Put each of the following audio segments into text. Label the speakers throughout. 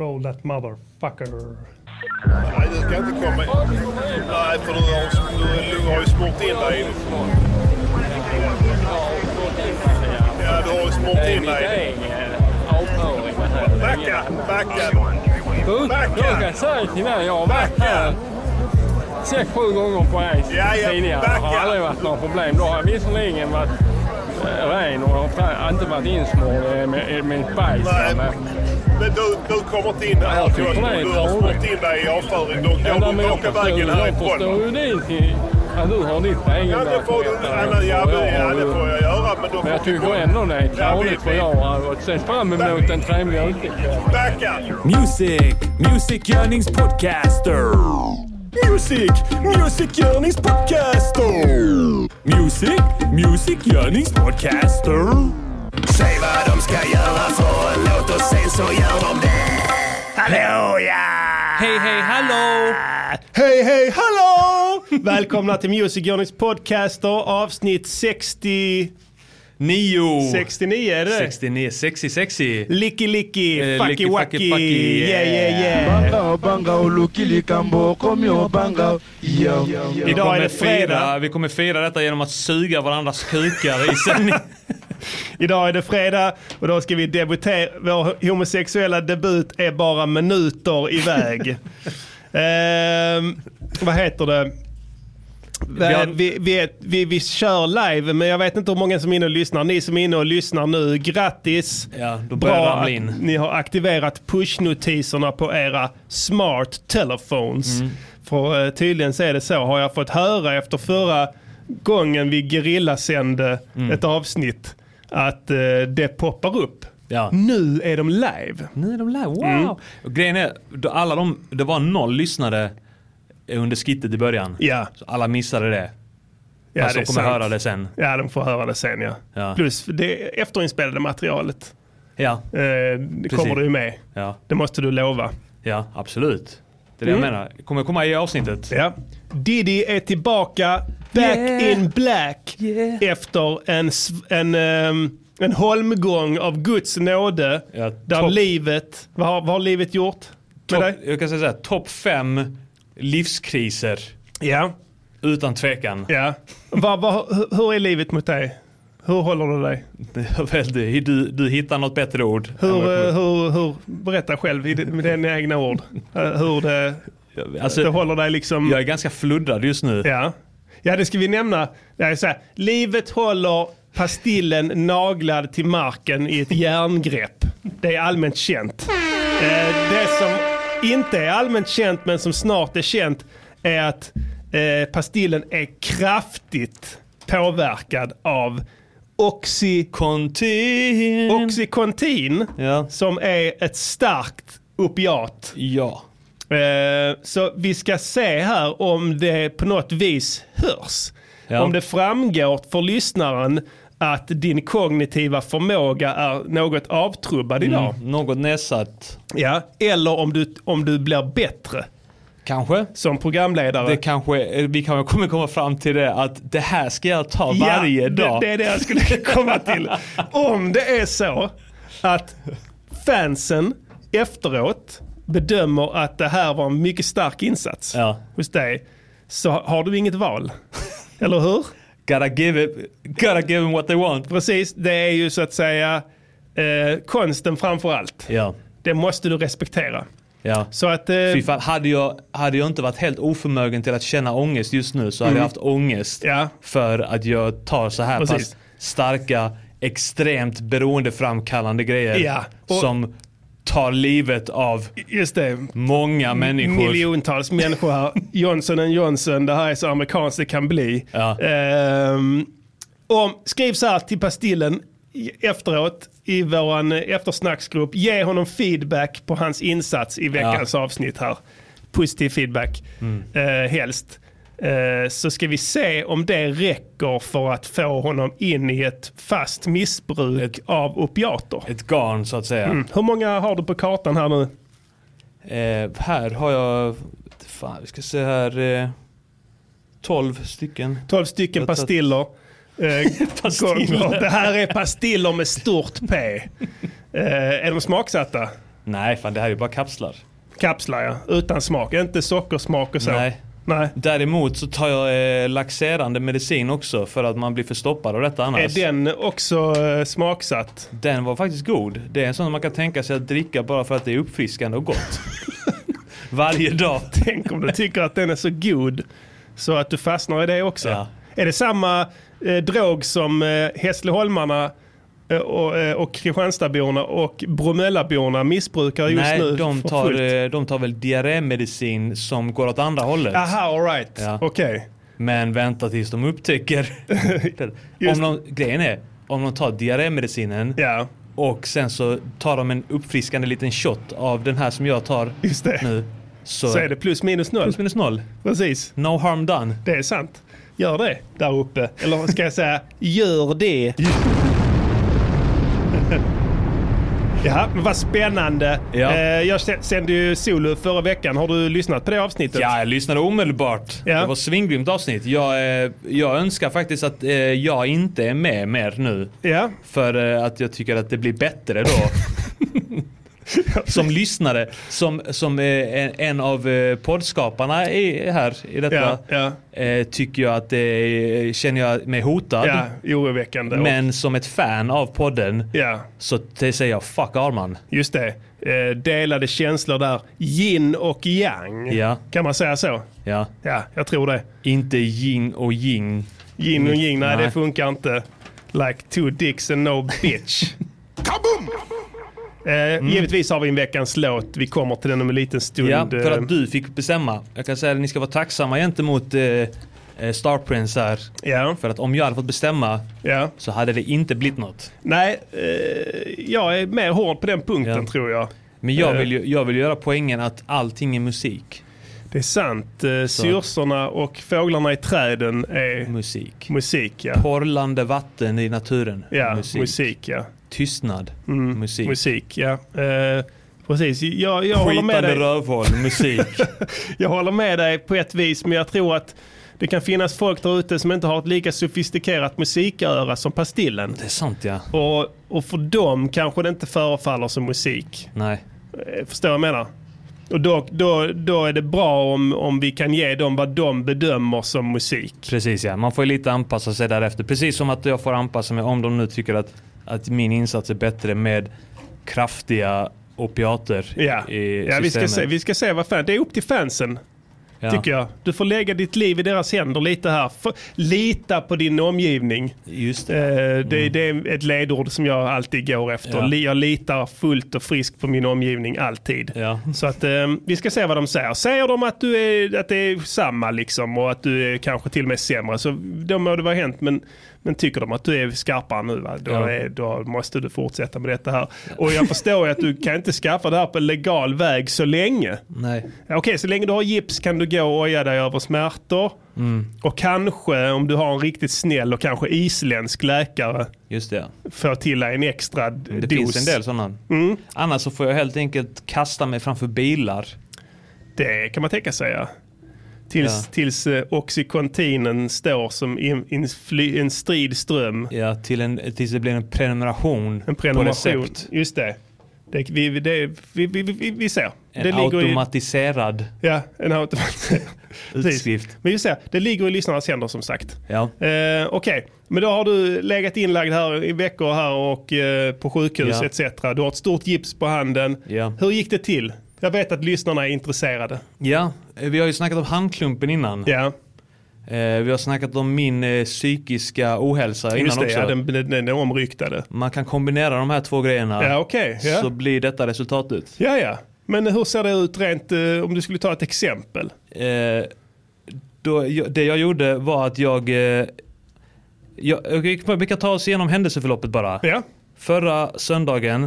Speaker 1: Roll that motherfucker.
Speaker 2: Nej, du ska inte komma in. Nej, för du har, du, du har ju smort in dig. Ja, du har ju smort in dig. Backa, backa.
Speaker 3: Backa! Säg till mig, jag har varit här sex, sju gånger på en
Speaker 2: Ja, ja,
Speaker 3: tidigare. Det har
Speaker 2: backa.
Speaker 3: aldrig varit några problem. Då har jag visserligen varit eh, ren och har fa- inte varit insmord eh, med i mitt bajs.
Speaker 2: Nej,
Speaker 3: Men-
Speaker 2: Men du, du kommer inte in här.
Speaker 3: Jag
Speaker 2: Du,
Speaker 3: tycker det är
Speaker 2: du har
Speaker 3: dåligt.
Speaker 2: smort in dig i avföring. Då
Speaker 3: Ja,
Speaker 2: går
Speaker 3: men
Speaker 2: du
Speaker 3: jag
Speaker 2: raka
Speaker 3: förstår,
Speaker 2: vägen
Speaker 3: jag
Speaker 2: härifrån.
Speaker 3: förstår ju din till att du har ditt
Speaker 2: Ja,
Speaker 3: regelverk.
Speaker 2: det får du.
Speaker 3: med,
Speaker 2: Ja, ja,
Speaker 3: och jag
Speaker 2: men- ja,
Speaker 3: har ju-
Speaker 2: det får jag göra. Men, då
Speaker 3: Men jag
Speaker 2: får du
Speaker 3: tycker
Speaker 2: gå.
Speaker 3: ändå det är
Speaker 2: Ja, vi-
Speaker 3: trevligt för
Speaker 2: vi-
Speaker 3: jag har sett fram emot en trevlig utflykt.
Speaker 2: Backa!
Speaker 4: Music, Music Yearnings Podcaster. Music, Music Yearnings Podcaster. Music, Music Yearnings Podcaster.
Speaker 5: Säg vad de ska göra för en låt och sen så gör de det. Hallå ja!
Speaker 6: Hej, hej, hallå!
Speaker 7: Hej, hej, hallå! Välkomna till Music Journeys podcaster, avsnitt 60...
Speaker 6: Nio!
Speaker 7: 69 är det?
Speaker 6: 69, sexy, sexy!
Speaker 7: Licky licky,
Speaker 6: Eh,
Speaker 7: fucky
Speaker 6: licky, fucky,
Speaker 7: wacky,
Speaker 6: fucky,
Speaker 7: yeah yeah yeah.
Speaker 8: Banga obanga ulukili kambo komi obanga yo.
Speaker 6: Vi
Speaker 7: Idag
Speaker 6: kommer
Speaker 7: är det fredag.
Speaker 6: Fira, vi kommer fira detta genom att suga varandras kukar i sändning.
Speaker 7: Idag är det fredag och då ska vi debutera. Vår homosexuella debut är bara minuter iväg. ehm, vad heter det?
Speaker 6: har-
Speaker 7: Vi, vi, vi, vi kör live, men jag vet inte hur många som är inne och lyssnar. Ni som är inne och lyssnar nu, grattis!
Speaker 6: Ja, då börjar det ramla in.
Speaker 7: att ni har aktiverat pushnotiserna på era smart telephones.
Speaker 6: Mm.
Speaker 7: För eh, tydligen så är det så, har jag fått höra efter förra gången vi gerillasände
Speaker 6: Mm.
Speaker 7: ett avsnitt, att eh, det poppar upp.
Speaker 6: Ja.
Speaker 7: Nu är de live.
Speaker 6: Nu är de live, wow! Mm. Och grejen är, då alla de, det var noll lyssnare under skittet i början.
Speaker 7: Ja,
Speaker 6: Så alla missade det.
Speaker 7: ja
Speaker 6: Fast de Alltså, kommer
Speaker 7: sant.
Speaker 6: höra det sen.
Speaker 7: Ja, de får höra det sen ja.
Speaker 6: Ja.
Speaker 7: Plus det efterinspelade materialet.
Speaker 6: Ja,
Speaker 7: Eh, det kommer du ju med.
Speaker 6: ja,
Speaker 7: Det måste du lova.
Speaker 6: ja, absolut. Det är det jag menar. Kommer komma i avsnittet.
Speaker 7: Mm. Ja. Diddy är tillbaka, back in black, efter en, sv- en, ehm, en holmgång av Guds nåde.
Speaker 6: Ja,
Speaker 7: där
Speaker 6: topp-
Speaker 7: livet, vad har, vad har livet gjort med
Speaker 6: Topp-
Speaker 7: dig?
Speaker 6: jag kan säga såhär, topp fem livskriser.
Speaker 7: Ja.
Speaker 6: Utan tvekan.
Speaker 7: ja. Vad- vad- hur- hur är livet mot dig? Hur håller du dig?
Speaker 6: Jag vet, du, du- du hittar något bättre ord.
Speaker 7: Hur, eh, hur, hur, berätta själv i d- med dina egna ord. Eh, Hur det,
Speaker 6: alltså,
Speaker 7: eh, det håller dig liksom...
Speaker 6: jag är ganska fluddad just nu.
Speaker 7: Ja. ja, det ska vi nämna. Det är så här, livet håller pastillen naglad till marken i ett järngrepp. Det är allmänt känt. Eh, det som inte är allmänt känt men som snart är känt är att eh, pastillen är kraftigt påverkad av oxy,
Speaker 6: Kontin!
Speaker 7: oxycontin
Speaker 6: Mm. Ja.
Speaker 7: som är ett starkt opiat.
Speaker 6: ja.
Speaker 7: Eh, Så vi ska se här om det på något vis hörs.
Speaker 6: Ja.
Speaker 7: Om det framgår för lyssnaren att din kognitiva förmåga är något avtrubbad
Speaker 6: Mm.
Speaker 7: idag.
Speaker 6: Något nedsatt.
Speaker 7: Ja. Eller om du, om du blir bättre
Speaker 6: Kanske.
Speaker 7: som programledare.
Speaker 6: Det kanske, eh, vi kanske kommer komma fram till det att det här ska jag ta varje
Speaker 7: ja,
Speaker 6: dag.
Speaker 7: Det, det är det jag skulle komma till. Om det är så att fansen efteråt bedömer att det här var en mycket stark insats
Speaker 6: Ja.
Speaker 7: hos dig, så har du inget val. Eller hur?
Speaker 6: Gotta give it, gotta give them what they want.
Speaker 7: Precis, det är ju så att säga eh, konsten framför allt.
Speaker 6: Ja,
Speaker 7: Det måste du respektera.
Speaker 6: ja.
Speaker 7: Så att... Eh,
Speaker 6: Fy fan, hade jag, hade jag inte varit helt oförmögen till att känna ångest just nu så hade jag haft ångest
Speaker 7: Ja.
Speaker 6: för att jag tar så här
Speaker 7: Precis.
Speaker 6: pass starka, extremt beroendeframkallande grejer
Speaker 7: Ja, och-
Speaker 6: som tar livet av
Speaker 7: just det.
Speaker 6: många människor.
Speaker 7: Miljontals människor här. Johnson Johnson, det här är så amerikanskt det kan bli.
Speaker 6: Ja.
Speaker 7: Ehm, om, skriv så här till Pastillen i- efteråt i vår eftersnacksgrupp. Ge honom feedback på hans insats i veckans avsnitt här. Positiv feedback, eh, helst. Eh, så ska vi se om det räcker för att få honom in i ett fast missbruk av opiater.
Speaker 6: Ett garn så att säga.
Speaker 7: Hur många har du på kartan här nu?
Speaker 6: Eh, här har jag, fan vi ska se här, eh, 12 stycken.
Speaker 7: 12 stycken
Speaker 6: Jag tar-
Speaker 7: pastiller. Eh,
Speaker 6: Pastiller.
Speaker 7: gånger. Det här är pastiller med stort P. Eh, är de smaksatta?
Speaker 6: Nej, fan det här är ju bara kapslar.
Speaker 7: Kapslar ja, utan smak. Inte sockersmak och så.
Speaker 6: Nej.
Speaker 7: Nej.
Speaker 6: Däremot så tar jag eh, laxerande medicin också för att man blir förstoppad av detta
Speaker 7: Är
Speaker 6: annars.
Speaker 7: den också eh, smaksatt?
Speaker 6: Den var faktiskt god. Det är en sån man kan tänka sig att dricka bara för att det är uppfriskande och gott. Varje dag.
Speaker 7: Tänk om du tycker att den är så god så att du fastnar i det också.
Speaker 6: Ja.
Speaker 7: Är det samma eh, drog som eh, Hässleholmarna eh, och, eh, och Kristianstadborna och Bromöllaborna missbrukar just nu
Speaker 6: Nej, de
Speaker 7: för
Speaker 6: tar,
Speaker 7: fullt?
Speaker 6: eh, de tar väl diarrémedicin som går åt andra hållet.
Speaker 7: Aha, alright.
Speaker 6: Ja.
Speaker 7: Okej.
Speaker 6: Men vänta tills de upptäcker.
Speaker 7: Just-
Speaker 6: om de, grejen är, om de tar diarrémedicinen
Speaker 7: Ja,
Speaker 6: och sen så tar de en uppfriskande liten shot av den här som jag tar
Speaker 7: just det.
Speaker 6: nu. Så,
Speaker 7: Så är det plus minus noll.
Speaker 6: plus minus noll.
Speaker 7: Precis,
Speaker 6: No harm done.
Speaker 7: det är sant. Gör det där uppe. Eller ska jag säga, gör det. Ja, men vad spännande.
Speaker 6: Ja.
Speaker 7: Eh, Jag s- sände ju solo förra veckan. Har du lyssnat på det avsnittet?
Speaker 6: Ja, jag lyssnade omedelbart.
Speaker 7: Ja.
Speaker 6: Det var svingrymt avsnitt. Jag, eh, jag önskar faktiskt att eh, jag inte är med mer nu.
Speaker 7: Ja.
Speaker 6: För eh, att jag tycker att det blir bättre då. som lyssnare, som, som eh, en- en av eh, poddskaparna i, här i detta,
Speaker 7: Ja, ja,
Speaker 6: eh, tycker jag att eh, känner jag mig hotad.
Speaker 7: ja, oroväckande. Och-
Speaker 6: Men som ett fan av podden
Speaker 7: Ja,
Speaker 6: så t- säger jag fuck Arman.
Speaker 7: just det. Eh, delade känslor där. Yin och yang.
Speaker 6: Ja.
Speaker 7: Kan man säga så?
Speaker 6: Ja.
Speaker 7: Ja, jag tror det.
Speaker 6: Inte yin och yin.
Speaker 7: Yin och yin, nej,
Speaker 6: Nej.
Speaker 7: det funkar inte. Like two dicks and no bitch. Kaboom! Eh,
Speaker 6: Mm.
Speaker 7: Givetvis har vi en veckans låt. Vi kommer till den om en liten stund.
Speaker 6: Ja, för
Speaker 7: Eh,
Speaker 6: att du fick bestämma. Jag kan säga att ni ska vara tacksamma gentemot eh, eh, Star Prince här.
Speaker 7: ja,
Speaker 6: För att om jag hade fått bestämma
Speaker 7: ja.
Speaker 6: så hade det inte blivit något.
Speaker 7: Nej, eh, jag är mer hård på den punkten
Speaker 6: Ja.
Speaker 7: tror jag.
Speaker 6: Men jag
Speaker 7: Eh.
Speaker 6: vill, ju, jag vill göra poängen att allting är musik.
Speaker 7: Det är sant. Eh, syrsorna och fåglarna i träden är
Speaker 6: Musik.
Speaker 7: musik. Ja,
Speaker 6: Porlande vatten i naturen.
Speaker 7: ja musik. ja.
Speaker 6: Tystnad. Musik.
Speaker 7: Musik, ja. Eh, precis. Jag, jag, håller med
Speaker 6: Skitande
Speaker 7: dig.
Speaker 6: rövhål. Musik.
Speaker 7: jag håller med dig på ett vis, men jag tror att det kan finnas folk där ute som inte har ett lika sofistikerat musiköra som Pastillen.
Speaker 6: det är sant ja.
Speaker 7: Och, och för dem kanske det inte förefaller som musik.
Speaker 6: Nej.
Speaker 7: Eh, Förstår jag vad jag menar? Och då, då, då är det bra om, om vi kan ge dem vad de bedömer som musik.
Speaker 6: Precis ja. Man får ju lite anpassa sig därefter. Precis som att jag får anpassa mig om de nu tycker att, att min insats är bättre med kraftiga opiater
Speaker 7: Ja,
Speaker 6: i
Speaker 7: ja vi, ska
Speaker 6: systemet.
Speaker 7: se, vi ska se vad fan... Det är upp till fansen.
Speaker 6: Ja.
Speaker 7: tycker jag. Du får lägga ditt liv i deras händer lite här. F- lita på din omgivning.
Speaker 6: Just
Speaker 7: Eh,
Speaker 6: det. Mm.
Speaker 7: det, det är ett ledord som jag alltid går efter.
Speaker 6: Ja.
Speaker 7: Li- Jag litar fullt och friskt på min omgivning alltid.
Speaker 6: Ja.
Speaker 7: Så att eh, vi ska se vad de säger. Säger de att, du är, att det är samma liksom och att du är kanske till och med sämre så då må det vara hänt. Men, men tycker de att du är skarpare nu va? Då,
Speaker 6: Ja.
Speaker 7: är, då måste du fortsätta med detta här. Och jag förstår ju att du kan inte skaffa det här på legal väg så länge.
Speaker 6: Nej.
Speaker 7: Ja, Okej, så länge du har gips kan du gå och oja dig över smärtor.
Speaker 6: Mm.
Speaker 7: Och kanske, om du har en riktigt snäll och kanske isländsk läkare,
Speaker 6: Just det ja.
Speaker 7: få till dig en extra d-
Speaker 6: Mm, Det
Speaker 7: dos. Mm.
Speaker 6: finns en del sådana. Annars så får jag helt enkelt kasta mig framför bilar.
Speaker 7: Det kan man tänka sig, ja. Tills,
Speaker 6: Ja.
Speaker 7: tills eh, Oxycontinen står som i en- i en fly- en strid ström.
Speaker 6: Ja, till en, tills det blir en prenumeration,
Speaker 7: En prenumeration.
Speaker 6: på recept.
Speaker 7: Just det. det, vi, vi- det vi, vi, vi- vi, vi ser.
Speaker 6: En
Speaker 7: det ligger i,
Speaker 6: automatiserad
Speaker 7: ja, en automat.
Speaker 6: utskrift.
Speaker 7: Men just det, det ligger i lyssnarnas händer som sagt.
Speaker 6: Ja.
Speaker 7: Eh, Okej, men då har du legat inlagd här i veckor här och eh, på sjukhus
Speaker 6: Ja.
Speaker 7: etc. Du har ett stort gips på handen.
Speaker 6: Ja.
Speaker 7: Hur gick det till? Jag vet att lyssnarna är intresserade.
Speaker 6: ja, vi har ju snackat om handklumpen innan.
Speaker 7: Ja,
Speaker 6: Eh, vi har snackat om min eh, psykiska ohälsa innan
Speaker 7: just det.
Speaker 6: också.
Speaker 7: Ja, den, den, den är omryktade.
Speaker 6: Man kan kombinera de här två grejerna.
Speaker 7: Ja, okej. Ja.
Speaker 6: Så blir detta resultatet.
Speaker 7: ja, ja. Men hur ser det ut rent, eh, om du skulle ta ett exempel?
Speaker 6: Eh, då, jag- det jag gjorde var att jag... Eh, jag okej, vi kan ta oss igenom händelseförloppet bara.
Speaker 7: Ja, Mm.
Speaker 6: Förra söndagen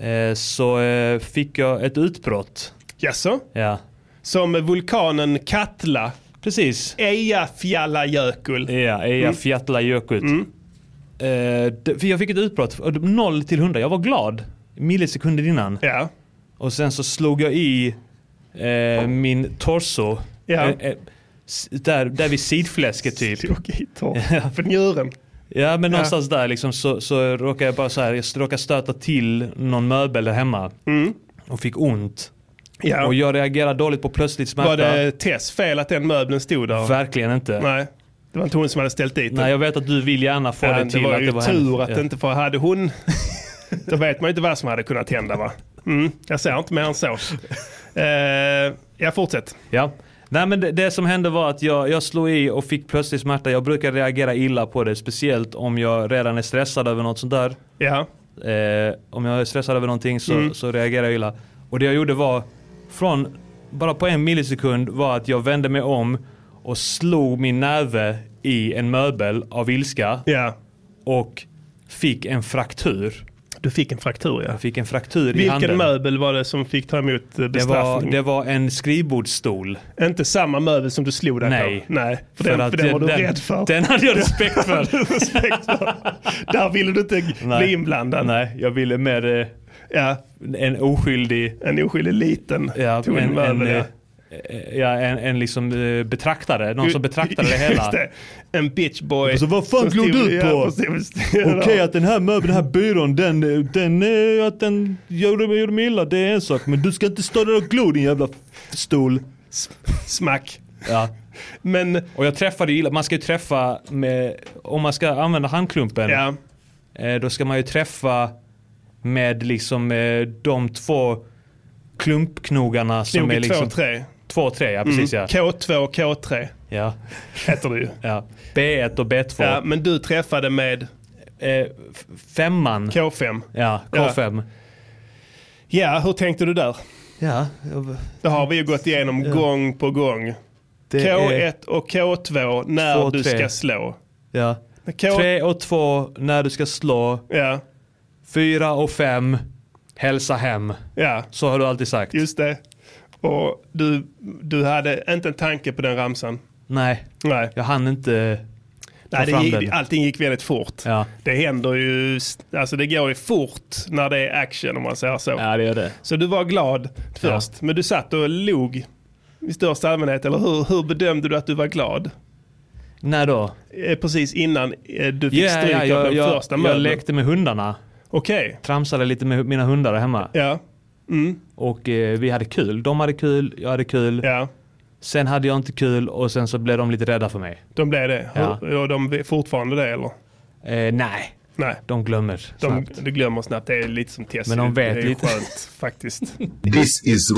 Speaker 6: eh, så eh, fick jag ett utbrott.
Speaker 7: jaså?
Speaker 6: Ja,
Speaker 7: Som vulkanen Katla,
Speaker 6: precis.
Speaker 7: Eyjafjallajökull.
Speaker 6: Ja,
Speaker 7: Mm.
Speaker 6: Eja Fjattlajökull. Eh, det- för jag fick ett utbrott. Och det- 0 till 100. Jag var glad millisekunder innan.
Speaker 7: Ja,
Speaker 6: Och sen så slog jag i eh, min torso.
Speaker 7: Ja.
Speaker 6: Eh, eh, s- där, där vid sidfläsket typ.
Speaker 7: tråkigt. För njuren.
Speaker 6: Ja men någonstans där liksom så, så råkade jag bara så här, jag råkade stöta till någon möbel där hemma. Och fick ont.
Speaker 7: Mm. Ja.
Speaker 6: Och jag reagerade dåligt på plötsligt smärta.
Speaker 7: Var det Tess fel att den möbeln stod där?
Speaker 6: Verkligen inte. Nej.
Speaker 7: Nej, det var inte hon som hade ställt dit den.
Speaker 6: jag vet att du vill gärna få
Speaker 7: Ja,
Speaker 6: det
Speaker 7: det
Speaker 6: till
Speaker 7: var
Speaker 6: att
Speaker 7: ju
Speaker 6: det var
Speaker 7: tur att
Speaker 6: ja.
Speaker 7: det inte för hade hon... Då vet man ju inte vad som hade kunnat hända va? Mm, jag säger inte mer än så. Eh, jag fortsätt.
Speaker 6: Ja. Nej men det, det som hände var att jag, jag slog i och fick plötsligt smärta. Jag brukar reagera illa på det. Speciellt om jag redan är stressad över något sånt där.
Speaker 7: Ja,
Speaker 6: Eh, om jag är stressad över någonting så,
Speaker 7: Mm.
Speaker 6: så reagerar jag illa. Och det jag gjorde var, från bara på en millisekund var att jag vände mig om och slog min näve i en möbel av ilska
Speaker 7: ja.
Speaker 6: och fick en fraktur.
Speaker 7: Du fick en fraktur ja.
Speaker 6: Jag fick en fraktur i handen.
Speaker 7: Vilken möbel var det som fick ta emot eh,
Speaker 6: Det var,
Speaker 7: bestraffning?
Speaker 6: det var en skrivbordsstol.
Speaker 7: Inte samma möbel som du slog dig
Speaker 6: Nej.
Speaker 7: på? Nej. För, den, för den var du rädd för.
Speaker 6: Den hade jag respekt för.
Speaker 7: Respekt för. Där ville du inte bli
Speaker 6: Nej.
Speaker 7: inblandad.
Speaker 6: Nej, jag ville mer eh,
Speaker 7: Ja,
Speaker 6: en oskyldig,
Speaker 7: en oskyldig liten
Speaker 6: ja,
Speaker 7: tog
Speaker 6: en, en,
Speaker 7: möbel. ja.
Speaker 6: eh, eh, ja, en, en liksom eh, betraktare. Någon som betraktade det
Speaker 7: Just
Speaker 6: hela.
Speaker 7: det. En bitchboy.
Speaker 6: Så vad fan glor du på? Okej att den här möbeln, den här byrån, den, den, eh, att den gjorde, mig- gjorde mig illa, det är en sak. Men du ska inte stå där och glo din jävla stol.
Speaker 7: Smack.
Speaker 6: Ja.
Speaker 7: Men,
Speaker 6: Och jag träffade ju illa, man ska ju träffa med, om man ska använda handklumpen,
Speaker 7: ja.
Speaker 6: eh, då ska man ju träffa med liksom eh, de två klumpknogarna som
Speaker 7: Nog
Speaker 6: är
Speaker 7: i
Speaker 6: liksom...
Speaker 7: 2-3.
Speaker 6: Två, tre, Mm. ja precis ja.
Speaker 7: K2 och K3
Speaker 6: ja.
Speaker 7: heter det ju.
Speaker 6: ja. B1 och B2.
Speaker 7: Ja, men du träffade med
Speaker 6: Eh, f- femman,
Speaker 7: K5.
Speaker 6: ja, K5.
Speaker 7: Ja, hur tänkte du där?
Speaker 6: Ja.
Speaker 7: Det har vi ju gått igenom gång på gång.
Speaker 6: det är-
Speaker 7: K1 och K2 när
Speaker 6: Två,
Speaker 7: du
Speaker 6: tre.
Speaker 7: ska slå.
Speaker 6: Ja.
Speaker 7: K...
Speaker 6: Tre och två när du ska slå.
Speaker 7: Ja,
Speaker 6: Fyra och fem, hälsa hem.
Speaker 7: ja,
Speaker 6: Så har du alltid sagt.
Speaker 7: just det. Och du, du hade inte en tanke på den ramsan?
Speaker 6: Nej,
Speaker 7: Nej,
Speaker 6: jag hann inte.
Speaker 7: Nej det
Speaker 6: fram
Speaker 7: gick,
Speaker 6: den.
Speaker 7: allting gick väldigt fort.
Speaker 6: Ja,
Speaker 7: Det händer ju, s- alltså det går ju fort när det är action om man säger så.
Speaker 6: ja det gör det.
Speaker 7: Så du var glad först, men du satt och log i största allmänhet, eller hur, hur bedömde du att du var glad?
Speaker 6: När då?
Speaker 7: Eh, precis innan eh, du fick
Speaker 6: Ja,
Speaker 7: stryk
Speaker 6: ja,
Speaker 7: av
Speaker 6: jag,
Speaker 7: den
Speaker 6: jag,
Speaker 7: första
Speaker 6: jag
Speaker 7: möbeln.
Speaker 6: lekte med hundarna.
Speaker 7: Okej,
Speaker 6: Tramsade lite med mina hundar där hemma.
Speaker 7: ja,
Speaker 6: Och eh, vi hade kul. De hade kul, jag hade kul.
Speaker 7: ja,
Speaker 6: Sen hade jag inte kul och sen så blev de lite rädda för mig.
Speaker 7: de blev det.
Speaker 6: Ja.
Speaker 7: Hur, och de är fortfarande det eller?
Speaker 6: Eh, nej,
Speaker 7: Nej,
Speaker 6: de glömmer
Speaker 7: de,
Speaker 6: snabbt.
Speaker 7: du glömmer snabbt. Det är lite som Tessie.
Speaker 6: Men de vet
Speaker 7: det är
Speaker 6: lite.
Speaker 7: skönt faktiskt.
Speaker 9: This is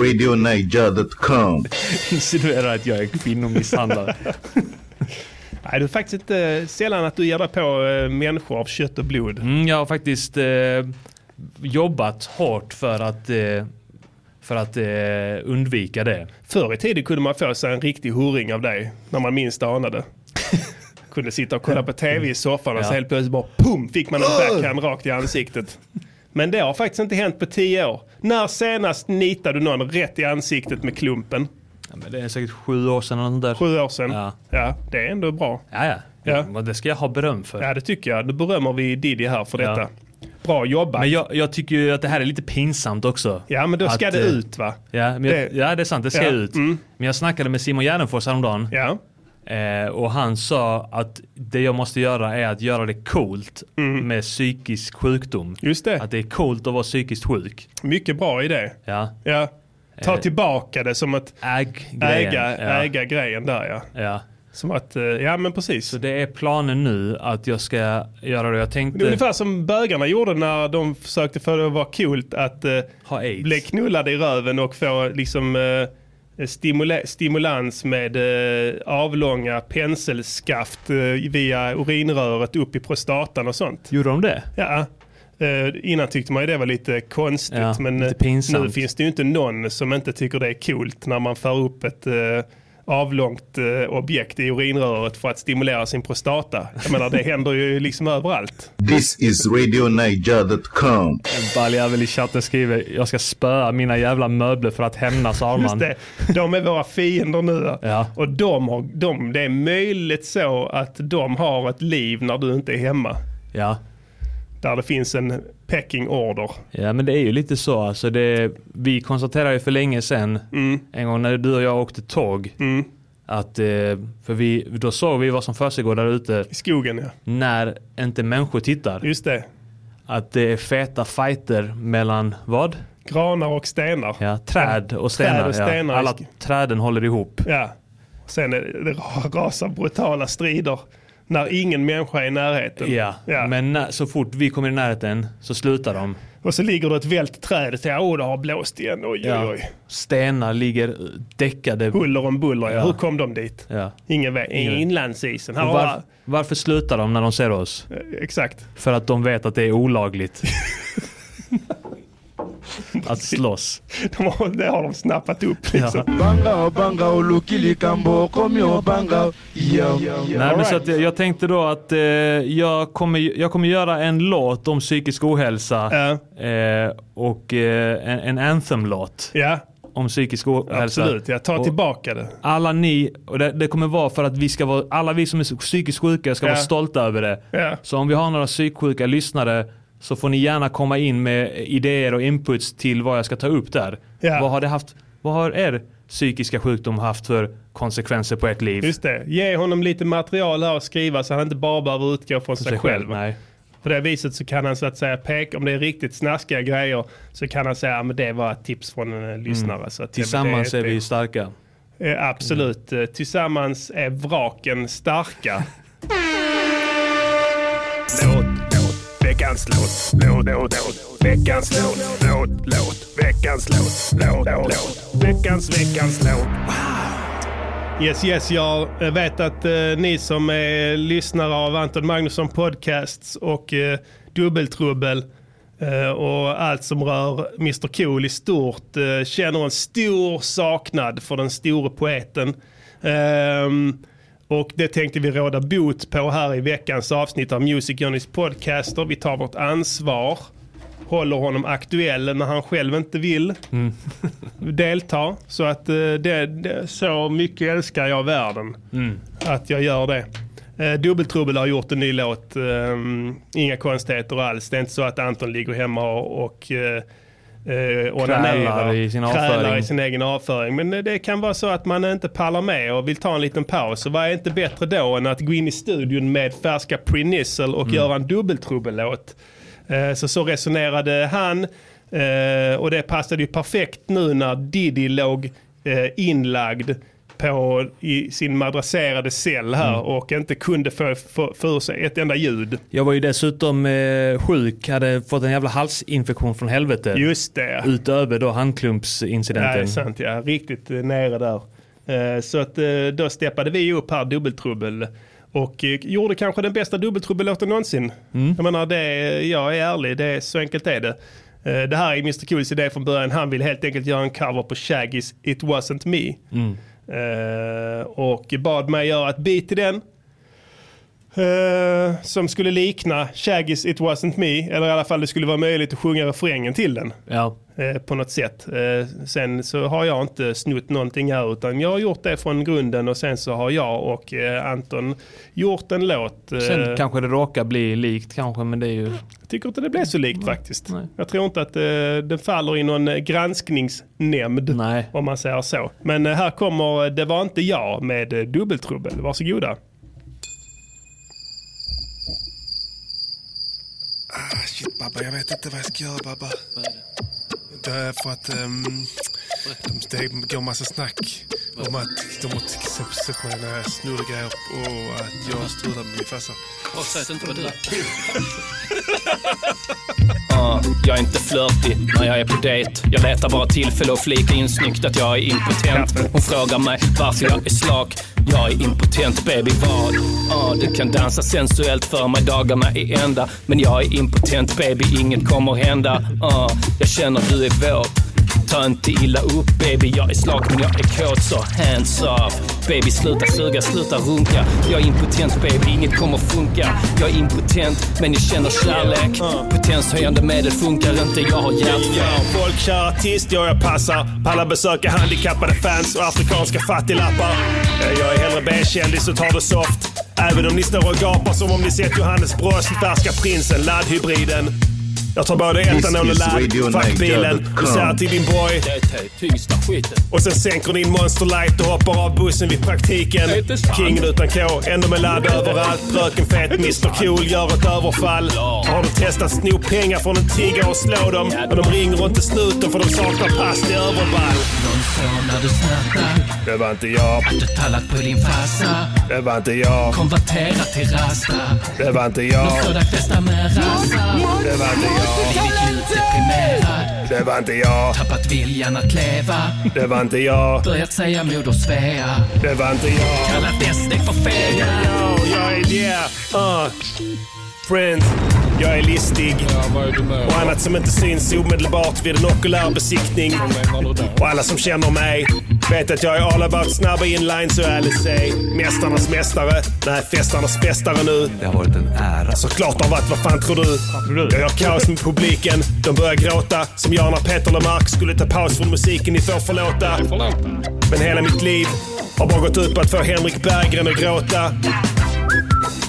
Speaker 9: RadioNiger.com.
Speaker 6: insinuerar att jag är kvinnomisshandlare.
Speaker 7: Nej, det är faktiskt inte sällan att du ger dig på eh, människor av kött och blod.
Speaker 6: Mm, jag har faktiskt eh, jobbat hårt för att, eh, för att eh, undvika det.
Speaker 7: Förr i tiden kunde man få sig en riktig hurring av dig när man minst anade. kunde sitta och kolla på tv i soffan och så
Speaker 6: Ja.
Speaker 7: helt plötsligt bara pum fick man en backhand rakt i ansiktet. Men det har faktiskt inte hänt på tio år. När senast nitade du någon rätt i ansiktet med klumpen?
Speaker 6: Ja, men det är säkert sju år sedan eller något där.
Speaker 7: Sju år sedan. Ja.
Speaker 6: Ja.
Speaker 7: det är ändå bra.
Speaker 6: Ja, ja.
Speaker 7: Ja.
Speaker 6: Men Det ska jag ha beröm för.
Speaker 7: Ja, det tycker jag. Nu berömmer vi Diddy här för detta.
Speaker 6: Ja.
Speaker 7: Bra jobbat.
Speaker 6: Men jag, jag tycker ju att det här är lite pinsamt också.
Speaker 7: ja, men då ska
Speaker 6: Att,
Speaker 7: det
Speaker 6: eh,
Speaker 7: ut va?
Speaker 6: Ja, men jag,
Speaker 7: Det-
Speaker 6: ja, det är sant. Det ska
Speaker 7: Ja, Mm.
Speaker 6: ut. Men jag snackade med Simon Gärdenfors häromdagen.
Speaker 7: Ja,
Speaker 6: Eh, och han sa att det jag måste göra är att göra det coolt med psykisk sjukdom.
Speaker 7: Mm. just det.
Speaker 6: Att det är coolt att vara psykiskt sjuk.
Speaker 7: Mycket bra idé.
Speaker 6: Ja.
Speaker 7: Ja. Ta
Speaker 6: Eh.
Speaker 7: tillbaka det som att
Speaker 6: Äg-grejen.
Speaker 7: äga,
Speaker 6: ja.
Speaker 7: äga grejen där ja.
Speaker 6: Ja.
Speaker 7: Som att, eh, ja men precis.
Speaker 6: Så det är planen nu att jag ska göra det. Jag
Speaker 7: det är
Speaker 6: tänkte
Speaker 7: ungefär som bögarna gjorde när de försökte få det att vara coolt att eh,
Speaker 6: ha aids.
Speaker 7: bli knullade i röven och få liksom eh, stimula- stimulans med eh, avlånga penselskaft eh, via urinröret upp i prostatan och sånt.
Speaker 6: Gjorde de det?
Speaker 7: Ja. Eh, innan tyckte man ju det var lite konstigt
Speaker 6: Ja,
Speaker 7: men
Speaker 6: lite
Speaker 7: eh,
Speaker 6: pinsamt.
Speaker 7: nu finns det ju inte någon som inte tycker det är coolt när man för upp ett eh, avlångt eh, objekt i urinröret för att stimulera sin prostata. Jag menar det händer ju liksom överallt.
Speaker 9: This is RadioNiger.com.
Speaker 6: Baljävel i chatten skriver jag ska spöa mina jävla möbler för att hämnas
Speaker 7: Just
Speaker 6: Arman.
Speaker 7: det, de är våra fiender nu.
Speaker 6: Ja.
Speaker 7: Och de har, de, det är möjligt så att de har ett liv när du inte är hemma.
Speaker 6: Ja.
Speaker 7: Där det finns en pecking order.
Speaker 6: ja, men det är ju lite så. Alltså
Speaker 7: Mm.
Speaker 6: det, vi konstaterade ju för länge sedan, en gång när du och jag åkte tåg, Att, eh, för vi, då såg vi vad som försiggår där ute
Speaker 7: I skogen
Speaker 6: Mm.
Speaker 7: ja.
Speaker 6: när inte människor tittar.
Speaker 7: Just det.
Speaker 6: Att det är feta fighter mellan vad?
Speaker 7: Granar och stenar.
Speaker 6: Ja, träd och stenar.
Speaker 7: och stenar.
Speaker 6: Ja. Alla träden håller ihop.
Speaker 7: Ja. Sen är det, det rasar brutala strider när ingen människa är i närheten.
Speaker 6: Ja, men när, så fort vi kommer i närheten så slutar de.
Speaker 7: Och så ligger det ett vält träd och säger åh det har blåst igen, oj oj
Speaker 6: Ja.
Speaker 7: oj.
Speaker 6: Stenar ligger däckade.
Speaker 7: Buller om buller, ja.
Speaker 6: Ja.
Speaker 7: hur kom de dit?
Speaker 6: Ja.
Speaker 7: Ingen vet, inlandsisen. Här
Speaker 6: Och
Speaker 7: var,
Speaker 6: Var, varför slutar de när de ser oss?
Speaker 7: exakt.
Speaker 6: För att de vet att det är olagligt. att slåss.
Speaker 7: De har, det har de snappat upp liksom.
Speaker 8: banga o banga o luki likambo okomi obanga o. yo
Speaker 6: Nej, men
Speaker 7: All
Speaker 6: så att jag, jag tänkte då att eh, jag, kommer, jag kommer göra en låt om psykisk ohälsa.
Speaker 7: Ja.
Speaker 6: Eh, och eh, en, en anthem-låt
Speaker 7: Ja,
Speaker 6: om psykisk ohälsa.
Speaker 7: absolut. Jag tar
Speaker 6: Alltså- Och
Speaker 7: tillbaka det.
Speaker 6: Alla ni, och det, det kommer vara för att vi ska vara, alla vi som är psykiskt sjuka ska
Speaker 7: Ja.
Speaker 6: vara stolta över det.
Speaker 7: Ja.
Speaker 6: Så om vi har några psyksjuka lyssnare så får ni gärna komma in med idéer och inputs till vad jag ska ta upp där.
Speaker 7: Ja.
Speaker 6: Vad har det haft, vad har er psykiska sjukdom haft för konsekvenser på ert liv?
Speaker 7: Just det. Ge honom lite material här att skriva så han inte bara behöver utgå från sig,
Speaker 6: Sig
Speaker 7: själv.
Speaker 6: Nej.
Speaker 7: På det viset så kan han så att säga peka, om det är riktigt snaskiga grejer så kan han säga att det var ett tips från en eh, lyssnare. Så att, ja, men
Speaker 6: Mm. Tillsammans
Speaker 7: det
Speaker 6: är vi starka.
Speaker 7: Eh, Absolut. Eh, Tillsammans är vraken starka.
Speaker 5: Låt, låt, veckans låt, låt, låt, låt, veckans låt, låt, låt, veckans låt, låt, låt, veckans, veckans låt.
Speaker 7: Yes, yes, jag eh, vet att eh, ni som är lyssnare av Anton Magnusson Podcasts och eh, Dubbeltrubbel eh, och allt som rör Mr Cool i stort eh, känner en stor saknad för den store poeten. Ehm, och det tänkte vi råda bot på här i veckans avsnitt av Music Journeys Podcaster. Vi tar vårt ansvar, håller honom aktuell när han själv inte vill
Speaker 6: Mm.
Speaker 7: delta. Så att eh, det, det, så mycket älskar jag världen.
Speaker 6: Mm.
Speaker 7: Att jag gör det. Eh, Dubbeltrubbel har gjort en ny låt. ehm, inga konstigheter alls. Det är inte så att Anton ligger hemma och, och eh, eh, onanerar.
Speaker 6: i sin
Speaker 7: Krälar
Speaker 6: avföring.
Speaker 7: i sin egen avföring. Men eh, det kan vara så att man inte pallar med och vill ta en liten paus. Så vad är inte bättre då än att gå in i studion med färska Prinissel och göra en dubbeltrubbel-låt. Eh, Så, så resonerade han eh, och det passade ju perfekt nu när Diddy låg eh, inlagd på, i sin madrasserade cell här och inte kunde få, få, få ur sig ett enda ljud.
Speaker 6: Jag var ju dessutom eh, sjuk, hade fått en jävla halsinfektion från helvete.
Speaker 7: Just det.
Speaker 6: Utöver då
Speaker 7: Ja, det
Speaker 6: handklumpsincidenten.
Speaker 7: är sant. Ja. Riktigt eh, nere där. Eh, Så att eh, då steppade vi upp här, Dubbeltrubbel. Och eh, gjorde kanske den bästa dubbeltrubbellåten någonsin. Jag menar, det, är- jag är ärlig, det är, så enkelt är det. Eh, Det här är Mr Cools idé från början. Han vill helt enkelt göra en cover på Shaggys It Wasn't Me. Eh, Och bad mig göra ett beat till den. Eh, som skulle likna Shaggys It Wasn't Me, eller i alla fall det skulle vara möjligt att sjunga refrängen till den
Speaker 6: ja.
Speaker 7: eh, på något sätt. Eh, Sen så har jag inte snott någonting här utan jag har gjort det från grunden och sen så har jag och eh, Anton gjort en låt. eh,
Speaker 6: Sen kanske det råkar bli likt kanske, men det är ju...
Speaker 7: Jag tycker inte det blev så likt faktiskt.
Speaker 6: Nej.
Speaker 7: Jag tror inte att eh, den faller i någon eh, granskningsnämnd
Speaker 6: Nej.
Speaker 7: om man säger så. Men eh, här kommer eh, Det var inte jag med eh, Dubbeltrubbel. Varsågoda.
Speaker 2: Ah, shit babba, jag vet inte vad jag ska göra babba. Det är för att ehm, de, det går massa snack om att de har till exempel sett mig när jag snurrar grejer och att jag strular med min farsa.
Speaker 10: Jag är inte flörtig när jag är på dejt. Jag letar bara tillfälle att flika in snyggt att jag är impotent. Hon frågar mig varför jag är slak. Jag är impotent, baby vad? Ja, du kan dansa sensuellt för mig dagarna i ända. Men jag är impotent, baby inget kommer hända. Ja, jag känner du är vår. Ta inte illa upp baby, jag är slak men jag är kåt så hands off Baby sluta suga, sluta runka Jag är impotent baby, inget kommer funka Jag är impotent men jag känner kärlek Potenshöjande medel funkar inte, jag har hjärtfel
Speaker 7: Folkkär artist, ja jag
Speaker 4: Alltså,
Speaker 7: passar. Pallar besöka handikappade fans och afrikanska fattiglappar. Eh, Jag är hellre B-kändis och tar det soft. Även om ni står och gapar som om ni sett Johannes Brost, färska prinsen, laddhybriden.
Speaker 4: Jag tar både etanol och
Speaker 9: This is Radio
Speaker 4: ladd, fuck bilen,
Speaker 9: Niger.com.
Speaker 4: du säger till din boy.
Speaker 10: Tyngsta skiten.
Speaker 4: Och sen sänker din Monster Light och hoppar av bussen vid praktiken. Kingen utan K, ändå med ladd överallt. Röken fet, Mr Cool gör ett överfall. Har du testat sno pengar från en tiggare och slå dem? Men de ringer inte snuten för de saknar pass till överball.
Speaker 11: Någon sa när du snattar,
Speaker 4: Det var inte jag.
Speaker 11: du talat på din farsa.
Speaker 4: Det var inte jag.
Speaker 11: Konvertera till rasta.
Speaker 4: Det var inte
Speaker 11: Någon
Speaker 4: jag.
Speaker 11: sådant bästa med rasta.
Speaker 4: Det var inte jag.
Speaker 11: Blivit djupt deprimerad,
Speaker 4: Det var inte jag.
Speaker 11: tappat viljan att leva.
Speaker 4: Det var inte jag.
Speaker 11: Börjat säga moder Svea.
Speaker 4: Det var inte jag.
Speaker 11: Kallat SD för fega.
Speaker 4: Oh, jag är yeah. Uh. Friends, jag är listig. Och annat som inte syns omedelbart vid en okulär besiktning. Och alla som känner mig vet att jag är all about snabba inlines och LSA. Mästarnas mästare. Nej, festarnas festare nu.
Speaker 12: Det har varit en ära.
Speaker 4: Alltså, Såklart det har varit, vad fan tror du? Jag gör kaos med publiken. De börjar gråta. Som jag när Peter Lemark skulle ta paus från musiken. Ni får förlåta. Men hela mitt liv har bara gått ut på att få Henrik Berggren att gråta.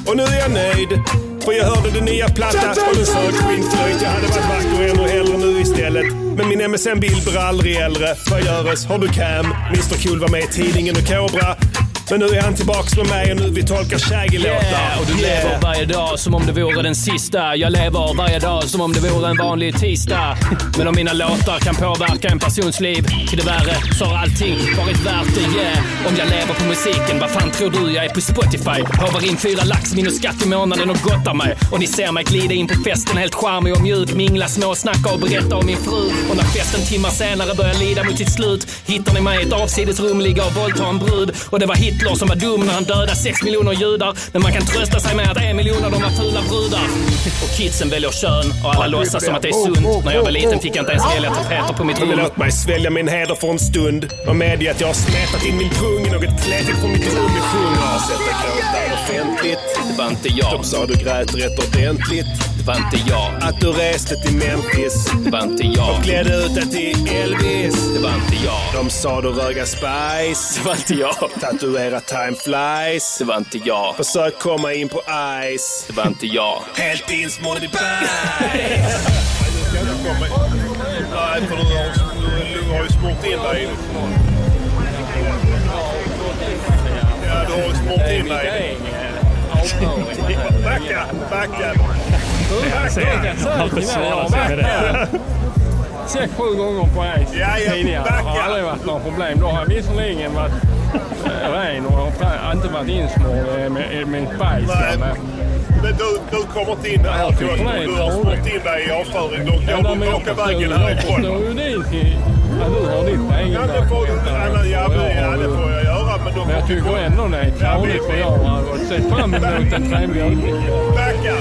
Speaker 4: Och nu är jag nöjd. För jag hörde den nya plattan och den sa skinnflöjt. Jag hade varit vacker ännu hellre nu istället. Men min MSN-bild blir aldrig äldre. Vad göres? Har du cam? Mr Cool var med i tidningen och Kobra. Men nu är han tillbaks med mig och nu vi tolkar shaggy-låtar.
Speaker 10: Yeah, och du
Speaker 4: Yeah.
Speaker 10: lever varje dag som om det vore den sista. Jag lever varje dag som om det vore en vanlig tisdag. Men om mina låtar kan påverka en persons liv till det värre så har allting varit värt det. Yeah. Om jag lever på musiken, vad fan tror du jag är på Spotify? Håvar in fyra lax minus skatt i månaden och gottar mig. Och ni ser mig glida in på festen helt charmig och mjuk. Mingla, småsnacka och berätta om min fru. Och när festen timmar senare börjar lida mot sitt slut hittar ni mig i ett avsides rum ligga och våldta en brud. Och det var Hitler som var dum när han dödade sex miljoner judar. Men man kan trösta sig med att en miljon av dem var fula brudar. Och kidsen väljer kön och alla låtsas som att det är sunt. När jag Oh, var liten fick jag inte ens välja tapeter på mitt
Speaker 4: Men
Speaker 10: rum.
Speaker 4: Låt mig svälja min heder för en stund och medge att jag har smetat in min pung i något kletigt på mitt rum. Jag sjunger och sätter gråtar offentligt.
Speaker 10: Det var inte jag.
Speaker 4: De sa du grät rätt ordentligt.
Speaker 10: Det var inte jag.
Speaker 4: Att du reste till Memphis.
Speaker 10: Det var inte jag.
Speaker 4: Och klädde ut dig till Elvis.
Speaker 10: Det var inte jag.
Speaker 4: De sa du röga spice.
Speaker 10: Det var inte jag.
Speaker 4: Tatuera time flies.
Speaker 10: Det var inte jag.
Speaker 4: Försök komma in på ice.
Speaker 10: Det var inte jag.
Speaker 4: Helt insmord i bajs. Nej, för du har, du har ju smort in dig. Ja, du har ju smort in dig. Backa, backa.
Speaker 13: Han försvarar sig med det. Sex, sju gånger på en
Speaker 2: Ja, ja,
Speaker 13: tidigare. Det har
Speaker 2: backa.
Speaker 13: aldrig varit några problem. Då har jag visserligen varit eh, ren och har fan inte varit insmord eh, med, med bajs.
Speaker 2: Nej.
Speaker 13: men-
Speaker 2: Men du, du kommer inte in där här. Du, har- du har smort in dig i avföring. Då
Speaker 13: Ja,
Speaker 2: går
Speaker 13: men
Speaker 2: du
Speaker 13: jag
Speaker 2: raka
Speaker 13: förstår-
Speaker 2: vägen
Speaker 13: Jag
Speaker 2: härifrån.
Speaker 13: förstår ju din till att du har ditt
Speaker 2: Ja, det får du. Ja, ja, men- ja, det får jag göra. Men då
Speaker 13: Men jag
Speaker 2: får du
Speaker 13: tycker
Speaker 2: gå...
Speaker 13: ändå det är trevligt för jag har sett fram emot en trevlig utbildning.
Speaker 2: Backa!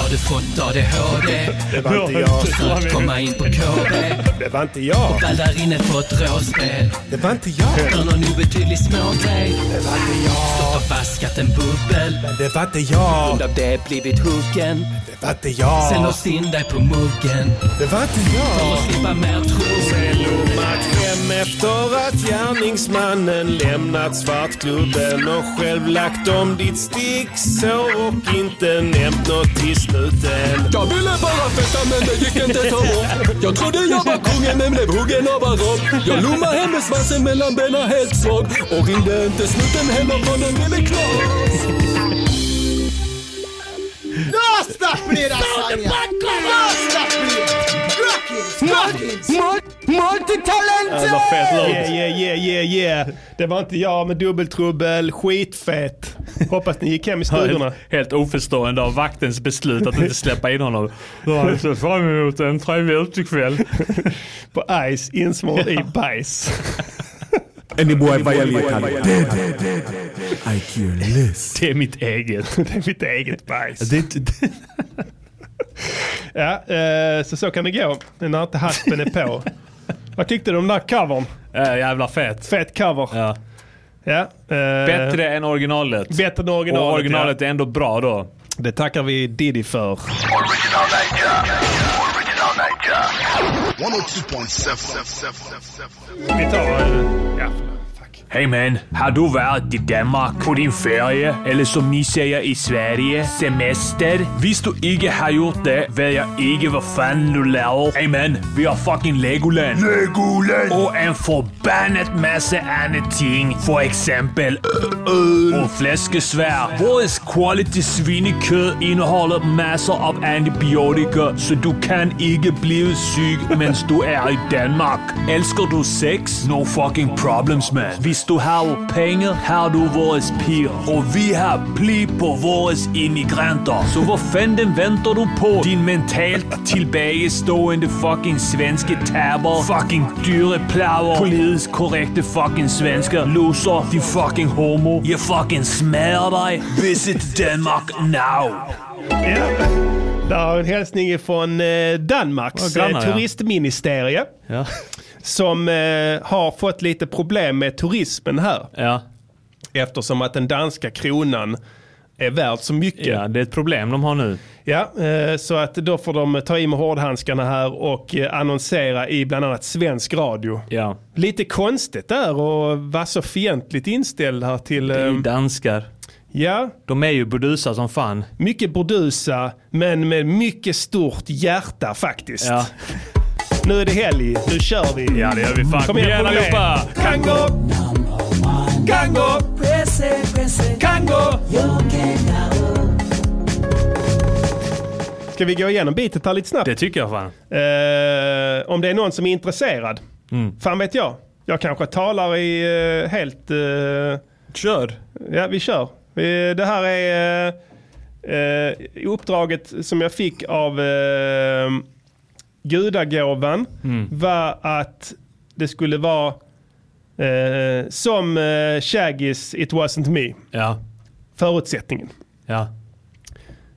Speaker 11: Har du fått ADHD?
Speaker 4: Det var inte jag.
Speaker 11: Försökt komma in på KB.
Speaker 4: Det var inte jag.
Speaker 11: Väl där inne på ett råspel.
Speaker 4: Det var inte jag.
Speaker 11: För någon obetydlig smågrej. Stått och vaskat en bubbel.
Speaker 4: Det var inte jag.
Speaker 11: Grund av det blivit huggen.
Speaker 4: Det var inte
Speaker 11: Sen
Speaker 4: jag.
Speaker 11: låst in dig på muggen.
Speaker 4: Det var inte jag.
Speaker 11: För att slippa mer tro.
Speaker 4: Lommat hem efter att gärningsmannen lämnat svartklubben och själv lagt om ditt sticksår och inte nämnt något till snuten.
Speaker 10: Jag ville bara festa men det gick inte så bra. Jag trodde jag var kungen men blev huggen av en rock. Jag lommade hem med svansen mellan benen helt svag och ringde inte snuten hemifrån den lille knorr.
Speaker 14: Rasta fler lasagne! Rasta fler! Rockins!
Speaker 4: Jävla
Speaker 14: Multitalenter!
Speaker 4: fet låt. Yeah, yeah, yeah, yeah, yeah. Det var inte jag med dubbeltrubbel. Skitfett. Hoppas ni gick hem i stugorna.
Speaker 6: Helt, helt oförstående av vaktens beslut att inte släppa in honom. Då har jag sett fram emot en trevlig utekväll.
Speaker 4: På Ice, insmord i bajs.
Speaker 7: Any boy violate I'm dead. I care less.
Speaker 6: Det är mitt eget.
Speaker 4: Det är mitt eget bajs.
Speaker 6: Det är inte,
Speaker 4: Ja, eh, så så kan det gå när inte haspen är på. Vad tyckte du om den där covern?
Speaker 6: äh, jävla fet.
Speaker 4: Fet cover.
Speaker 6: Ja.
Speaker 4: Ja, eh,
Speaker 6: Bättre än originalet.
Speaker 4: Bättre än originalet.
Speaker 6: Och originalet är ändå bra då.
Speaker 4: Ja. Det tackar vi Diddy för.
Speaker 9: 102.7.
Speaker 4: Vi tar... eh, Ja, fuck. Hej man, har du varit i Danmark på din ferie? Eller som ni säger i Sverige, semester? Visst du inte har gjort det, vet jag inte vad fan du laver. Hej man, vi har fucking Legoland. Legoland! Och en förbannat massa andra ting. För exempel öl och fläskesvär. Vårens quality svinekött innehåller massor av antibiotika, så du kan inte bli syg medan du är i Danmark. Älskar du sex? No fucking problems man. Visst du har pengar har du våras pir. Och vi har pli på våras immigranter. Så vad fan den väntar du på? Din mentalt tillbakastående fucking svenske tapper. Fucking dyre plaver. Politiskt korrekte fucking svenskar. Loser. Din fucking homo. Jag fucking smärar dig. Visit Denmark now.
Speaker 7: Där har vi en hälsning från eh, Danmarks
Speaker 6: Våra grannar,
Speaker 7: eh,
Speaker 6: ja.
Speaker 7: turistministerie.
Speaker 6: Ja.
Speaker 7: Som eh, har fått lite problem med turismen här. Eftersom att den danska kronan är värd så mycket.
Speaker 6: Ja, det är ett problem de har nu.
Speaker 7: Ja, eh, så att då får de ta i med hårdhandskarna här och eh, annonsera i bland annat svensk radio.
Speaker 6: Ja.
Speaker 7: Lite konstigt där och vara så fientligt inställd här till... Det är
Speaker 6: Ehm. danskar.
Speaker 7: Ja.
Speaker 6: De är ju burdusa som fan.
Speaker 7: Mycket burdusa, men med mycket stort hjärta faktiskt.
Speaker 6: Ja.
Speaker 7: Nu är det helg, nu kör vi.
Speaker 6: Ja, det gör vi fan.
Speaker 7: Kom igen,
Speaker 6: Kom igen,
Speaker 7: Polé.
Speaker 6: allihopa.
Speaker 7: Kango! Kango! Kango! Ska vi gå igenom bitet här lite snabbt?
Speaker 6: Det tycker jag fan.
Speaker 7: Eh, om det är någon som är intresserad.
Speaker 6: Mm.
Speaker 7: Fan vet jag. Jag kanske talar i eh, helt... Uh,
Speaker 6: kör.
Speaker 7: Ja, vi kör. Vi, det här är eh, eh, uppdraget som jag fick av uh, gudagåvan.
Speaker 6: Mm.
Speaker 7: Var att det skulle vara eh, som uh, Shaggy's It Wasn't Me.
Speaker 6: Ja.
Speaker 7: Förutsättningen.
Speaker 6: Ja.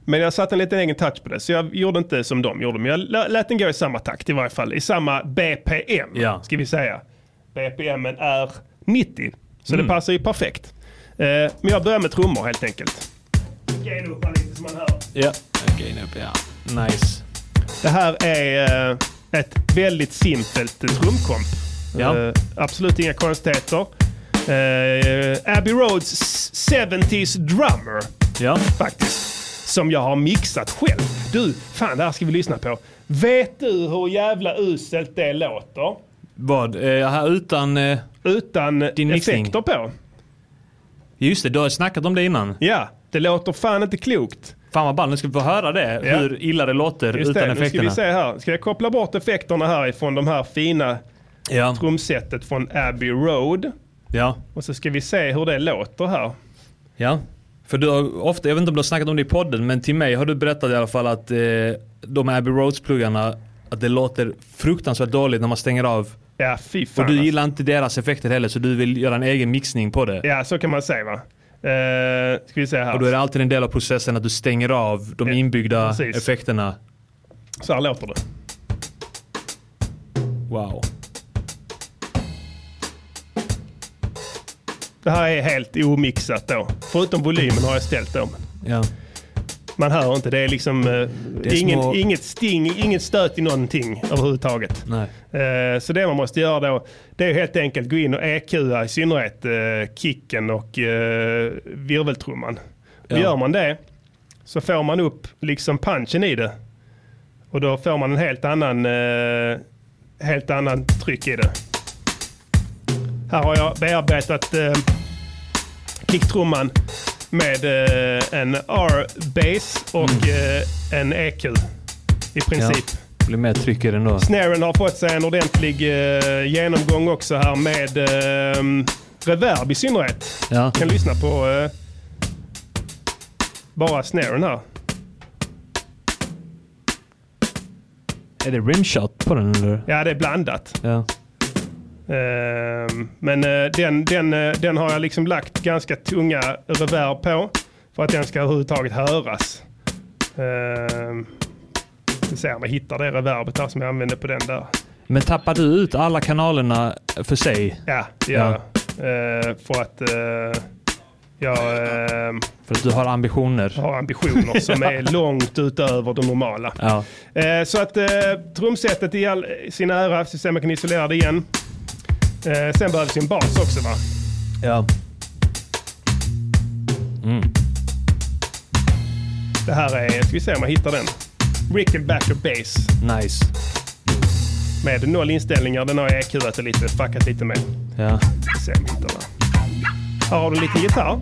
Speaker 7: Men jag satte en liten egen touch på det, så jag gjorde inte som de gjorde. Men jag lä- lät den gå i samma takt i varje fall. I samma BPM,
Speaker 6: Ja.
Speaker 7: ska vi säga. BPMen är 90, så
Speaker 6: Mm.
Speaker 7: det passar ju perfekt. Eh, men jag börjar med trummor helt enkelt.
Speaker 6: Ja. Okej, upp ja. Nice.
Speaker 7: Det här är eh, ett väldigt simpelt eh, trumkomp.
Speaker 6: Ja.
Speaker 7: Eh, absolut inga konstigheter. Eh, Abbey Roads 70s drummer.
Speaker 6: Ja.
Speaker 7: Faktiskt. Som jag har mixat själv. Du, fan det här ska vi lyssna på. Vet du hur jävla uselt det låter?
Speaker 6: Vad? Eh, här utan... Eh,
Speaker 7: utan
Speaker 6: din mixning?
Speaker 7: Effekter på.
Speaker 6: Just det, du har ju snackat om det innan.
Speaker 7: Ja, det låter fan inte klokt.
Speaker 6: Fan vad ballt, nu ska vi få höra det.
Speaker 7: Ja.
Speaker 6: Hur illa det låter
Speaker 7: Just
Speaker 6: utan
Speaker 7: det, nu ska
Speaker 6: effekterna.
Speaker 7: vi se här. Ska jag koppla bort effekterna här ifrån de här fina
Speaker 6: Ja.
Speaker 7: trumsetet från Abbey Road.
Speaker 6: Ja.
Speaker 7: Och så ska vi se hur det låter här.
Speaker 6: Ja. För du har ofta, jag vet inte om du har snackat om det i podden, men till mig har du berättat i alla fall att eh, de Abbey Roads-pluggarna, att det låter fruktansvärt dåligt när man stänger av.
Speaker 7: Ja, fy fan.
Speaker 6: Och du
Speaker 7: alltså.
Speaker 6: gillar inte deras effekter heller, så du vill göra en egen mixning på det.
Speaker 7: Ja, så kan man säga va. Uh, ska vi se här.
Speaker 6: Och då är det alltid en del av processen att du stänger av de inbyggda
Speaker 7: precis.
Speaker 6: effekterna.
Speaker 7: Så här låter det.
Speaker 6: Wow.
Speaker 7: Det här är helt omixat då. Förutom volymen har jag ställt då.
Speaker 6: Ja.
Speaker 7: Man hör inte. Det är liksom eh,
Speaker 6: Det är
Speaker 7: ingen,
Speaker 6: små-
Speaker 7: inget sting, ingen stöt i någonting överhuvudtaget.
Speaker 6: Nej.
Speaker 7: Eh, Så det man måste göra då, det är helt enkelt gå in och EQa i synnerhet eh, kicken och eh, virveltrumman.
Speaker 6: Ja.
Speaker 7: Gör man det så får man upp liksom punchen i det. Och då får man en helt annan, eh, helt annan tryck i det. Här har jag bearbetat eh, kicktrumman med eh, en R-bass och eh, en EQ i princip.
Speaker 6: Mm. Ja. Blir mer tryck i den då.
Speaker 7: Snaren har fått sig en ordentlig eh, genomgång också här med eh, reverb i synnerhet.
Speaker 6: Ja.
Speaker 7: Kan lyssna på eh, bara snaren här.
Speaker 6: Är det rimshot på den eller?
Speaker 7: Ja, det är blandat.
Speaker 6: Ja.
Speaker 7: Ehm, men eh, den, den, eh, den har jag liksom lagt ganska tunga reverb på för att den ska överhuvudtaget höras. Ehm, vi ser om jag hittar det reverbet här som jag använde på den där.
Speaker 6: Men tappar du ut alla kanalerna för sig?
Speaker 7: Ja, det gör
Speaker 6: Ja.
Speaker 7: jag. Eh, för att eh, jag eh,
Speaker 6: För att du har ambitioner?
Speaker 7: har ambitioner som är långt utöver det normala.
Speaker 6: Ja.
Speaker 7: Eh, så att eh, trumsetet i all sin ära, så ser man kan isolera det igen. Eh, sen behövs ju en bas också va?
Speaker 6: Ja. Mm.
Speaker 7: Det här är, ska vi se om jag hittar den. Rickenbacker Bass.
Speaker 6: Nice.
Speaker 7: Med noll inställningar. Den har jag EQat det lite, fuckat lite med.
Speaker 6: Ja.
Speaker 7: Ska se om jag hittar den. Här har du lite gitarr.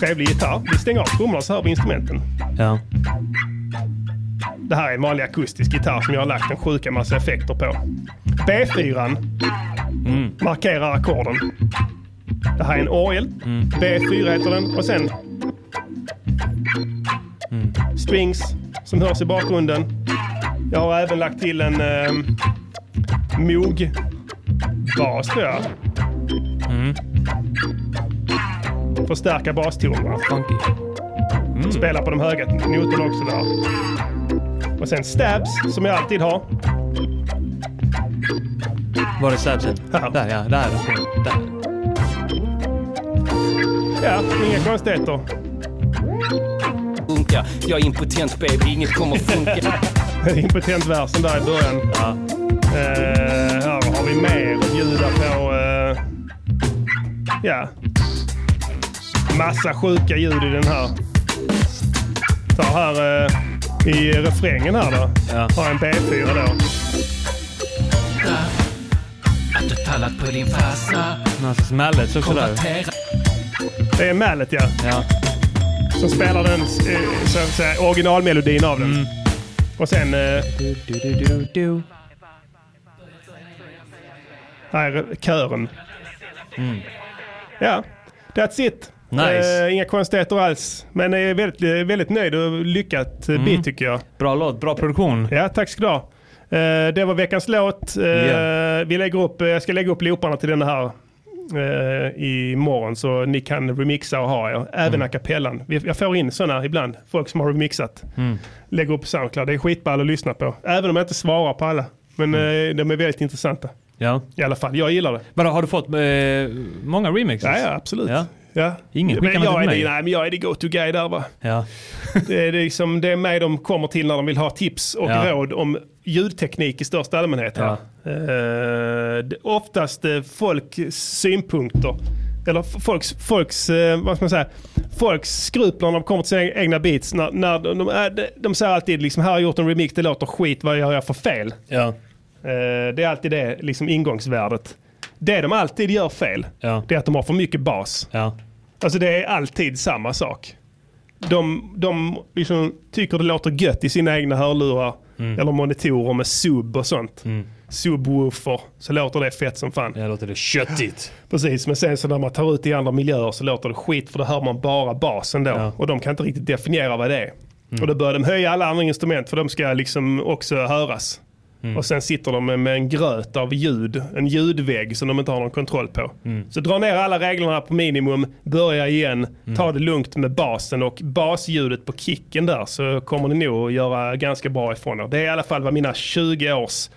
Speaker 7: Trevlig gitarr. Vi stänger av trummorna så hör vi instrumenten.
Speaker 6: Ja.
Speaker 7: Det här är en vanlig akustisk gitarr som jag har lagt en sjuka massa effekter på. B4
Speaker 6: Mm.
Speaker 7: markerar ackorden. Det här är en orgel.
Speaker 6: Mm.
Speaker 7: B4 heter den. Och sen
Speaker 6: Mm.
Speaker 7: strings som hörs i bakgrunden. Jag har även lagt till en eh, Moog-bas tror jag.
Speaker 6: Mm.
Speaker 7: Förstärka bastonerna. Spela på de höga noterna också där. Och sen stabs som jag alltid har.
Speaker 6: Var är stabsen? Där ja, där. där.
Speaker 7: Ja, inga konstigheter.
Speaker 10: Funka. Jag är impotent baby, inget kommer funka.
Speaker 7: Impotentversen där i början.
Speaker 6: Ja.
Speaker 7: Eh, här har vi mer att bjuda på. eh, ja. Massa sjuka ljud i den här. Så här eh, i refrängen här då. Har jag en B4 då.
Speaker 15: Att du tallat på din farsa.
Speaker 6: Någon slags mallet också där.
Speaker 15: Konvertera.
Speaker 7: Det är mallet ja.
Speaker 6: ja.
Speaker 7: Som spelar den eh, så att säga, originalmelodin av den. Och sen... Eh, Här är kören. Ja, that's it.
Speaker 6: Mm. Nice.
Speaker 7: Eh, inga konstigheter alls. Men jag är väldigt, eh, väldigt nöjd och lyckat eh,
Speaker 6: Mm.
Speaker 7: bit tycker jag.
Speaker 6: Bra låt, bra produktion.
Speaker 7: Ja, tack ska du ha. Eh, det var veckans låt. Eh,
Speaker 6: Ja.
Speaker 7: vi lägger upp, eh, jag ska lägga upp looparna till den här eh, imorgon så ni kan remixa och ha er. Även
Speaker 6: Mm.
Speaker 7: a cappellan. Vi- Jag får in sådana ibland, folk som har remixat.
Speaker 6: Mm.
Speaker 7: Lägger upp på Soundcloud. Det är skitball att lyssna på. Även om jag inte svarar på alla. Men
Speaker 6: Mm.
Speaker 7: eh, de är väldigt intressanta.
Speaker 6: Ja.
Speaker 7: I alla fall, jag gillar det.
Speaker 6: Vadå, har du fått eh, många remixes?
Speaker 7: Ja, ja, absolut.
Speaker 6: Ja.
Speaker 7: Ja.
Speaker 6: Ingen skickar
Speaker 7: men jag
Speaker 6: man
Speaker 7: är
Speaker 6: till mig.
Speaker 7: Det, nej, men jag är the go-to-guy där va.
Speaker 6: Ja.
Speaker 7: Det är, det är liksom, det är mig de kommer till när de vill ha tips och
Speaker 6: Ja.
Speaker 7: råd om ljudteknik i största allmänhet.
Speaker 6: Ja.
Speaker 7: Ja. oftast eh, folks synpunkter. Eller f- folks, folks, eh, vad ska man säga, folks skruplar när de kommer till sina e-, egna beats. När, när de, eh, de, är- de, de säger alltid liksom, här har jag gjort en remix, det låter skit, vad gör jag för fel?
Speaker 6: Ja.
Speaker 7: Eh, det är alltid det liksom ingångsvärdet. Det de alltid gör fel, det är att de har för mycket bas. Alltså det är alltid samma sak. De, de liksom tycker det låter gött i sina egna hörlurar
Speaker 6: Mm.
Speaker 7: eller monitorer med sub och sånt. Subwoofer, så låter det fett som fan.
Speaker 6: Ja, låter det köttigt.
Speaker 7: Precis, men sen så när man tar ut det i andra miljöer så låter det skit för då hör man bara basen då. Och de kan inte riktigt definiera vad det är.
Speaker 6: Mm.
Speaker 7: Och då börjar de höja alla andra instrument för de ska liksom också höras.
Speaker 6: Mm.
Speaker 7: Och sen sitter de med- med en gröt av ljud, en ljudvägg som de inte har någon kontroll på.
Speaker 6: Mm.
Speaker 7: Så dra ner alla reglerna på minimum, börja igen, ta det lugnt med basen och basljudet på kicken där så kommer ni nog att göra ganska bra ifrån er. Det är i alla fall vad mina 20 års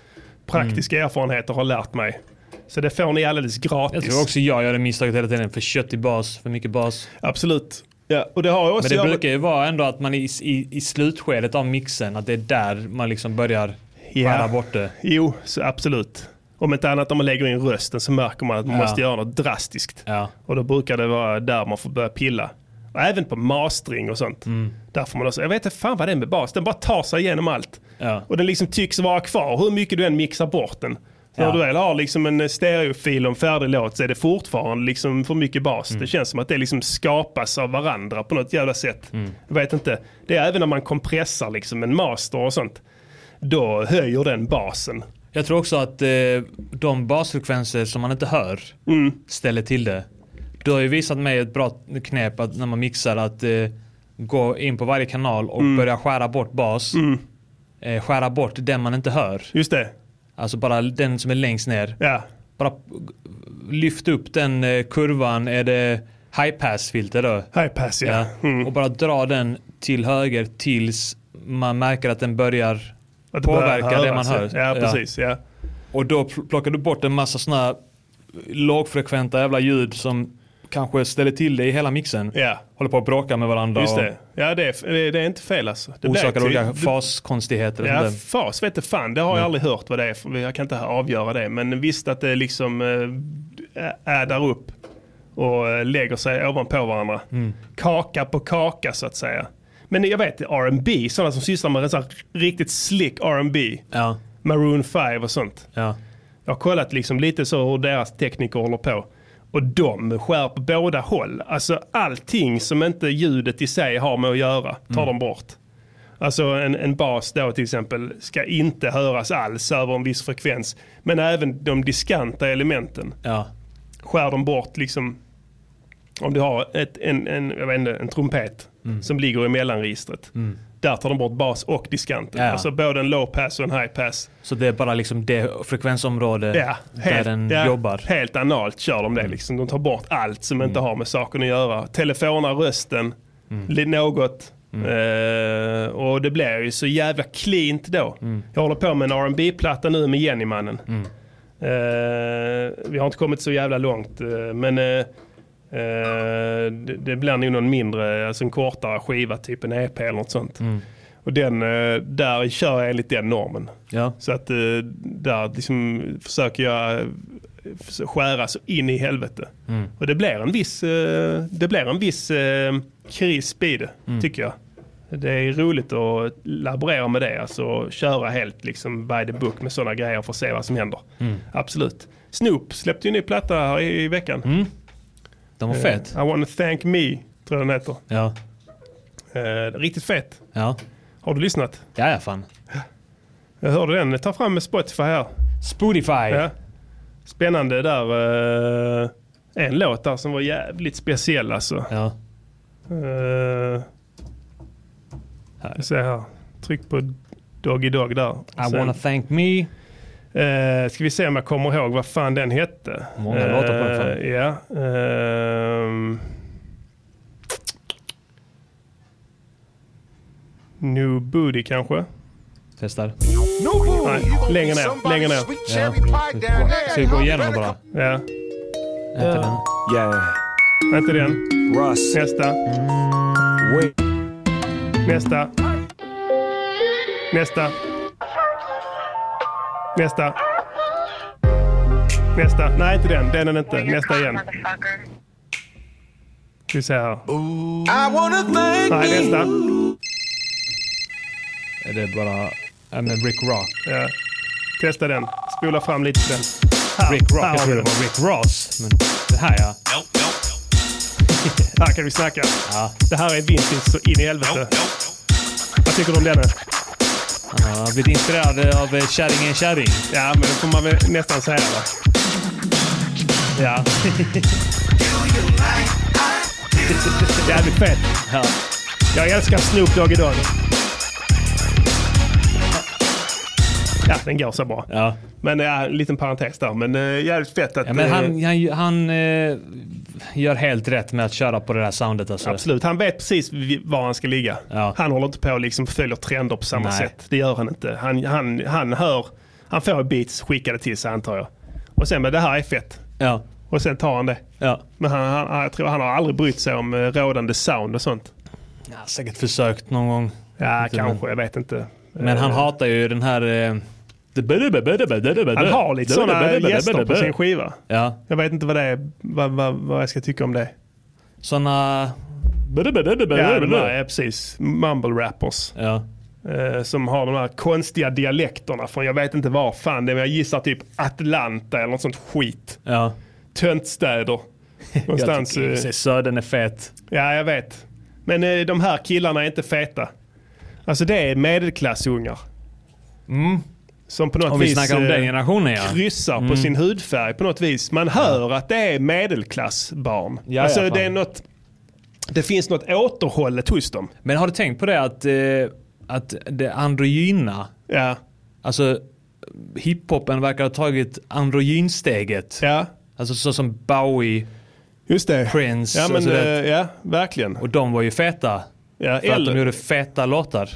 Speaker 7: praktiska erfarenheter har lärt mig. Så det får ni alldeles gratis.
Speaker 6: Mm. Jag tror också jag gör det misstaget hela tiden. För köttig bas, för mycket bas.
Speaker 7: Absolut. Ja, och det har jag också
Speaker 6: Men det
Speaker 7: jag-
Speaker 6: brukar ju vara ändå att man i, i, i slutskedet av mixen, att det är där man liksom börjar
Speaker 7: Ja.
Speaker 6: skära bort det.
Speaker 7: Jo, så absolut. Om inte annat om man lägger in rösten så märker man att man
Speaker 6: Ja.
Speaker 7: måste göra något drastiskt.
Speaker 6: Ja.
Speaker 7: Och då brukar det vara där man får börja pilla. Och även på mastering och sånt.
Speaker 6: Mm.
Speaker 7: Där får man också, jag vet inte fan vad det är med bas, den bara tar sig igenom allt.
Speaker 6: Ja.
Speaker 7: Och den liksom tycks vara kvar hur mycket du än mixar bort den. Så
Speaker 6: Ja.
Speaker 7: När du väl har liksom en eh, stereofil och en färdig låt så är det fortfarande liksom för mycket bas.
Speaker 6: Mm.
Speaker 7: Det känns som att det liksom skapas av varandra på något jävla sätt.
Speaker 6: Mm.
Speaker 7: Jag vet inte. Det är även när man kompressar liksom en master och sånt. Då höjer den basen.
Speaker 6: Jag tror också att eh, de basfrekvenser som man inte hör
Speaker 7: Mm.
Speaker 6: ställer till det. Du har ju visat mig ett bra knep att när man mixar att eh, gå in på varje kanal och
Speaker 7: Mm.
Speaker 6: börja skära bort bas.
Speaker 7: Mm.
Speaker 6: Eh, skära bort den man inte hör.
Speaker 7: Just det.
Speaker 6: Alltså bara den som är längst ner.
Speaker 7: Ja.
Speaker 6: Bara lyft upp den eh, kurvan. Är det high pass filter då?
Speaker 7: High pass ja. Mm.
Speaker 6: Och bara dra den till höger tills man märker att den börjar
Speaker 7: Att det
Speaker 6: påverka
Speaker 7: börjar
Speaker 6: det man
Speaker 7: höras,
Speaker 6: hör.
Speaker 7: ja. Ja, precis, ja.
Speaker 6: Och då pl- plockar du bort en massa sådana här lågfrekventa jävla ljud som kanske ställer till det i hela mixen.
Speaker 7: Ja.
Speaker 6: Håller på att bråka med varandra.
Speaker 7: Just
Speaker 6: och
Speaker 7: det. Ja, det är, det är- det är inte fel alltså. Det blir
Speaker 6: Orsakar
Speaker 7: ty-
Speaker 6: olika
Speaker 7: det-
Speaker 6: faskonstigheter. och
Speaker 7: Ja,
Speaker 6: sånt där.
Speaker 7: fas vet du fan. Det har jag aldrig hört vad det är. för Jag kan inte avgöra det. Men visst att det liksom äh, addar eh, upp. och eh, lägger sig ovanpå varandra. Kaka på kaka så att säga. Men jag vet R&B, sådana som sysslar med så här riktigt slick R&B. Maroon 5 och sånt. Jag har kollat liksom lite så hur deras tekniker håller på. Och de skär på båda håll. Alltså allting som inte ljudet i sig har med att göra tar
Speaker 6: Mm.
Speaker 7: de bort. Alltså en, en bas då till exempel ska inte höras alls över en viss frekvens. Men även de diskanta elementen skär de bort liksom. Om du har ett, en, en, jag vet inte, en trumpet
Speaker 6: Mm.
Speaker 7: som ligger i mellanregistret.
Speaker 6: Mm.
Speaker 7: Där tar de bort bas och diskanten.
Speaker 6: Ja.
Speaker 7: Alltså både en low pass och en high pass.
Speaker 6: Så det är bara liksom det frekvensområde
Speaker 7: Ja,
Speaker 6: där den
Speaker 7: ja,
Speaker 6: jobbar. Mm.
Speaker 7: Helt analt kör de det. Liksom. De tar bort allt som inte har med saken att göra. Telefonar rösten,
Speaker 6: Mm.
Speaker 7: li- något. Eh, och det blir ju så jävla cleant då.
Speaker 6: Mm.
Speaker 7: Jag håller på med en rb platta nu med Jennymannen. Eh, vi har inte kommit så jävla långt, eh, men eh, eh, det, det blir nog någon mindre, alltså en kortare skiva, typ en EP eller något sånt.
Speaker 6: Mm.
Speaker 7: Och den, eh, där kör jag enligt den normen. Så att eh, där liksom försöker jag eh, förs- skära så in i helvete.
Speaker 6: Mm.
Speaker 7: Och det blir en viss, eh, det blir en viss eh, krisp i det,
Speaker 6: Mm.
Speaker 7: tycker jag. Det är roligt att laborera med det, alltså köra helt liksom by the book med sådana grejer för att se vad som händer.
Speaker 6: Mm.
Speaker 7: Absolut. Snoop släppte ju en ny platta här i, i veckan.
Speaker 6: Mm. Den var
Speaker 7: Eh,
Speaker 6: fet.
Speaker 7: I wanna thank me, tror jag den heter.
Speaker 6: Ja.
Speaker 7: Eh, riktigt fet.
Speaker 6: Ja.
Speaker 7: Har du lyssnat?
Speaker 6: Ja, ja fan.
Speaker 7: Jag hörde den. Ta fram Spotify här.
Speaker 6: Spotify.
Speaker 7: Ja. Spännande där. eh, en låt där som var jävligt speciell alltså.
Speaker 6: Ja.
Speaker 7: här. Se här. Tryck på Doggy Dog där. eh,
Speaker 6: I wanna thank me.
Speaker 7: ska vi se om jag kommer ihåg vad fan den hette.
Speaker 6: Många låtar på den fan.
Speaker 7: Eh, Ja. ehm. New Booty kanske?
Speaker 6: Testar.
Speaker 7: Nej, längre ner. Längre ner.
Speaker 6: Ska vi gå igenom bara?
Speaker 7: Ja.
Speaker 6: Inte den.
Speaker 7: Yeah. Inte den. Russ. Nästa. Wait. Nästa. Nästa. Nästa. Nästa. Nej, inte den. Den är det inte. Nästa igen. Ska vi se här. Nej, nästa.
Speaker 6: Är det bara... Ja, men Rick Rock.
Speaker 7: Ja. Testa den. Spola fram lite till den. Här.
Speaker 6: Rick Rock.
Speaker 7: Här
Speaker 6: Jag
Speaker 7: har vi
Speaker 6: trodde det
Speaker 7: den.
Speaker 6: var Rick Ross. Men det här ja.
Speaker 7: Här kan vi snacka. Det här är vintage så in i helvete. Vad tycker du om den?
Speaker 6: Han har blivit inspirerad av eh, Kärringen Kärring.
Speaker 7: Ja, men det får man väl nästan säga va? Ja. Jävligt fett.
Speaker 6: Ja.
Speaker 7: Jag älskar Snoop Dogg idag. Ja, den går så bra.
Speaker 6: Ja.
Speaker 7: Men ja, en liten parentes där. Men uh, jävligt fett att...
Speaker 6: Ja, men
Speaker 7: eh,
Speaker 6: han, han, han eh, gör helt rätt med att köra på det där soundet alltså.
Speaker 7: Absolut, han vet precis vi- var han ska ligga. Han håller inte på och liksom följer trender på samma
Speaker 6: Nej.
Speaker 7: sätt. Det gör han inte. Han, han, han hör, han får beats skickade till sig antar jag. Och sen, men det här är fett. Och sen tar han det. Men han, han, han, jag tror han har aldrig brytt sig om eh, rådande sound och sånt.
Speaker 6: Ja, säkert försökt någon gång.
Speaker 7: Ja,
Speaker 6: Inte,
Speaker 7: kanske. Jag vet inte.
Speaker 6: Men han
Speaker 7: Eh,
Speaker 6: hatar ju den här... eh,
Speaker 7: han har lite sådana gäster på sin skiva.
Speaker 6: Ja.
Speaker 7: Jag vet inte vad det är, vad, vad, vad jag ska tycka om det.
Speaker 6: Sådana...
Speaker 7: Ja, de här, ja, precis. Mumble rappers. Eh, som har de här konstiga dialekterna från, jag vet inte var fan det är, men jag gissar typ Atlanta eller något sånt skit.
Speaker 6: Ja.
Speaker 7: Töntstäder. Någonstans.
Speaker 6: Jag tycker
Speaker 7: eh,
Speaker 6: Södern är fet.
Speaker 7: ja, jag vet. Men eh, de här killarna är inte feta. Alltså det är medelklassungar. Som på något
Speaker 6: Mm. Om vi
Speaker 7: vis
Speaker 6: snackar om
Speaker 7: eh,
Speaker 6: den generationen, ja.
Speaker 7: kryssar på
Speaker 6: Mm.
Speaker 7: sin hudfärg på något vis. Man hör att det är medelklassbarn.
Speaker 6: Ja,
Speaker 7: alltså
Speaker 6: ja, fan.
Speaker 7: det är något, det finns något återhållet hos dem.
Speaker 6: Men har du tänkt på det att, eh, att det androgyna,
Speaker 7: ja.
Speaker 6: alltså hiphopen verkar ha tagit androgynsteget.
Speaker 7: Ja.
Speaker 6: Alltså så som Bowie,
Speaker 7: Just det.
Speaker 6: Prince.
Speaker 7: Ja, men,
Speaker 6: alltså, du vet.
Speaker 7: eh, ja verkligen.
Speaker 6: Och de var ju feta.
Speaker 7: Ja,
Speaker 6: för att
Speaker 7: eller-
Speaker 6: de gjorde feta låtar.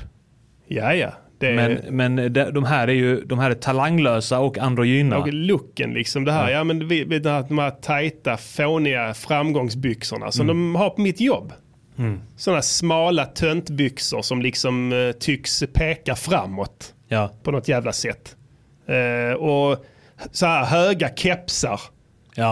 Speaker 7: Ja, ja. Det är-
Speaker 6: Men, men de, de här är ju de här är talanglösa och androgyna.
Speaker 7: Och looken liksom. Det här, ja. men vi, vi, de, här, de här tajta, fåniga framgångsbyxorna som
Speaker 6: Mm.
Speaker 7: de har på mitt jobb.
Speaker 6: Mm.
Speaker 7: Sådana smala töntbyxor som liksom eh, tycks peka framåt.
Speaker 6: Ja.
Speaker 7: På något jävla sätt. Eh, och så här höga kepsar.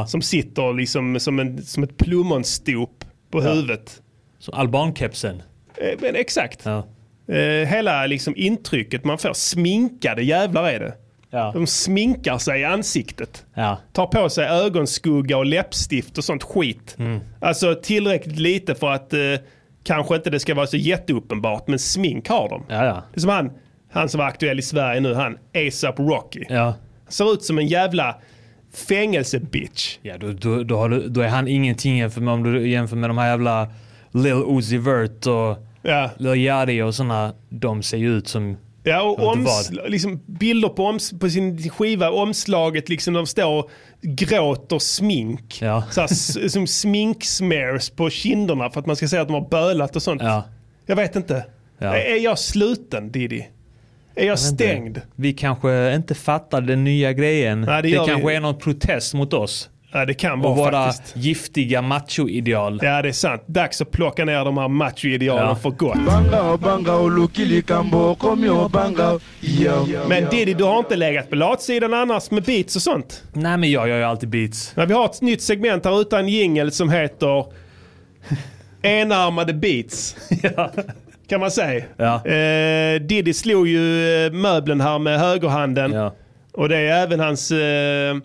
Speaker 7: Som sitter liksom som, en, som ett plommonstop på
Speaker 6: Ja.
Speaker 7: huvudet.
Speaker 6: Som albankepsen.
Speaker 7: Eh, Men exakt.
Speaker 6: Ja.
Speaker 7: Eh, hela liksom intrycket man får, sminkade jävlar är det. De sminkar sig i ansiktet.
Speaker 6: Ja.
Speaker 7: Tar på sig ögonskugga och läppstift och sånt skit.
Speaker 6: Mm.
Speaker 7: Alltså tillräckligt lite för att eh, kanske inte det ska vara så jätteuppenbart, men smink har de. Det är som han, han som var aktuell i Sverige nu, han ASAP Rocky. Ser ut som en jävla fängelsebitch.
Speaker 6: Ja, då, då, då, har du, då är han ingenting jämfört med, om du jämför med de här jävla Lil Uzi Vert och Lil Yachty och sådana. De ser ju ut som...
Speaker 7: Ja, och
Speaker 6: jag vet inte
Speaker 7: omsl- liksom bilder på, oms- på sin skiva, omslaget, liksom de står och gråter smink. Så här, s- som sminksmears på kinderna för att man ska säga att de har bölat och sånt. Jag vet inte.
Speaker 6: Ja.
Speaker 7: Är jag sluten Didi? Är jag,
Speaker 6: inte.
Speaker 7: stängd?
Speaker 6: Vi kanske inte fattar den nya grejen.
Speaker 7: Nej, det
Speaker 6: det
Speaker 7: gör vi.
Speaker 6: kanske är någon protest mot oss.
Speaker 7: Ja, det kan
Speaker 6: och
Speaker 7: vara
Speaker 6: våra
Speaker 7: faktiskt.
Speaker 6: giftiga machoideal.
Speaker 7: Ja, det är sant. Dags att plocka ner de här machoidealen
Speaker 6: Ja.
Speaker 7: för gott.
Speaker 8: banga banga oluki likambo komi obanga yo
Speaker 7: Men Diddy, du har inte legat på latsidan annars med beats och sånt?
Speaker 6: Nej, men jag gör ju alltid beats.
Speaker 7: Men vi har ett nytt segment här utan jingel som heter Enarmade beats. Kan man säga. Eh, Diddy slog ju eh, möbeln här med högerhanden. Och det är även hans eh,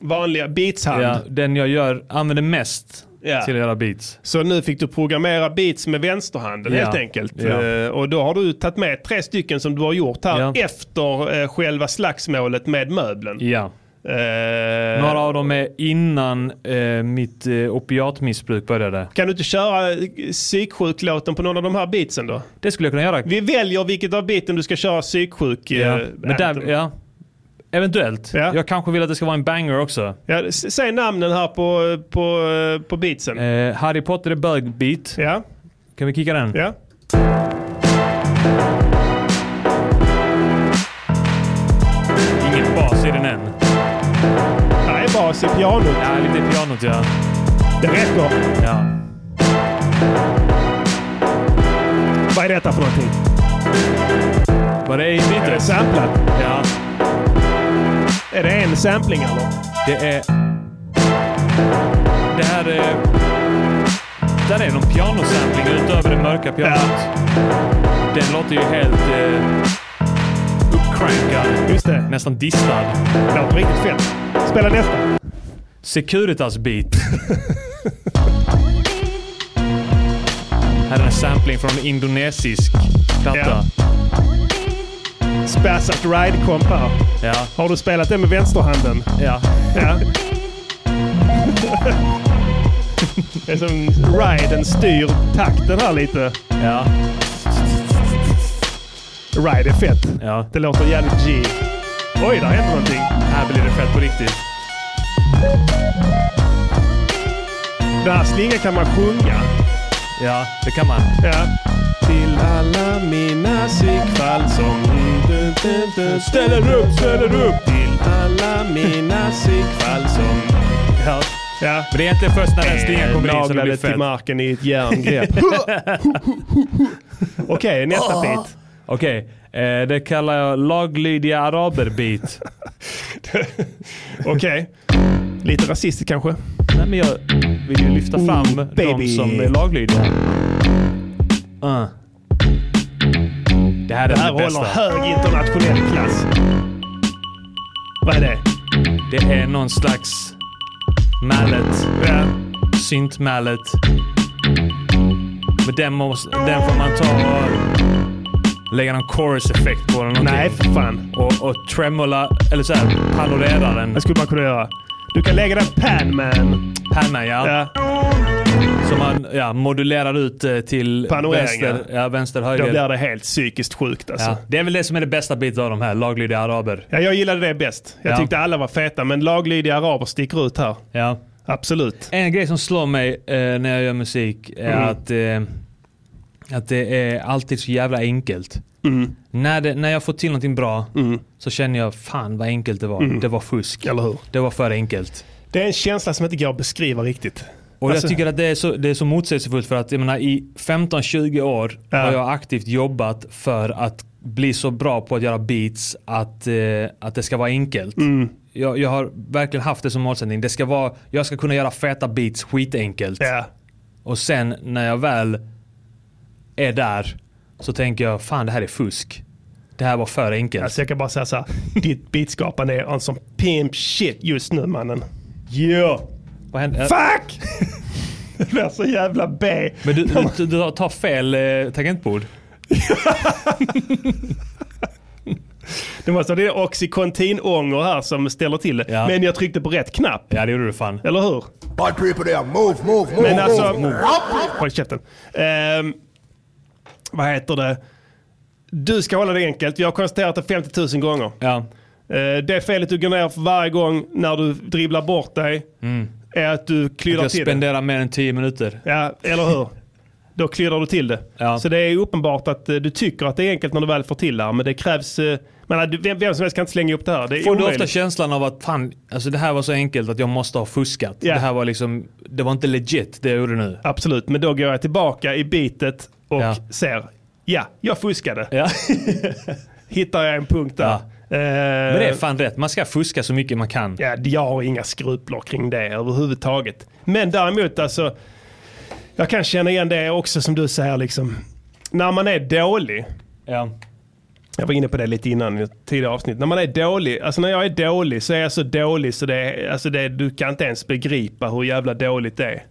Speaker 7: vanliga beatshand.
Speaker 6: Ja, den jag gör, använder mest
Speaker 7: Ja.
Speaker 6: till att göra beats.
Speaker 7: Så nu fick du programmera beats med vänsterhanden
Speaker 6: Ja.
Speaker 7: helt enkelt.
Speaker 6: Ja.
Speaker 7: Eh, och då har du tagit med tre stycken som du har gjort här efter eh, själva slagsmålet med möblen.
Speaker 6: Ja.
Speaker 7: Eh,
Speaker 6: Några av dem är innan eh, mitt eh, opiatmissbruk började.
Speaker 7: Kan du inte köra eh, psyksjuklåten på någon av de här beatsen då?
Speaker 6: Det skulle jag kunna göra.
Speaker 7: Vi väljer vilket av beaten du ska köra psyksjuk. eh,
Speaker 6: Ja. Men där,
Speaker 7: anthem.
Speaker 6: ja. Eventuellt.
Speaker 7: Ja.
Speaker 6: Jag kanske vill att det ska vara en banger också.
Speaker 7: Ja, s- säg namnen här på, på, eh, på beatsen.
Speaker 6: Eh, Harry Potter är bögbeat.
Speaker 7: Ja.
Speaker 6: Kan vi kicka den?
Speaker 7: Ja.
Speaker 6: Ingen bas i den än.
Speaker 7: Nej, bas i pianot.
Speaker 6: Ja, lite i pianot ja.
Speaker 7: Det räcker.
Speaker 6: Ja.
Speaker 7: Vad är detta för någonting?
Speaker 6: Vad det är i mitten?
Speaker 7: Är det samplat?
Speaker 6: Ja.
Speaker 7: Är det en sampling eller?
Speaker 6: Det är... Det här är... Där är någon pianosampling utöver det mörka pianot. Den låter ju helt... Eh, uppcrankad.
Speaker 7: Just det.
Speaker 6: Nästan distad.
Speaker 7: Låter riktigt fett. Spela nästa.
Speaker 6: Securitas-beat. här är en sampling från en indonesisk platta.
Speaker 7: Spassat ride komp här.
Speaker 6: Ja.
Speaker 7: Har du spelat den med vänsterhanden?
Speaker 6: Ja.
Speaker 7: ja. det är som riden styr takten här lite.
Speaker 6: Ja.
Speaker 7: Ride är fett.
Speaker 6: Ja.
Speaker 7: Det låter jävligt G. Oj, där händer någonting.
Speaker 6: Här blir det fett på riktigt.
Speaker 7: Den här slingan kan man sjunga.
Speaker 6: Ja, det kan man.
Speaker 7: Ja. Till alla mina psykfall som du, du, du, ställer upp, ställer upp. Till alla mina psykfall som...
Speaker 6: Ja.
Speaker 7: ja. Eh,
Speaker 6: Men det är inte först när den slingan kommer in som det blir
Speaker 7: Naglade till
Speaker 6: fett.
Speaker 7: marken i ett järngrepp. Okej, nästa bit.
Speaker 6: Okej, eh, det kallar jag laglydiga araber-beat.
Speaker 7: Okej. Lite rasistiskt kanske.
Speaker 6: Nej, men jag vill ju lyfta fram de som är laglydiga. Uh. Det här är
Speaker 7: Det här
Speaker 6: det bästa.
Speaker 7: håller hög internationell klass. Vad är det?
Speaker 6: Det är någon slags mallet.
Speaker 7: Ja.
Speaker 6: Synt-mallet. Men den, måste, den får man ta och lägga någon chorus-effekt på. Eller någonting.
Speaker 7: Nej, för fan.
Speaker 6: Och, och tremola, eller såhär, panorera den.
Speaker 7: Det skulle man kunna göra. Du kan lägga den Panman.
Speaker 6: Pannan ja. Som man ja, modulerar ut eh, till
Speaker 7: Panoreringar.
Speaker 6: vänster, ja, vänster höger.
Speaker 7: Då blir det helt psykiskt sjukt alltså.
Speaker 6: ja.
Speaker 7: Ja.
Speaker 6: Det är väl det som är det bästa biten av de här, laglydiga araber.
Speaker 7: jag gillade det bäst. Jag
Speaker 6: Ja.
Speaker 7: tyckte alla var feta, men laglydiga araber sticker ut här.
Speaker 6: Ja.
Speaker 7: Absolut.
Speaker 6: En grej som slår mig eh, när jag gör musik är
Speaker 7: Mm.
Speaker 6: att, eh, att det är alltid så jävla enkelt.
Speaker 7: Mm.
Speaker 6: När, det, när jag får till någonting bra så känner jag fan vad enkelt det var.
Speaker 7: Mm.
Speaker 6: Det var fusk.
Speaker 7: Eller hur?
Speaker 6: Det var för enkelt.
Speaker 7: Det är en känsla som inte går att beskriva riktigt.
Speaker 6: Och
Speaker 7: Alltså-
Speaker 6: jag tycker att det är så, det är så motsägelsefullt för att jag menar, i 15-20 år har jag aktivt jobbat
Speaker 7: Mm.
Speaker 6: för att bli så bra på att göra beats att, eh, att det ska vara enkelt. jag, jag har verkligen haft det som målsättning. Det ska vara, jag ska kunna göra feta beats skitenkelt. Och sen när jag väl är där så tänker jag, fan det här är fusk. Det här var för enkelt.
Speaker 7: Alltså jag kan bara säga så här, ditt beatskapande är on som pimp shit just nu mannen. Yeah!
Speaker 6: Vad händer?
Speaker 7: Fuck! Det blir så jävla B.
Speaker 6: Men du, du, du tar fel eh, tangentbord.
Speaker 7: Det måste vara det oxycontin-ånger här som ställer till det. Men jag tryckte på rätt knapp.
Speaker 6: Ja, det gjorde du fan.
Speaker 7: Eller hur?
Speaker 16: Bara tryck på det. Move, move, move,
Speaker 7: Men alltså...
Speaker 16: move, move.
Speaker 7: Håll käften. Ehm, vad heter det? Du ska hålla det enkelt. Jag har konstaterat det 50 000 gånger. Eh, det felet du går ner för varje gång när du dribblar bort dig
Speaker 6: Mm.
Speaker 7: är att du klydrar
Speaker 6: Jag
Speaker 7: till det.
Speaker 6: spenderar mer än 10 minuter.
Speaker 7: Ja, eller hur? Då klirrar du till det. Så det är uppenbart att eh, du tycker att det är enkelt när du väl får till det här, men det krävs... eh, Men eh, du- vem, vem som helst kan inte slänga upp det här. Det är
Speaker 6: Får du
Speaker 7: omöjligt.
Speaker 6: ofta känslan av att fan, alltså det här var så enkelt att jag måste ha fuskat.
Speaker 7: Ja.
Speaker 6: Det här var liksom, det var inte legit det jag gjorde nu.
Speaker 7: Absolut, men då går jag tillbaka i bitet och ser, ja, jag fuskade. Hittar jag en punkt där. Eh,
Speaker 6: Men det är fan rätt, man ska fuska så mycket man kan.
Speaker 7: Ja, jag har inga skrupler kring det överhuvudtaget. Men däremot alltså, jag kan känna igen det också som du säger liksom. När man är dålig. Jag var inne på det lite innan i ett tidigare avsnitt. När man är dålig, alltså när jag är dålig så är jag så dålig så det, är- alltså det, du kan inte ens begripa hur jävla dåligt det är.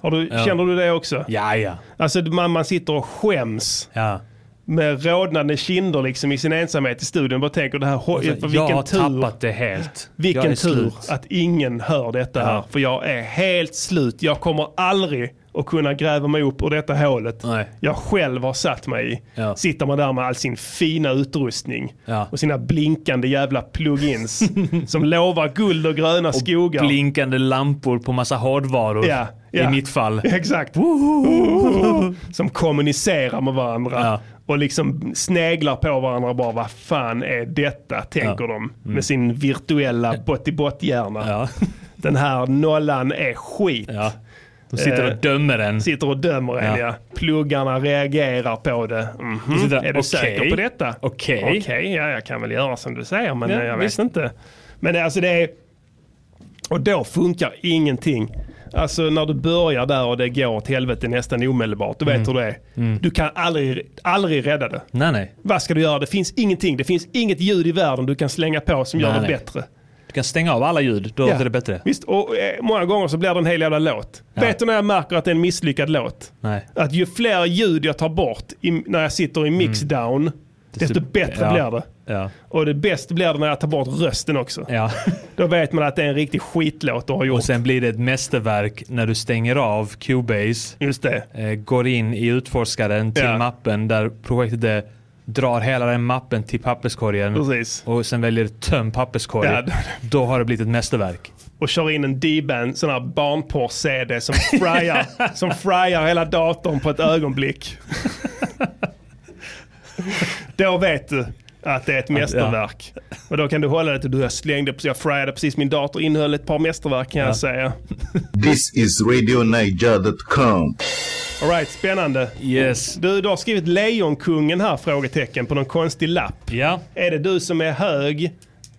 Speaker 7: Har du,
Speaker 6: Ja.
Speaker 7: Känner du det också?
Speaker 6: Ja, ja.
Speaker 7: Alltså man, man sitter och skäms.
Speaker 6: Ja.
Speaker 7: Med rodnande kinder liksom i sin ensamhet i studion. Bara tänker det här, ho-
Speaker 6: Alltså,
Speaker 7: för vilken
Speaker 6: jag har
Speaker 7: tur.
Speaker 6: tappat det helt. Jag
Speaker 7: Vilken
Speaker 6: är
Speaker 7: tur
Speaker 6: slut.
Speaker 7: att ingen hör detta här. För jag är helt slut. Jag kommer aldrig att kunna gräva mig upp ur detta hålet. Jag själv har satt mig i. Sitter man där med all sin fina utrustning
Speaker 6: Ja.
Speaker 7: och sina blinkande jävla plugins som lovar guld och gröna skogar.
Speaker 6: Blinkande lampor på massa hårdvaror.
Speaker 7: Ja, ja.
Speaker 6: I mitt fall.
Speaker 7: Exakt. Som kommunicerar med varandra. Och liksom sneglar på varandra och bara vad fan är detta, tänker
Speaker 6: Ja.
Speaker 7: de.
Speaker 6: Mm.
Speaker 7: Med sin virtuella bott-i-bott-hjärna. Den här nollan är skit.
Speaker 6: De sitter och
Speaker 7: Eh,
Speaker 6: dömer en.
Speaker 7: Sitter och dömer en, ja.
Speaker 6: Ja.
Speaker 7: Pluggarna reagerar på det. Mhm.
Speaker 6: De sitter där,
Speaker 7: Är du
Speaker 6: okej.
Speaker 7: säker på detta?
Speaker 6: Okej.
Speaker 7: Okej, ja, jag kan väl göra som du säger, men
Speaker 6: Ja,
Speaker 7: eh, jag
Speaker 6: visst.
Speaker 7: vet inte. Men alltså det är... Och då funkar ingenting. Alltså när du börjar där och det går åt helvete nästan omedelbart, du vet
Speaker 6: Mm.
Speaker 7: hur det är.
Speaker 6: Mm.
Speaker 7: Du kan aldrig, aldrig rädda det.
Speaker 6: Nej, nej.
Speaker 7: Vad ska du göra? Det finns ingenting. Det finns inget ljud i världen du kan slänga på som gör
Speaker 6: Nej,
Speaker 7: det
Speaker 6: nej.
Speaker 7: bättre.
Speaker 6: Du kan stänga av alla ljud, då
Speaker 7: Ja.
Speaker 6: låter det bättre.
Speaker 7: Visst, och eh, många gånger så blir det en hel jävla låt. Vet du när jag märker att det är en misslyckad låt?
Speaker 6: Nej.
Speaker 7: Att ju fler ljud jag tar bort i, när jag sitter i mixdown, desto bättre
Speaker 6: Ja.
Speaker 7: blir det.
Speaker 6: Ja.
Speaker 7: Och det bäst blir det när jag tar bort rösten också.
Speaker 6: Ja.
Speaker 7: Då vet man att det är en riktig skitlåt du har gjort.
Speaker 6: Och sen blir det ett mästerverk när du stänger av Cubase.
Speaker 7: Just det.
Speaker 6: Eh, går in i utforskaren till
Speaker 7: Ja.
Speaker 6: mappen där projektet är, drar hela den mappen till papperskorgen.
Speaker 7: Precis.
Speaker 6: Och sen väljer töm papperskorgen.
Speaker 7: Ja, då-
Speaker 6: Då har det blivit ett mästerverk.
Speaker 7: Och kör in en D-band, sån här barnporr-CD som fryar, som fryar hela datorn på ett ögonblick. då vet du att det är ett mästerverk. Och då kan du hålla det till du jag slängde, jag fryade precis min dator innehöll ett par mästerverk kan
Speaker 9: Ja.
Speaker 7: jag säga.
Speaker 9: This is RadioNiger.com.
Speaker 7: All right, spännande.
Speaker 6: Yes.
Speaker 7: Du, du har skrivit Lejonkungen här, frågetecken, på någon konstig lapp.
Speaker 6: Ja.
Speaker 7: Är det du som är hög?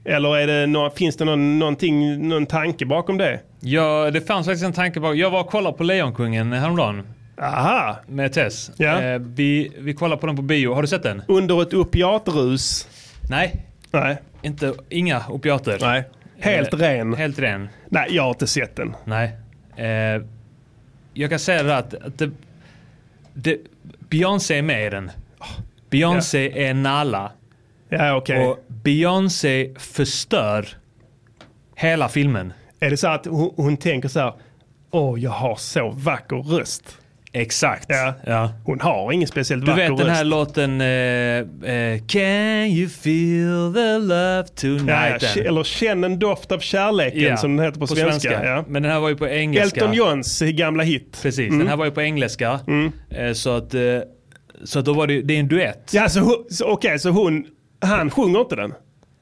Speaker 7: Eller är det nå- finns det någon, någonting, någon tanke bakom det?
Speaker 6: Ja, det fanns faktiskt en tanke bakom. Jag var och kollade på Lejonkungen häromdagen.
Speaker 7: Aha.
Speaker 6: Med Tess.
Speaker 7: Ja.
Speaker 6: Eh, vi, vi kollade på den på bio. Har du sett den?
Speaker 7: Under ett opiatrus?
Speaker 6: Nej.
Speaker 7: Nej.
Speaker 6: Inte, inga opiater.
Speaker 7: Nej. Helt ren.
Speaker 6: Helt ren.
Speaker 7: Nej, jag har inte sett den.
Speaker 6: Nej. Eh, jag kan säga det här att, att det, det, Beyoncé är med i den. Beyoncé är Nala.
Speaker 7: Ja, okej.
Speaker 6: Och Beyoncé förstör hela filmen.
Speaker 7: Är det så att hon, hon tänker så här, åh jag har så vacker röst.
Speaker 6: Exakt.
Speaker 7: Ja. Hon har ingen speciellt
Speaker 6: Du
Speaker 7: vacker
Speaker 6: vet den här
Speaker 7: röst.
Speaker 6: låten eh, eh, Can you feel the love
Speaker 7: Ja,
Speaker 6: tonight?
Speaker 7: ja, k- eller känn en doft av kärleken
Speaker 6: Ja,
Speaker 7: som den heter på, svenska. Ja.
Speaker 6: Men den här var ju på engelska.
Speaker 7: Elton Mm. Johns gamla hit.
Speaker 6: Precis, den här var ju på engelska. Eh, Så att, eh, så att då var det, det är en duett.
Speaker 7: Ja, så, hon- så, okej, så hon, han sjunger inte den?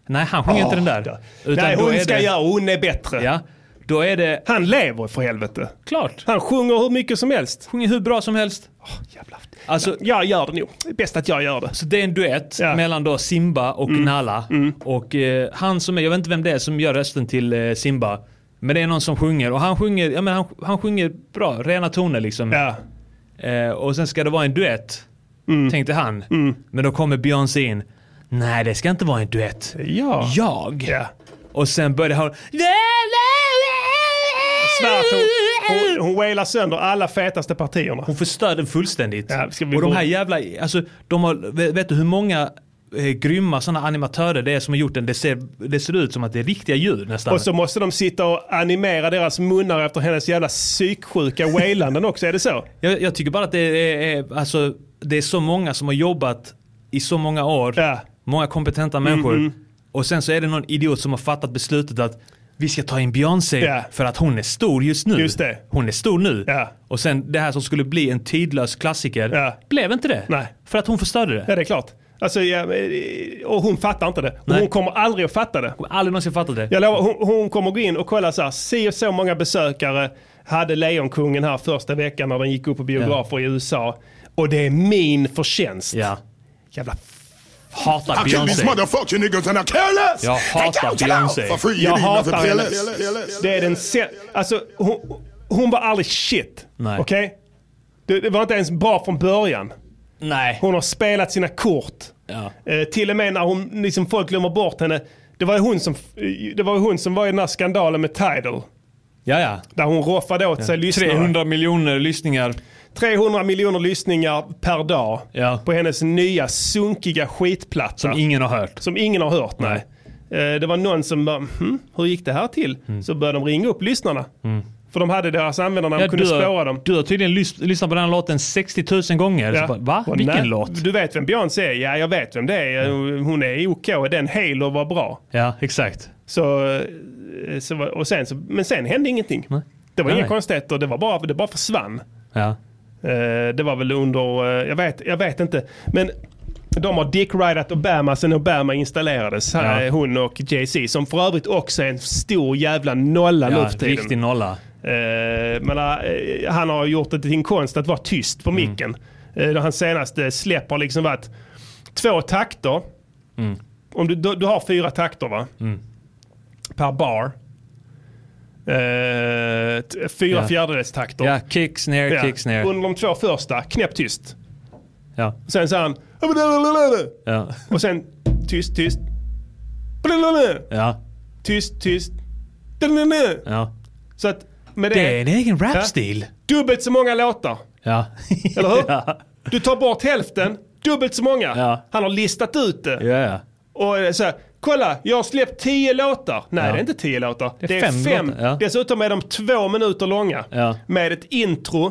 Speaker 6: Nej, han sjunger inte den där. Utan
Speaker 7: Nej,
Speaker 6: då
Speaker 7: hon
Speaker 6: är
Speaker 7: ska
Speaker 6: det-
Speaker 7: göra, hon är bättre.
Speaker 6: Ja. Då är det...
Speaker 7: Han lever för helvete.
Speaker 6: Klart.
Speaker 7: Han sjunger hur mycket som helst.
Speaker 6: Sjunger hur bra som helst.
Speaker 7: Oh, jävlar. Alltså, jag gör det nog. Det är bäst att jag gör det.
Speaker 6: Så det är en duett mellan då Simba och
Speaker 7: Mm.
Speaker 6: Nala. Och eh, han som är, jag vet inte vem det är som gör rösten till eh, Simba. Men det är någon som sjunger och han sjunger, ja, men han, han sjunger bra, rena toner liksom. Eh, och sen ska det vara en duett,
Speaker 7: Mm.
Speaker 6: tänkte han. Men då kommer Beyoncé in. Nej, det ska inte vara en duett.
Speaker 7: Ja.
Speaker 6: Jag. Och sen börjar hon...
Speaker 7: Svärt, hon, hon, hon wailar sönder alla fetaste partierna.
Speaker 6: Hon förstör den fullständigt.
Speaker 7: ska vi
Speaker 6: och de
Speaker 7: gå-
Speaker 6: här jävla, alltså, de har, vet vet du hur många eh, grymma sådana animatörer det är som har gjort den? Det ser, det ser ut som att det är riktiga djur nästan.
Speaker 7: Och så måste de sitta och animera deras munnar efter hennes jävla psyksjuka wailanden också, är det så?
Speaker 6: jag, jag tycker bara att det är, är, alltså, det är så många som har jobbat i så många år. Många kompetenta människor.
Speaker 7: mm.
Speaker 6: Och sen så är det någon idiot som har fattat beslutet att vi ska ta in Beyoncé för att hon är stor just nu.
Speaker 7: Just det.
Speaker 6: Hon är stor nu. Och sen det här som skulle bli en tidlös klassiker blev inte det.
Speaker 7: Nej.
Speaker 6: För att hon förstörde det.
Speaker 7: Ja, det är klart. Alltså, ja, men, och hon fattar inte det. Och
Speaker 6: Nej.
Speaker 7: hon kommer aldrig att fatta det.
Speaker 6: Hon aldrig någonsin fatta det.
Speaker 7: Jag lovar, hon, hon kommer gå in och kolla så här, si och så många besökare hade Lejonkungen här första veckan när den gick upp på biografer i USA. Och det är min förtjänst.
Speaker 6: Ja.
Speaker 7: Jävla
Speaker 6: Hatar
Speaker 17: I kill these motherfucking niggas and I care less.
Speaker 7: Jag
Speaker 17: They
Speaker 7: hatar
Speaker 17: count it out
Speaker 7: Beyoncé.
Speaker 17: For free, you
Speaker 7: Jag
Speaker 17: need nothing
Speaker 7: hatar
Speaker 17: pay
Speaker 7: henne.
Speaker 17: less.
Speaker 7: Det är den se- Alltså, hon, hon var aldrig shit.
Speaker 6: Nej.
Speaker 7: Okej? Det, det var inte ens bra från början.
Speaker 6: Nej.
Speaker 7: Hon har spelat sina kort.
Speaker 6: Ja.
Speaker 7: Eh, till och med när hon, liksom folk glömmer bort henne. Det var ju hon som, det var, ju hon som var i den här skandalen med Tidal.
Speaker 6: Ja, ja.
Speaker 7: Där hon roffade åt sig lyssnare.
Speaker 6: 300 miljoner lyssningar.
Speaker 7: 300 miljoner lyssningar per dag på hennes nya sunkiga skitplatta.
Speaker 6: Som ingen har hört.
Speaker 7: Som ingen har hört, nej. Eh, Det var någon som bara, hm, hur gick det här till?
Speaker 6: Mm.
Speaker 7: Så började de ringa upp lyssnarna. För de hade deras användare, de
Speaker 6: Ja,
Speaker 7: kunde
Speaker 6: du,
Speaker 7: spåra
Speaker 6: har,
Speaker 7: dem.
Speaker 6: du har tydligen lys- lyssnat på den här låten 60 000 gånger. Så bara, va?
Speaker 7: Och
Speaker 6: Vilken
Speaker 7: nej,
Speaker 6: låt?
Speaker 7: Du vet vem Beyoncé är? Ja, jag vet vem det är. Hon är OK. Den Halo var bra.
Speaker 6: Ja, exakt.
Speaker 7: Så, eh, så, var- och sen, så, men sen hände ingenting. Det var
Speaker 6: Nej,
Speaker 7: inga
Speaker 6: nej.
Speaker 7: konstigheter, det, var bara, det bara försvann.
Speaker 6: Ja.
Speaker 7: Eh, Det var väl under, eh, jag vet, jag vet inte. Men de har dick-ridat Obama sen Obama installerades. Här
Speaker 6: Ja.
Speaker 7: är Hon och Jay-Z som för övrigt också är en stor jävla nolla
Speaker 6: Ja,
Speaker 7: nu för tiden.
Speaker 6: riktig nolla.
Speaker 7: Eh, Men eh, han har gjort det till en konst att vara tyst på micken. Mm. Hans senaste släpp har liksom varit två takter.
Speaker 6: Mm.
Speaker 7: Om du, du, du har fyra takter va?
Speaker 6: Mm.
Speaker 7: Per bar. Eh, t- fyra
Speaker 6: Ja.
Speaker 7: fjärdedels takter.
Speaker 6: Ja, kicks ner, kicks ner.
Speaker 7: Under de två första, knäpptyst.
Speaker 6: Ja.
Speaker 7: Sen sa han...
Speaker 6: Ja.
Speaker 7: Och sen tyst, tyst.
Speaker 6: Ja.
Speaker 7: Tyst, tyst.
Speaker 6: Ja.
Speaker 7: Så att med det...
Speaker 6: Det är en egen rapstil.
Speaker 7: Ja. Dubbelt så många låtar.
Speaker 6: Ja.
Speaker 7: Eller hur? Du tar bort hälften, dubbelt så många. Han har listat ut det.
Speaker 6: Ja, ja.
Speaker 7: Och eh, så här, kolla, jag har släppt tio låtar. Nej,
Speaker 6: Ja.
Speaker 7: det är inte tio låtar.
Speaker 6: Det är fem låtar, ja.
Speaker 7: Dessutom är de två minuter långa.
Speaker 6: Ja.
Speaker 7: Med ett intro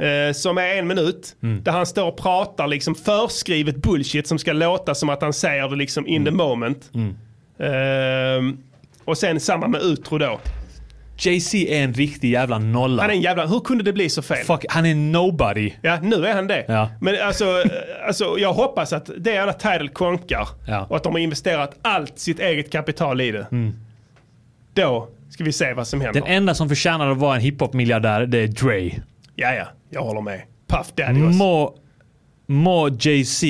Speaker 7: eh, som är en minut.
Speaker 6: Mm.
Speaker 7: Där han står och pratar liksom förskrivet bullshit som ska låta som att han säger det liksom in the moment.
Speaker 6: Mm.
Speaker 7: Ehm, och sen samma med utro då.
Speaker 6: Jay-Z är en riktig jävla nolla.
Speaker 7: Han är en jävla, hur kunde det bli så fel?
Speaker 6: Fuck, han är nobody.
Speaker 7: Ja, nu är han det.
Speaker 6: Ja.
Speaker 7: Men alltså, eh, alltså, jag hoppas att det är alla Tidal konkar
Speaker 6: Ja.
Speaker 7: och att de har investerat allt sitt eget kapital i det.
Speaker 6: Mm.
Speaker 7: Då ska vi se vad som händer.
Speaker 6: Den enda som förtjänar att vara en hiphop-miljardär, det är Dre.
Speaker 7: Ja, ja, jag håller med. Puff Daddy också.
Speaker 6: Må, må Jay-Z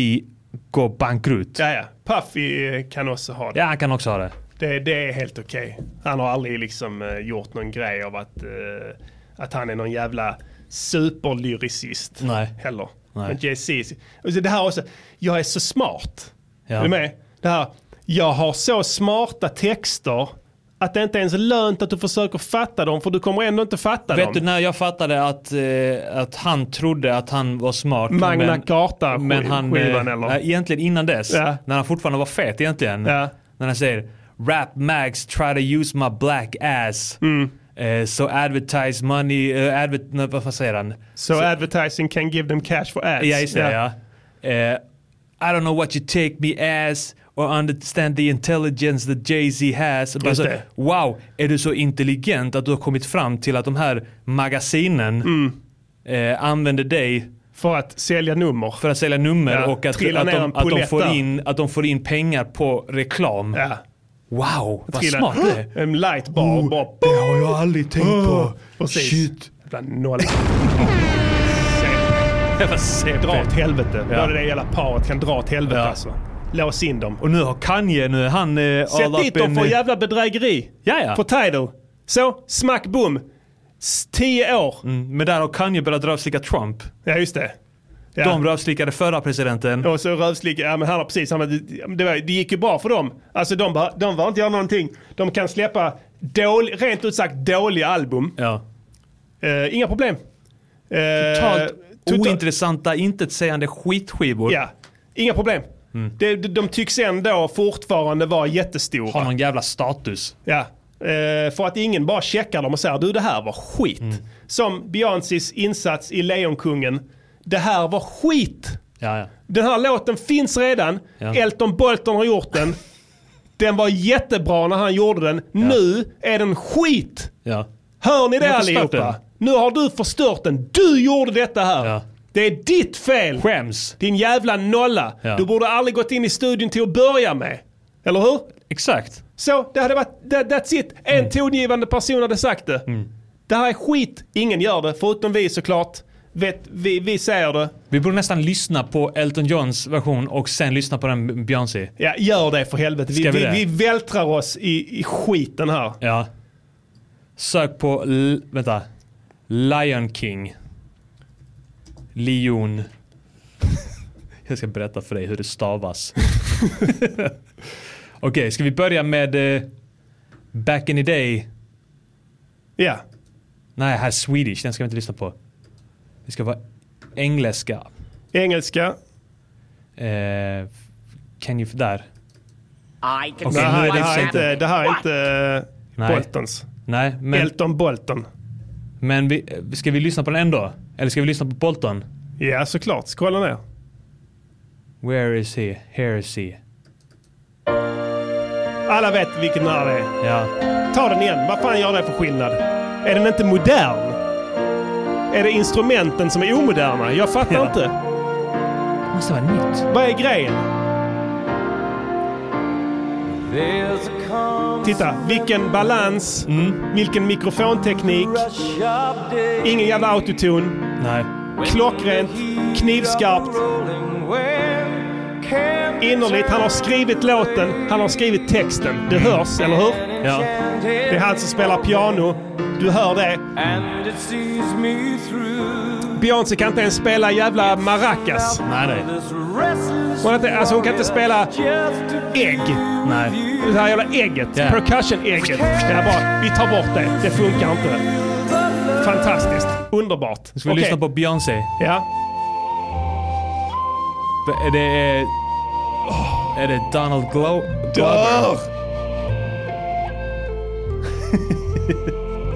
Speaker 6: gå bankrutt.
Speaker 7: Ja, ja. Puff eh, kan också ha det.
Speaker 6: Ja, han kan också ha det.
Speaker 7: Det, det är helt okej. Han har aldrig liksom eh, gjort någon grej av att, eh, att han är någon jävla superlyricist.
Speaker 6: Nej.
Speaker 7: Heller.
Speaker 6: Nej.
Speaker 7: Men Jay-Z. Och så Det här också, jag är så smart.
Speaker 6: Ja.
Speaker 7: Är du med? Det här, jag har så smarta texter att det inte ens är lönt att du försöker fatta dem för du kommer ändå inte fatta
Speaker 6: Vet
Speaker 7: dem.
Speaker 6: du när jag fattade att, eh, att han trodde att han var smart.
Speaker 7: Magna Carta
Speaker 6: men
Speaker 7: skiv-
Speaker 6: han,
Speaker 7: skivan,
Speaker 6: eh,
Speaker 7: eller?
Speaker 6: nej, Egentligen innan dess.
Speaker 7: Ja.
Speaker 6: När han fortfarande var fet egentligen. När han säger Rap mags try to use my black ass.
Speaker 7: Mm.
Speaker 6: Eh, so advertise money, eh, adver- nej, vad fan säger han?
Speaker 7: So advertising can give them cash for ads.
Speaker 6: Ja, just det.
Speaker 7: Ja.
Speaker 6: Ja. Eh, I don't know what you take me as or understand the intelligence that Jay-Z has. Och bara
Speaker 7: Just
Speaker 6: så,
Speaker 7: det.
Speaker 6: wow, är du så intelligent att du har kommit fram till att de här magasinen
Speaker 7: Mm.
Speaker 6: eh, använder dig
Speaker 7: för att sälja nummer.
Speaker 6: För att sälja nummer
Speaker 7: Ja,
Speaker 6: och att,
Speaker 7: trilla
Speaker 6: att,
Speaker 7: ner en
Speaker 6: de, att, de
Speaker 7: polett
Speaker 6: får
Speaker 7: där.
Speaker 6: in, att de får in pengar på reklam. Wow, vad
Speaker 7: Trillar.
Speaker 6: smart det är.
Speaker 7: En light bar. bara,
Speaker 6: det har jag aldrig tänkt på.
Speaker 7: Precis.
Speaker 6: Shit.
Speaker 7: Jävla nolla. Dra åt helvete.
Speaker 6: Ja.
Speaker 7: Både det hela paret kan dra åt helvete alltså. Lås in dem.
Speaker 6: Och nu har Kanye, nu är han eh,
Speaker 7: Sätt dit dem för jävla bedrägeri.
Speaker 6: Ja, ja.
Speaker 7: På Tidal. Så, smack bom. S- Tio år.
Speaker 6: Mm, men där har Kanye börjat rövslicka Trump.
Speaker 7: Ja, just det. Ja.
Speaker 6: De rövslickade förra presidenten.
Speaker 7: Och så rövslicka, ja men han har precis, han, var- det, var, det gick ju bra för dem. Alltså de, bara- de behöver inte göra någonting. De kan släppa dålig, rent ut sagt dåliga album.
Speaker 6: Ja.
Speaker 7: Eh, inga problem. Eh,
Speaker 6: Totalt
Speaker 7: total-
Speaker 6: ointressanta, intetsägande skitskivor.
Speaker 7: Ja, inga problem.
Speaker 6: Mm.
Speaker 7: De, de, de tycks ändå fortfarande vara jättestora.
Speaker 6: Har någon jävla status.
Speaker 7: Ja, eh, för att ingen bara checkar dem och säger du det här var skit.
Speaker 6: Mm.
Speaker 7: Som Beyoncés insats i Lejonkungen. Det här var skit.
Speaker 6: Ja, ja.
Speaker 7: Den här låten finns redan.
Speaker 6: Ja.
Speaker 7: Elton Bolton har gjort den. Den var jättebra när han gjorde den. Nu är den skit.
Speaker 6: Ja.
Speaker 7: Hör ni
Speaker 6: Ni
Speaker 7: det
Speaker 6: har förstört
Speaker 7: allihopa?
Speaker 6: den.
Speaker 7: Nu har du förstört den. Du gjorde detta här. Det är ditt fel.
Speaker 6: Skäms.
Speaker 7: Din jävla nolla.
Speaker 6: Ja.
Speaker 7: Du borde aldrig gått in i studion till att börja med. Eller hur?
Speaker 6: Exakt.
Speaker 7: Så, det hade varit, that, that's it. En
Speaker 6: Mm.
Speaker 7: tongivande person hade sagt det. Det här är skit. Ingen gör det, förutom vi såklart. Vet, vi, vi säger det.
Speaker 6: Vi borde nästan lyssna på Elton Johns version och sen lyssna på den Beyoncé.
Speaker 7: Ja, gör det för helvete. Vi,
Speaker 6: Ska vi
Speaker 7: vi,
Speaker 6: det?
Speaker 7: vi vältrar oss i, i skiten här.
Speaker 6: Ja. Sök på, l- vänta, Lion King. Lion. Jag ska berätta för dig hur det stavas. Okej, ska vi börja med eh, Back in the day?
Speaker 7: Ja.
Speaker 6: Nej, här Swedish, den ska vi inte lyssna på. Det ska vara engelska.
Speaker 7: Engelska.
Speaker 6: Eh, can you, där.
Speaker 18: I can see
Speaker 7: det, här, det, här är
Speaker 18: myself.
Speaker 7: inte, det här är inte eh,
Speaker 6: Nej.
Speaker 7: Boltons.
Speaker 6: Nej, men...
Speaker 7: Elton Bolton.
Speaker 6: Men vi, eh, ska vi lyssna på den ändå? Eller ska vi lyssna på Bolton?
Speaker 7: Ja, såklart. Skrolla ner.
Speaker 6: Where is he? Here is he.
Speaker 7: Alla vet vilken den här är.
Speaker 6: Ja.
Speaker 7: Ta den igen. Vad fan gör det för skillnad? Är den inte modern? Är det instrumenten som är omoderna? Jag fattar inte.
Speaker 6: Måste vara nytt.
Speaker 7: Vad är grejen? Titta, vilken balans,
Speaker 6: Mm.
Speaker 7: vilken mikrofonteknik, ingen jävla autotune.
Speaker 6: Nej.
Speaker 7: Klockrent, knivskarpt, innerligt. Han har skrivit låten, han har skrivit texten. Det hörs, eller hur?
Speaker 6: Ja.
Speaker 7: Det är han som spelar piano. Du hör det. Beyoncé kan inte ens spela jävla maracas.
Speaker 6: Nej, nej.
Speaker 7: Hon, har inte, alltså hon kan inte spela ägg.
Speaker 6: Nej.
Speaker 7: Det här jävla ägget.
Speaker 6: Ja.
Speaker 7: Percussion-ägget. Det är bara, vi tar bort det. Det funkar inte. Fantastiskt. Underbart.
Speaker 6: Nu ska vi lyssna på Beyoncé.
Speaker 7: Ja.
Speaker 6: Är det... eh, Är det Donald Glo... Glover?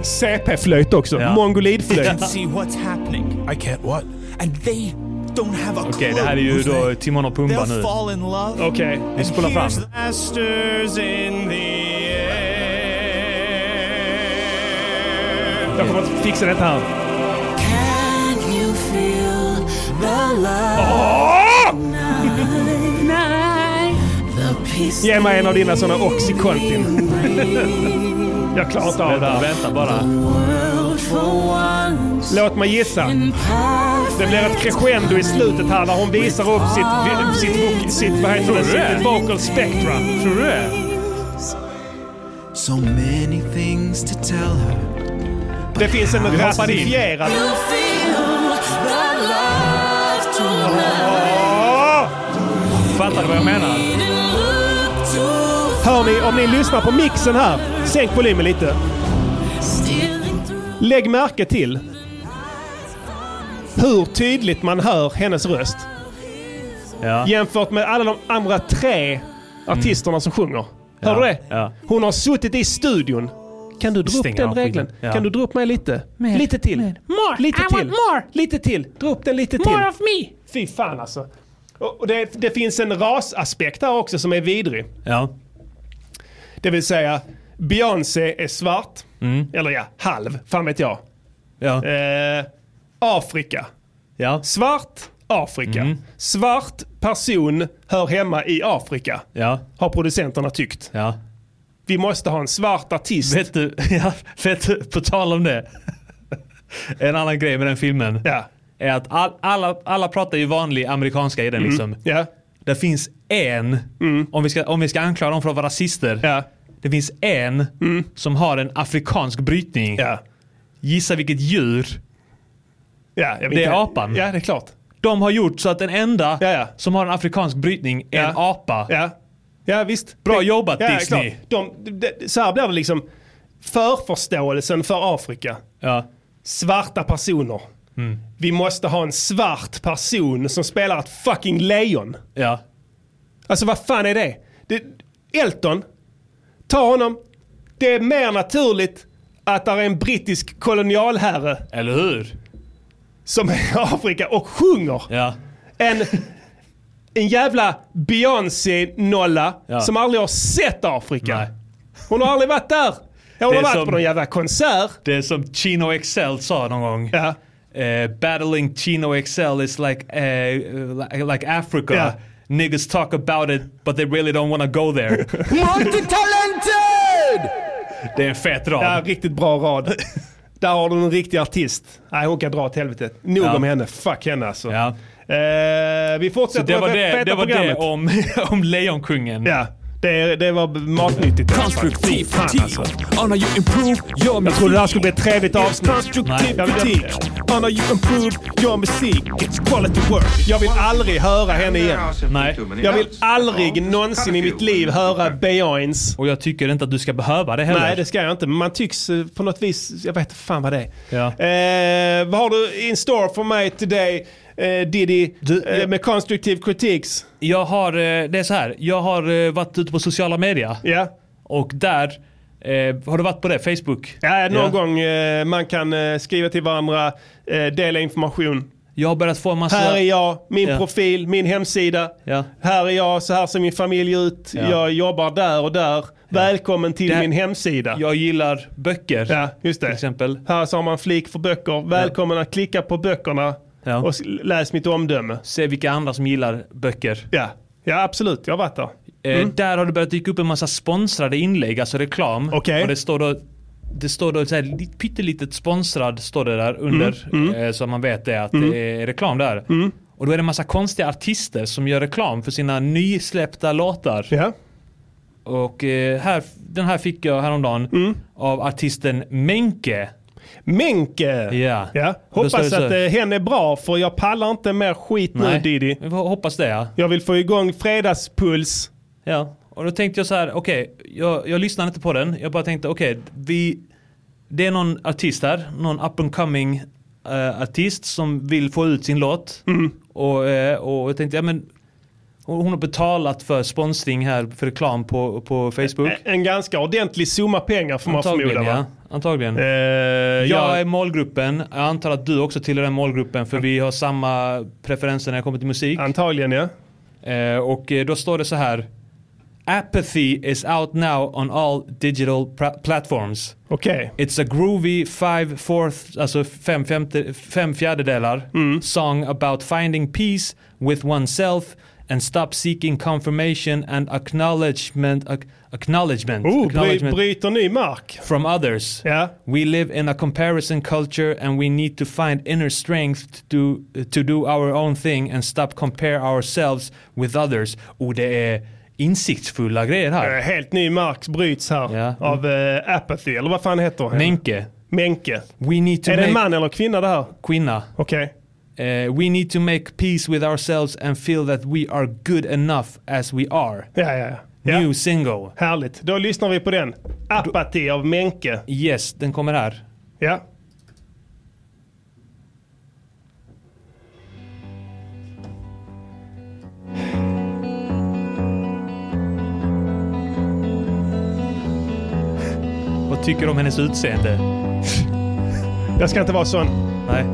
Speaker 7: CP-flöjt också.
Speaker 6: Ja.
Speaker 7: Mongolidflöjt.
Speaker 18: Can see what's happening.
Speaker 7: I can't what?
Speaker 18: And they don't have a clue.
Speaker 6: Okej, det här är ju
Speaker 18: who's
Speaker 6: då
Speaker 18: they-
Speaker 6: Timon och Pumba
Speaker 18: They'll
Speaker 6: nu.
Speaker 18: fall in love.
Speaker 7: Okej.
Speaker 6: Vi spolar fram.
Speaker 18: Here's the masters in the
Speaker 7: Jag kommer att fixa detta här.
Speaker 15: Can you feel the love tonight? The peace
Speaker 7: Ge mig en av dina såna Oxycontin. Jag klarar inte av det här.
Speaker 6: Vänta bara.
Speaker 15: world for once.
Speaker 7: Låt mig gissa. Det blir ett crescendo i slutet här där hon visar upp sitt, sitt, vok- sitt vad heter det,
Speaker 18: Tror du det?
Speaker 7: sitt vocal spectra. Tror du det?
Speaker 18: So many things to tell her.
Speaker 7: Det finns en rasifierad...
Speaker 6: Fattar du vad jag menar?
Speaker 7: Hör ni, om ni lyssnar på mixen här, sänk volymen lite. Lägg märke till hur tydligt man hör hennes röst
Speaker 6: Ja.
Speaker 7: jämfört med alla de andra tre artisterna som sjunger. Hör du det?
Speaker 6: Ja.
Speaker 7: Hon har suttit i studion. Kan du dra upp
Speaker 6: Stänger
Speaker 7: den
Speaker 6: av skiten.
Speaker 7: regeln?
Speaker 6: Ja.
Speaker 7: Kan du dra upp mig lite? Lite till.
Speaker 15: More.
Speaker 7: Lite
Speaker 15: I
Speaker 7: till.
Speaker 15: want more.
Speaker 7: Lite till. Dra upp den lite till.
Speaker 15: More of me.
Speaker 7: Fy fan alltså. Och och det, det finns en rasaspekt här också som är vidrig.
Speaker 6: Ja.
Speaker 7: Det vill säga, Beyoncé är svart.
Speaker 6: Mm.
Speaker 7: Eller ja, halv. Fan vet jag.
Speaker 6: Ja.
Speaker 7: Eh, Afrika.
Speaker 6: Ja.
Speaker 7: Svart Afrika.
Speaker 6: Mm.
Speaker 7: Svart person hör hemma i Afrika.
Speaker 6: Ja.
Speaker 7: Har producenterna tyckt.
Speaker 6: Ja.
Speaker 7: vi måste ha en svart artist.
Speaker 6: Vet du, ja, vet du, på tal om det. En annan grej med den filmen är att all, alla, alla pratar ju vanlig amerikanska i den
Speaker 7: Mm.
Speaker 6: liksom. Det finns en, om, vi ska, om vi ska anklaga dem för att vara rasister. Det finns en
Speaker 7: Mm.
Speaker 6: som har en afrikansk brytning. Gissa vilket djur?
Speaker 7: jag vet
Speaker 6: det
Speaker 7: inte.
Speaker 6: är apan. Ja, det är klart. De har gjort så att den enda som har en afrikansk brytning är en apa.
Speaker 7: Ja. ja, visst.
Speaker 6: Bra jobbat
Speaker 7: Ja,
Speaker 6: Disney.
Speaker 7: klart. De, de, de, så här blir det liksom förförståelsen för Afrika. Svarta personer.
Speaker 6: Mm.
Speaker 7: Vi måste ha en svart person som spelar ett fucking lejon.
Speaker 6: Ja.
Speaker 7: Alltså vad fan är det? det Elton, ta honom. Det är mer naturligt att det är en brittisk kolonialherre.
Speaker 6: Eller hur?
Speaker 7: Som är i Afrika och sjunger.
Speaker 6: Ja.
Speaker 7: En, en jävla Beyoncé-nolla
Speaker 6: Ja.
Speaker 7: som aldrig har sett Afrika. Hon har aldrig varit där. Hon
Speaker 6: Det
Speaker 7: har
Speaker 6: är
Speaker 7: varit
Speaker 6: som-
Speaker 7: på någon jävla konsert.
Speaker 6: Det är som Chino Excel sa någon gång. Eh, battling Chino Excel is like, eh, like, like Africa.
Speaker 19: Ja.
Speaker 6: Niggas talk about it but they really don't wanna go there.
Speaker 19: Multitalented!
Speaker 6: det är en fet rad.
Speaker 7: Ja, riktigt bra rad. Där har du en riktig artist. Nej, hon kan dra åt helvete. Nog
Speaker 6: Ja.
Speaker 7: om henne. Fuck henne alltså.
Speaker 6: Ja.
Speaker 7: Eh, vi
Speaker 6: Så
Speaker 7: fortsätter
Speaker 6: det var
Speaker 7: med det,
Speaker 6: det,
Speaker 7: feta
Speaker 6: det, var det
Speaker 7: programmet.
Speaker 6: om, om Lejonkungen.
Speaker 7: Ja, det, det var matnyttigt. i alla fall.
Speaker 19: Konstruktiv
Speaker 7: Fan,
Speaker 19: kritik.
Speaker 7: alltså.
Speaker 19: Honor you improve your
Speaker 7: Jag
Speaker 19: music.
Speaker 7: trodde det här skulle bli ett trevligt avsnitt.
Speaker 19: Konstruktiv
Speaker 7: Jag vill-
Speaker 19: kritik. Honor you improve your music. It's quality work.
Speaker 7: Jag vill aldrig höra henne igen.
Speaker 6: Nej.
Speaker 7: Jag vill aldrig någonsin i mitt liv höra Beyoncé.
Speaker 6: Och jag tycker inte att du ska behöva det heller.
Speaker 7: Nej, det ska jag inte. Men man tycks eh, på något vis... Jag vet inte fan vad det är.
Speaker 6: Ja.
Speaker 7: Eh, vad har du in store för mig today, eh, Diddy, eh, med konstruktiv kritik?
Speaker 6: Jag har, eh, det är så här, jag har eh, varit ute på sociala medier. Och där, eh, har du varit på det? Facebook?
Speaker 7: Ja, någon
Speaker 6: Ja.
Speaker 7: gång eh, man kan eh, skriva till varandra, eh, dela information.
Speaker 6: Jag har börjat få en massa-
Speaker 7: Här är jag, min
Speaker 6: Ja.
Speaker 7: profil, min hemsida.
Speaker 6: Ja.
Speaker 7: Här är jag, så här ser min familj ut.
Speaker 6: Ja.
Speaker 7: Jag jobbar där och där. Välkommen till
Speaker 6: Det här-
Speaker 7: min hemsida.
Speaker 6: Jag gillar böcker.
Speaker 7: Ja, just det. Till
Speaker 6: exempel.
Speaker 7: Här så har man flik för böcker. Välkommen att klicka på böckerna och s- läs mitt omdöme.
Speaker 6: Se vilka andra som gillar böcker.
Speaker 7: Ja, ja absolut. Jag har varit där.
Speaker 6: Eh,
Speaker 7: Mm.
Speaker 6: Där har det börjat dyka upp en massa sponsrade inlägg, alltså reklam.
Speaker 7: Okej.
Speaker 6: Och det står då, det står då så här, lit- pyttelitet sponsrad står det där under.
Speaker 7: Mm,
Speaker 6: Eh, så man vet det att
Speaker 7: Mm.
Speaker 6: det är reklam där. Och då är det en massa konstiga artister som gör reklam för sina nysläppta låtar. Och eh, här, den här fick jag häromdagen
Speaker 7: Mm.
Speaker 6: av artisten Menke.
Speaker 7: Menke?
Speaker 6: Ja.
Speaker 7: Ja.
Speaker 6: Då står det
Speaker 7: Hoppas
Speaker 6: så här.
Speaker 7: att eh, hen är bra för jag pallar inte mer skit nu
Speaker 6: Nej.
Speaker 7: Diddy.
Speaker 6: Vi får hoppas det ja.
Speaker 7: Jag vill få igång fredagspuls.
Speaker 6: Ja, och då tänkte jag så här, okej, jag, jag lyssnade inte på den. Jag bara tänkte, okej, vi, det är någon artist här, någon up and coming eh, artist som vill få ut sin låt. Och, eh, och jag tänkte, ja men hon hon har betalat för sponsring här, för reklam på, på Facebook.
Speaker 7: En ganska ordentlig summa pengar får man
Speaker 6: Antagligen,
Speaker 7: förmoda va? Eh,
Speaker 6: ja. Antagligen.
Speaker 7: jag-
Speaker 6: jag, är målgruppen. Jag antar att du också tillhör den målgruppen för vi har samma preferenser när det kommer till musik.
Speaker 7: Antagligen ja.
Speaker 6: och eh, då står det så här. Apathy is out now on all digital pra- platforms.
Speaker 7: Okej.
Speaker 6: It's a groovy five fourth, alltså fem, femte, fem fjärdedelar song about finding peace with oneself and stop seeking confirmation and acknowledgement. ac- acknowledgement.
Speaker 7: Oh, bry,
Speaker 6: acknowledgement
Speaker 7: bryter ny mark.
Speaker 6: from others.
Speaker 7: Yeah.
Speaker 6: We live in a comparison culture and we need to find inner strength to, to do our own thing and stop compare ourselves with others. Och det är insiktsfulla grejer här.
Speaker 7: Eh, Helt ny mark bryts här av eh, Apathy, eller vad fan heter hon?
Speaker 6: Menke.
Speaker 7: Menke.
Speaker 6: We need to
Speaker 7: Är det en
Speaker 6: make-
Speaker 7: man eller kvinna det här?
Speaker 6: Kvinna.
Speaker 7: Okej.
Speaker 6: Eh, we need to make peace with ourselves and feel that we are good enough as we are.
Speaker 7: Ja, ja, ja.
Speaker 6: New single.
Speaker 7: Härligt. Då lyssnar vi på den. Apathy av Menke.
Speaker 6: Yes, den kommer här.
Speaker 7: Ja.
Speaker 6: Vad tycker du om hennes utseende?
Speaker 7: Jag ska inte vara sån.
Speaker 6: Nej.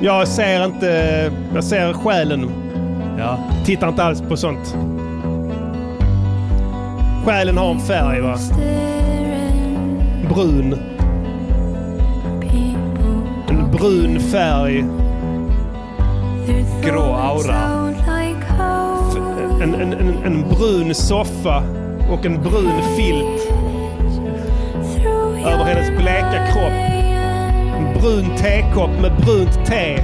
Speaker 7: Jag ser inte... Jag ser själen.
Speaker 6: Ja.
Speaker 7: Tittar inte alls på sånt. Själen har en färg va? Brun. En brun färg.
Speaker 6: Grå aura.
Speaker 7: En, en, en, en brun soffa. och en brun filt över hennes bleka kropp. En brun tekopp med brunt te.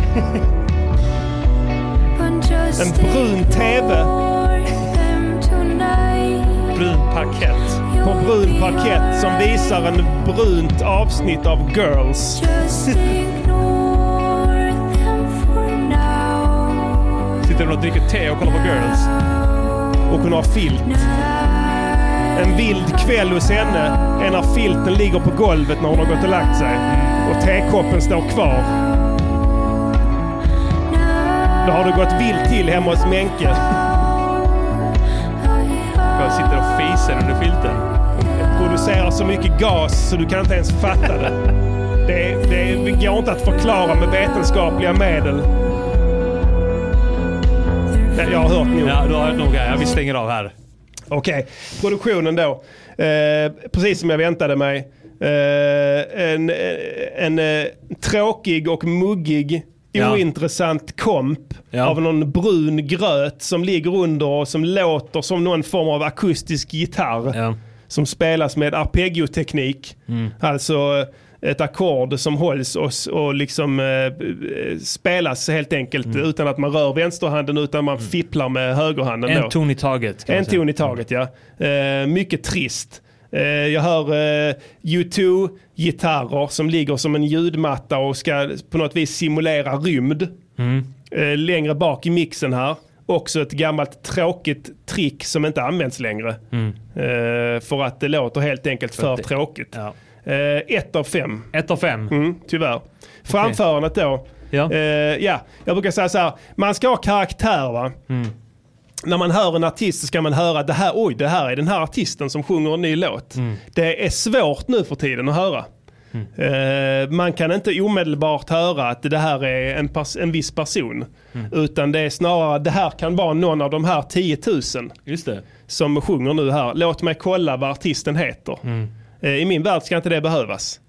Speaker 7: En brun TV. Brun parkett. På brun parkett som visar en brunt avsnitt av Girls.
Speaker 6: Sitter hon och dricker te och kollar på Girls?
Speaker 7: Och hon har filt. En vild kväll hos henne är när filten ligger på golvet när hon har gått och lagt sig.
Speaker 6: Mm.
Speaker 7: Och tekoppen står kvar. Då har det gått vilt till hemma hos Menke.
Speaker 6: Jag sitter och fiser under filten.
Speaker 7: Det producerar så mycket gas så du kan inte ens fatta det. Det, det går inte att förklara med vetenskapliga medel. Nej, Eh, Jag har hört nog.
Speaker 6: Ja, du har hört nog. här. Ja, vi stänger av här.
Speaker 7: Okej, produktionen då. Eh, precis som jag väntade mig. Eh, en eh, en eh, tråkig och muggig,
Speaker 6: Ja.
Speaker 7: ointressant komp av någon brun gröt som ligger under och som låter som någon form av akustisk gitarr. Som spelas med arpeggioteknik.
Speaker 6: Mm.
Speaker 7: Alltså eh, ett ackord som hålls och, s- och liksom eh, spelas helt enkelt
Speaker 6: Mm.
Speaker 7: utan att man rör vänsterhanden utan man fipplar med högerhanden. då.
Speaker 6: En ton i taget. kan man
Speaker 7: En
Speaker 6: säga.
Speaker 7: ton i taget, ja. Eh, mycket trist. Eh, jag hör eh, U2-gitarrer som ligger som en ljudmatta och ska på något vis simulera rymd.
Speaker 6: Mm.
Speaker 7: Eh, längre bak i mixen här. Också ett gammalt tråkigt trick som inte används längre.
Speaker 6: Mm.
Speaker 7: Eh, för att det låter helt enkelt för,
Speaker 6: det-
Speaker 7: tråkigt. Eh, ett av fem.
Speaker 6: Ett av fem?
Speaker 7: Mm, tyvärr. Framförandet då.
Speaker 6: Ja.
Speaker 7: Eh, ja, jag brukar säga så här. Man ska ha karaktär va
Speaker 6: Mm.
Speaker 7: när man hör en artist så ska man höra det här, oj det här är den här artisten som sjunger en ny låt.
Speaker 6: Mm.
Speaker 7: Det är svårt nu för tiden att höra. Eh, man kan inte omedelbart höra att det här är en, pers- en viss person.
Speaker 6: Mm.
Speaker 7: Utan det är snarare, det här kan vara någon av de här 10 000
Speaker 6: Just det.
Speaker 7: som sjunger nu här. Låt mig kolla vad artisten heter.
Speaker 6: Mm.
Speaker 7: Eh, I min värld ska inte det behövas.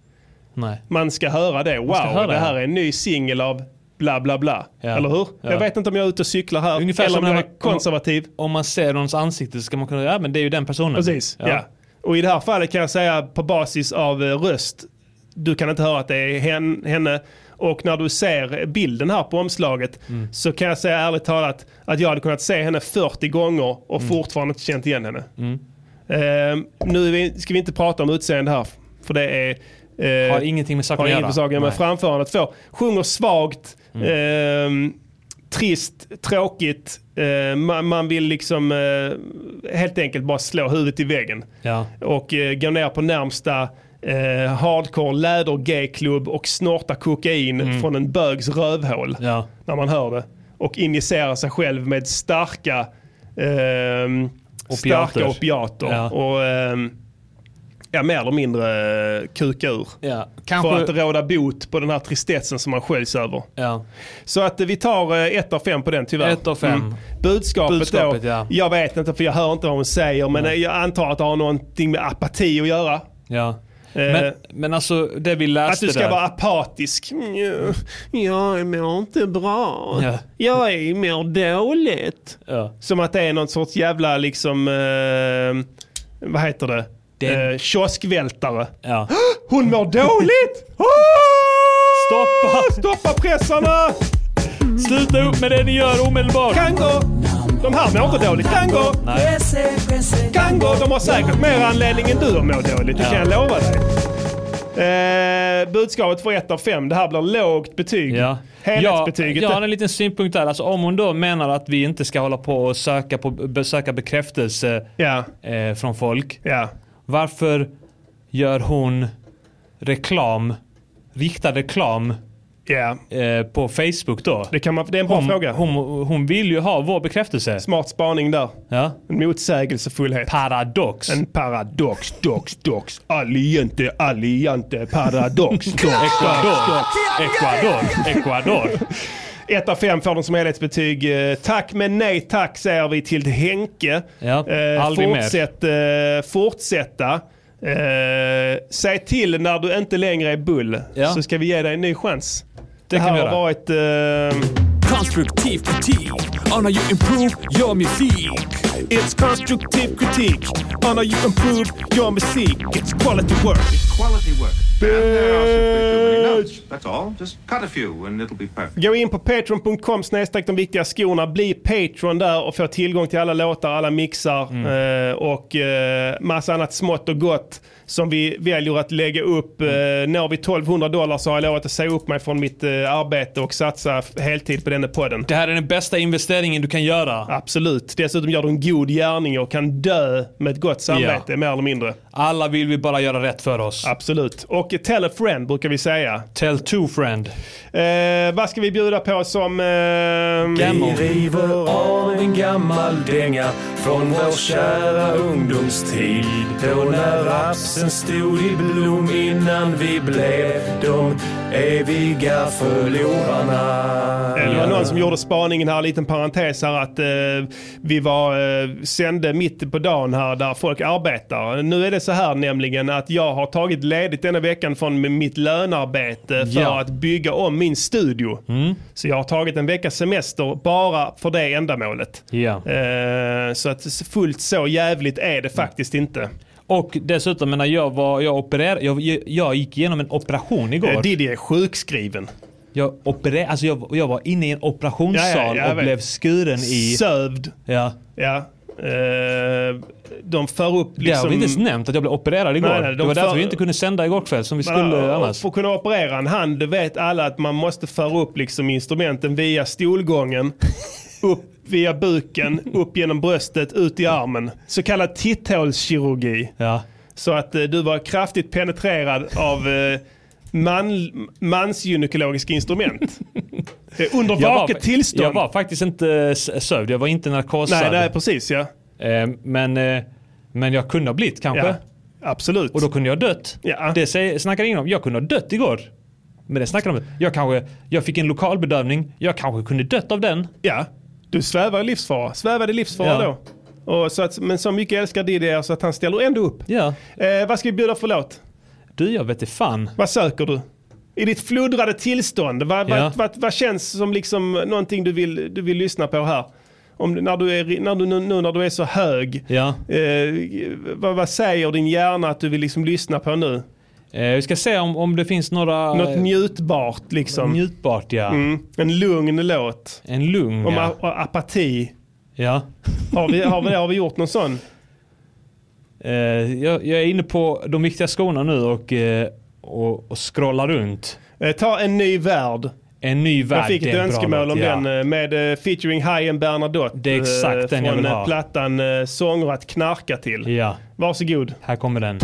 Speaker 6: Nej.
Speaker 7: Man ska höra det. Wow,
Speaker 6: ska höra
Speaker 7: det här
Speaker 6: det.
Speaker 7: är en ny singel av bla bla bla.
Speaker 6: Ja.
Speaker 7: Eller hur?
Speaker 6: Ja.
Speaker 7: Jag vet inte om jag är ute och cyklar här.
Speaker 6: Ungefär
Speaker 7: eller
Speaker 6: som
Speaker 7: om
Speaker 6: när
Speaker 7: jag
Speaker 6: man,
Speaker 7: är konservativ.
Speaker 6: Om, om man ser någons ansikte så ska man kunna, ja men det är ju den personen.
Speaker 7: Precis, ja. Och i det här fallet kan jag säga på basis av eh, röst, du kan inte höra att det är hen, henne. Och när du ser bilden här på omslaget
Speaker 6: Mm.
Speaker 7: så kan jag säga ärligt talat att jag hade kunnat se henne 40 gånger och fortfarande inte känt igen henne.
Speaker 6: Mm.
Speaker 7: Eh, nu är vi, ska vi inte prata om utseende här, för det är... eh,
Speaker 6: Har ingenting med saken
Speaker 7: har
Speaker 6: att
Speaker 7: inget
Speaker 6: göra.
Speaker 7: med saken, men
Speaker 6: Nej.
Speaker 7: framförandet får. Sjunger svagt,
Speaker 6: Mm.
Speaker 7: ehm, trist, tråkigt. Eh, man, man vill liksom eh, helt enkelt bara slå huvudet i väggen.
Speaker 6: Ja.
Speaker 7: Och eh, gå ner på närmsta eh, hardcore läder gayklubb och snorta kokain
Speaker 6: Mm.
Speaker 7: från en bögs rövhål. När man hör det. Och injicera sig själv med starka ehm, Starka opiater.
Speaker 6: Ja.
Speaker 7: Och, ehm, ja, mer eller mindre eh, kuka ur.
Speaker 6: Ja.
Speaker 7: För att
Speaker 6: Kanske,
Speaker 7: råda bot på den här tristessen som man sköljs över.
Speaker 6: ja.
Speaker 7: Så att eh, vi tar eh, ett av fem på den tyvärr. Mm.
Speaker 6: Ett av fem.
Speaker 7: Budskapet,
Speaker 6: Budskapet,
Speaker 7: då,
Speaker 6: ja.
Speaker 7: jag vet inte för jag hör inte vad hon säger men eh, jag antar att det har någonting med apati att göra.
Speaker 6: ja.
Speaker 7: Eh,
Speaker 6: Men, men alltså det vi
Speaker 7: Att
Speaker 6: läste
Speaker 7: du ska
Speaker 6: där.
Speaker 7: vara apatisk. Mm, ja. Jag mår inte bra.
Speaker 6: Ja.
Speaker 7: Jag är- mår dåligt.
Speaker 6: Ja.
Speaker 7: Som att det är någon sorts jävla liksom, eh, vad heter det?
Speaker 6: Det-
Speaker 7: Eh, kioskvältare.
Speaker 6: Ja.
Speaker 7: Hon mår dåligt! Ah!
Speaker 6: Stoppa!
Speaker 7: Stoppa pressarna!
Speaker 6: Sluta upp med det ni gör omedelbart!
Speaker 7: Kango! De här mår inte dåligt. Kango!
Speaker 6: Nej.
Speaker 7: Kango, de har säkert mer anledning än du att må dåligt. Det kan
Speaker 6: Ja.
Speaker 7: jag lova dig. Eh, budskapet för 1 av 5. Det här blir lågt betyg.
Speaker 6: Ja.
Speaker 7: Helhetsbetyget.
Speaker 6: Jag, jag har en liten synpunkt där. Alltså, om hon då menar att vi inte ska hålla på och söka, på, be- söka bekräftelse eh, från folk. Varför gör hon reklam, riktad reklam eh, på Facebook då?
Speaker 7: Det, kan man, det är en bra
Speaker 6: hon,
Speaker 7: fråga.
Speaker 6: Hon, hon vill ju ha vår bekräftelse.
Speaker 7: Smart spaning där.
Speaker 6: Ja.
Speaker 7: En motsägelsefullhet.
Speaker 6: Paradox.
Speaker 7: En paradox, dox, dox. Alliante, alliante, paradox, dox,
Speaker 6: Ecuador,
Speaker 7: dox, dox.
Speaker 6: Ecuador, Ecuador.
Speaker 7: Ett av fem får de som helhetsbetyg. Eh, Tack men nej tack säger vi till Henke.
Speaker 6: Ja, aldrig mer.
Speaker 7: fortsätt, eh, fortsätta. Eh, säg till när du inte längre är bull.
Speaker 6: Ja.
Speaker 7: Så ska vi ge dig en ny chans. Det,
Speaker 6: kan
Speaker 7: här
Speaker 6: vi
Speaker 7: har
Speaker 6: göra.
Speaker 7: varit... Eh,
Speaker 20: Konstruktiv kritik. Och när you improve your musik.
Speaker 19: It's constructive critique on how you improve your music. It's quality work.
Speaker 20: Quality work. Bitch! That's all. Just cut a few and it'll be perfect.
Speaker 7: Gå in på patreon.com snedstreck de viktiga skorna. Bli Patreon där och få tillgång till alla låtar, alla mixar eh, och eh, massa annat smått och gott som vi väljer att lägga upp. Eh, Når vi 1200 dollar så har jag lovat att säga upp mig från mitt eh, arbete och satsa f- heltid på denna podden.
Speaker 6: Det här är den bästa investeringen du kan göra.
Speaker 7: Absolut. Dessutom gör du en god gärning och kan dö med ett gott samvete, mer eller mindre.
Speaker 6: Alla vill vi bara göra rätt för oss.
Speaker 7: Absolut. Och tell a friend brukar vi säga.
Speaker 6: Tell to friend.
Speaker 7: Eh, vad ska vi bjuda på som... Eh,
Speaker 21: Vi river av en gammal dänga från vår kära ungdomstid. Då när rapsen stod i blom innan vi blev de eviga förlorarna.
Speaker 7: Eh, Det var någon som gjorde spaningen här, en liten parentes här att eh, vi var, eh, sände mitt på dagen här där folk arbetar. Nu är det så här nämligen att jag har tagit ledigt denna veckan från mitt lönarbete för
Speaker 6: Ja. Mm.
Speaker 7: att bygga om min studio. Så jag har tagit en veckas semester bara för det ändamålet.
Speaker 6: Ja.
Speaker 7: Eh, så att fullt så jävligt är det faktiskt inte.
Speaker 6: Mm. Och dessutom, när jag, var, jag, opererade, jag, jag gick igenom en operation
Speaker 7: Eh,
Speaker 6: igår.
Speaker 7: Diddy är sjukskriven.
Speaker 6: Jag, opererade, alltså jag, jag var inne i en operationssal
Speaker 7: Ja, ja, jag
Speaker 6: och
Speaker 7: vet.
Speaker 6: blev skuren i...
Speaker 7: Sövd.
Speaker 6: Ja.
Speaker 7: Ja. Eh, de för upp
Speaker 6: Det har
Speaker 7: liksom...
Speaker 6: vi inte ens nämnt att jag blev opererad igår.
Speaker 7: Nej, nej, de
Speaker 6: det var därför
Speaker 7: för-
Speaker 6: vi inte kunde sända igår kväll som vi
Speaker 7: Man-
Speaker 6: skulle
Speaker 7: och- och
Speaker 6: annars.
Speaker 7: För att kunna operera en hand, det vet alla att man måste föra upp liksom instrumenten via stolgången, upp via buken, upp genom bröstet, ut i armen. Så kallad titthålskirurgi. Så att eh, du var kraftigt penetrerad av eh, man, mansgynekologiska instrument. Eh, Under
Speaker 6: Jag var-
Speaker 7: vaket tillstånd.
Speaker 6: Jag var faktiskt inte eh, s- sövd, jag var inte narkosad.
Speaker 7: Nej, nej, precis ja.
Speaker 6: Men, eh, men jag kunde ha blivit kanske.
Speaker 7: Ja, absolut.
Speaker 6: Och då kunde jag ha dött. Det säger, snackar ingen om. Jag kunde ha dött igår. Men det snackar de om. Jag, kanske, jag fick en lokalbedövning, jag kanske kunde dött av den.
Speaker 7: Ja, du svävar i livsfara. Svävade i livsfara
Speaker 6: Ja.
Speaker 7: då. Och så att, men så mycket älskar Diddy er så att han ställer ändå upp.
Speaker 6: Ja.
Speaker 7: Eh, vad ska vi bjuda för låt?
Speaker 6: Du, jag vet inte fan.
Speaker 7: Vad söker du? I ditt fluddrade tillstånd, vad,
Speaker 6: Ja.
Speaker 7: vad, vad, vad känns som liksom någonting du vill, du vill lyssna på här? Om, du- när du är, när du, nu, nu när du är så hög,
Speaker 6: Ja.
Speaker 7: eh, vad, vad säger din hjärna att du vill liksom lyssna på nu?
Speaker 6: Eh, vi ska se om, om det finns några...
Speaker 7: Något njutbart liksom.
Speaker 6: Njutbart ja.
Speaker 7: Mm. En lugn låt.
Speaker 6: En lugn
Speaker 7: Om
Speaker 6: ja.
Speaker 7: a- och apati.
Speaker 6: ja.
Speaker 7: Har vi, har, vi, har vi gjort någon sån?
Speaker 6: Eh, jag, jag är inne på de viktiga skorna nu och, eh, och, och scrollar runt.
Speaker 7: Eh, Ta en ny värld.
Speaker 6: En ny värld.
Speaker 7: Jag fick
Speaker 6: det
Speaker 7: ett
Speaker 6: är en bra
Speaker 7: önskemål
Speaker 6: låt,
Speaker 7: om
Speaker 6: ja.
Speaker 7: den eh, med eh, featuring Hajen Bernadotte.
Speaker 6: Det är exakt
Speaker 7: eh,
Speaker 6: den jag
Speaker 7: Från
Speaker 6: vill
Speaker 7: eh,
Speaker 6: ha.
Speaker 7: plattan eh, Sånger att knarka till.
Speaker 6: Ja.
Speaker 7: Varsågod.
Speaker 6: Här kommer den.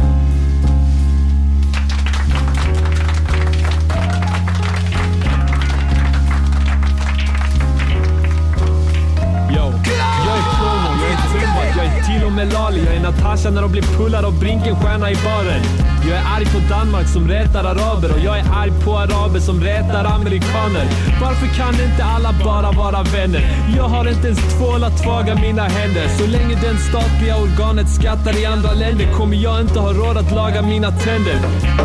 Speaker 13: Yo, jag är promo, jag är Tupac, jag är till och med Lali. Jag är Natasha när de blir pullade av Brinkenstierna i baren. Jag är arg på Danmark som rätar araber och jag är arg på araber som rätar amerikaner. Varför kan inte alla bara vara vänner? Jag har inte ens tvål att tvaga mina händer. Så länge den statliga organet skattar i andra länder kommer jag inte ha råd att laga mina tänder.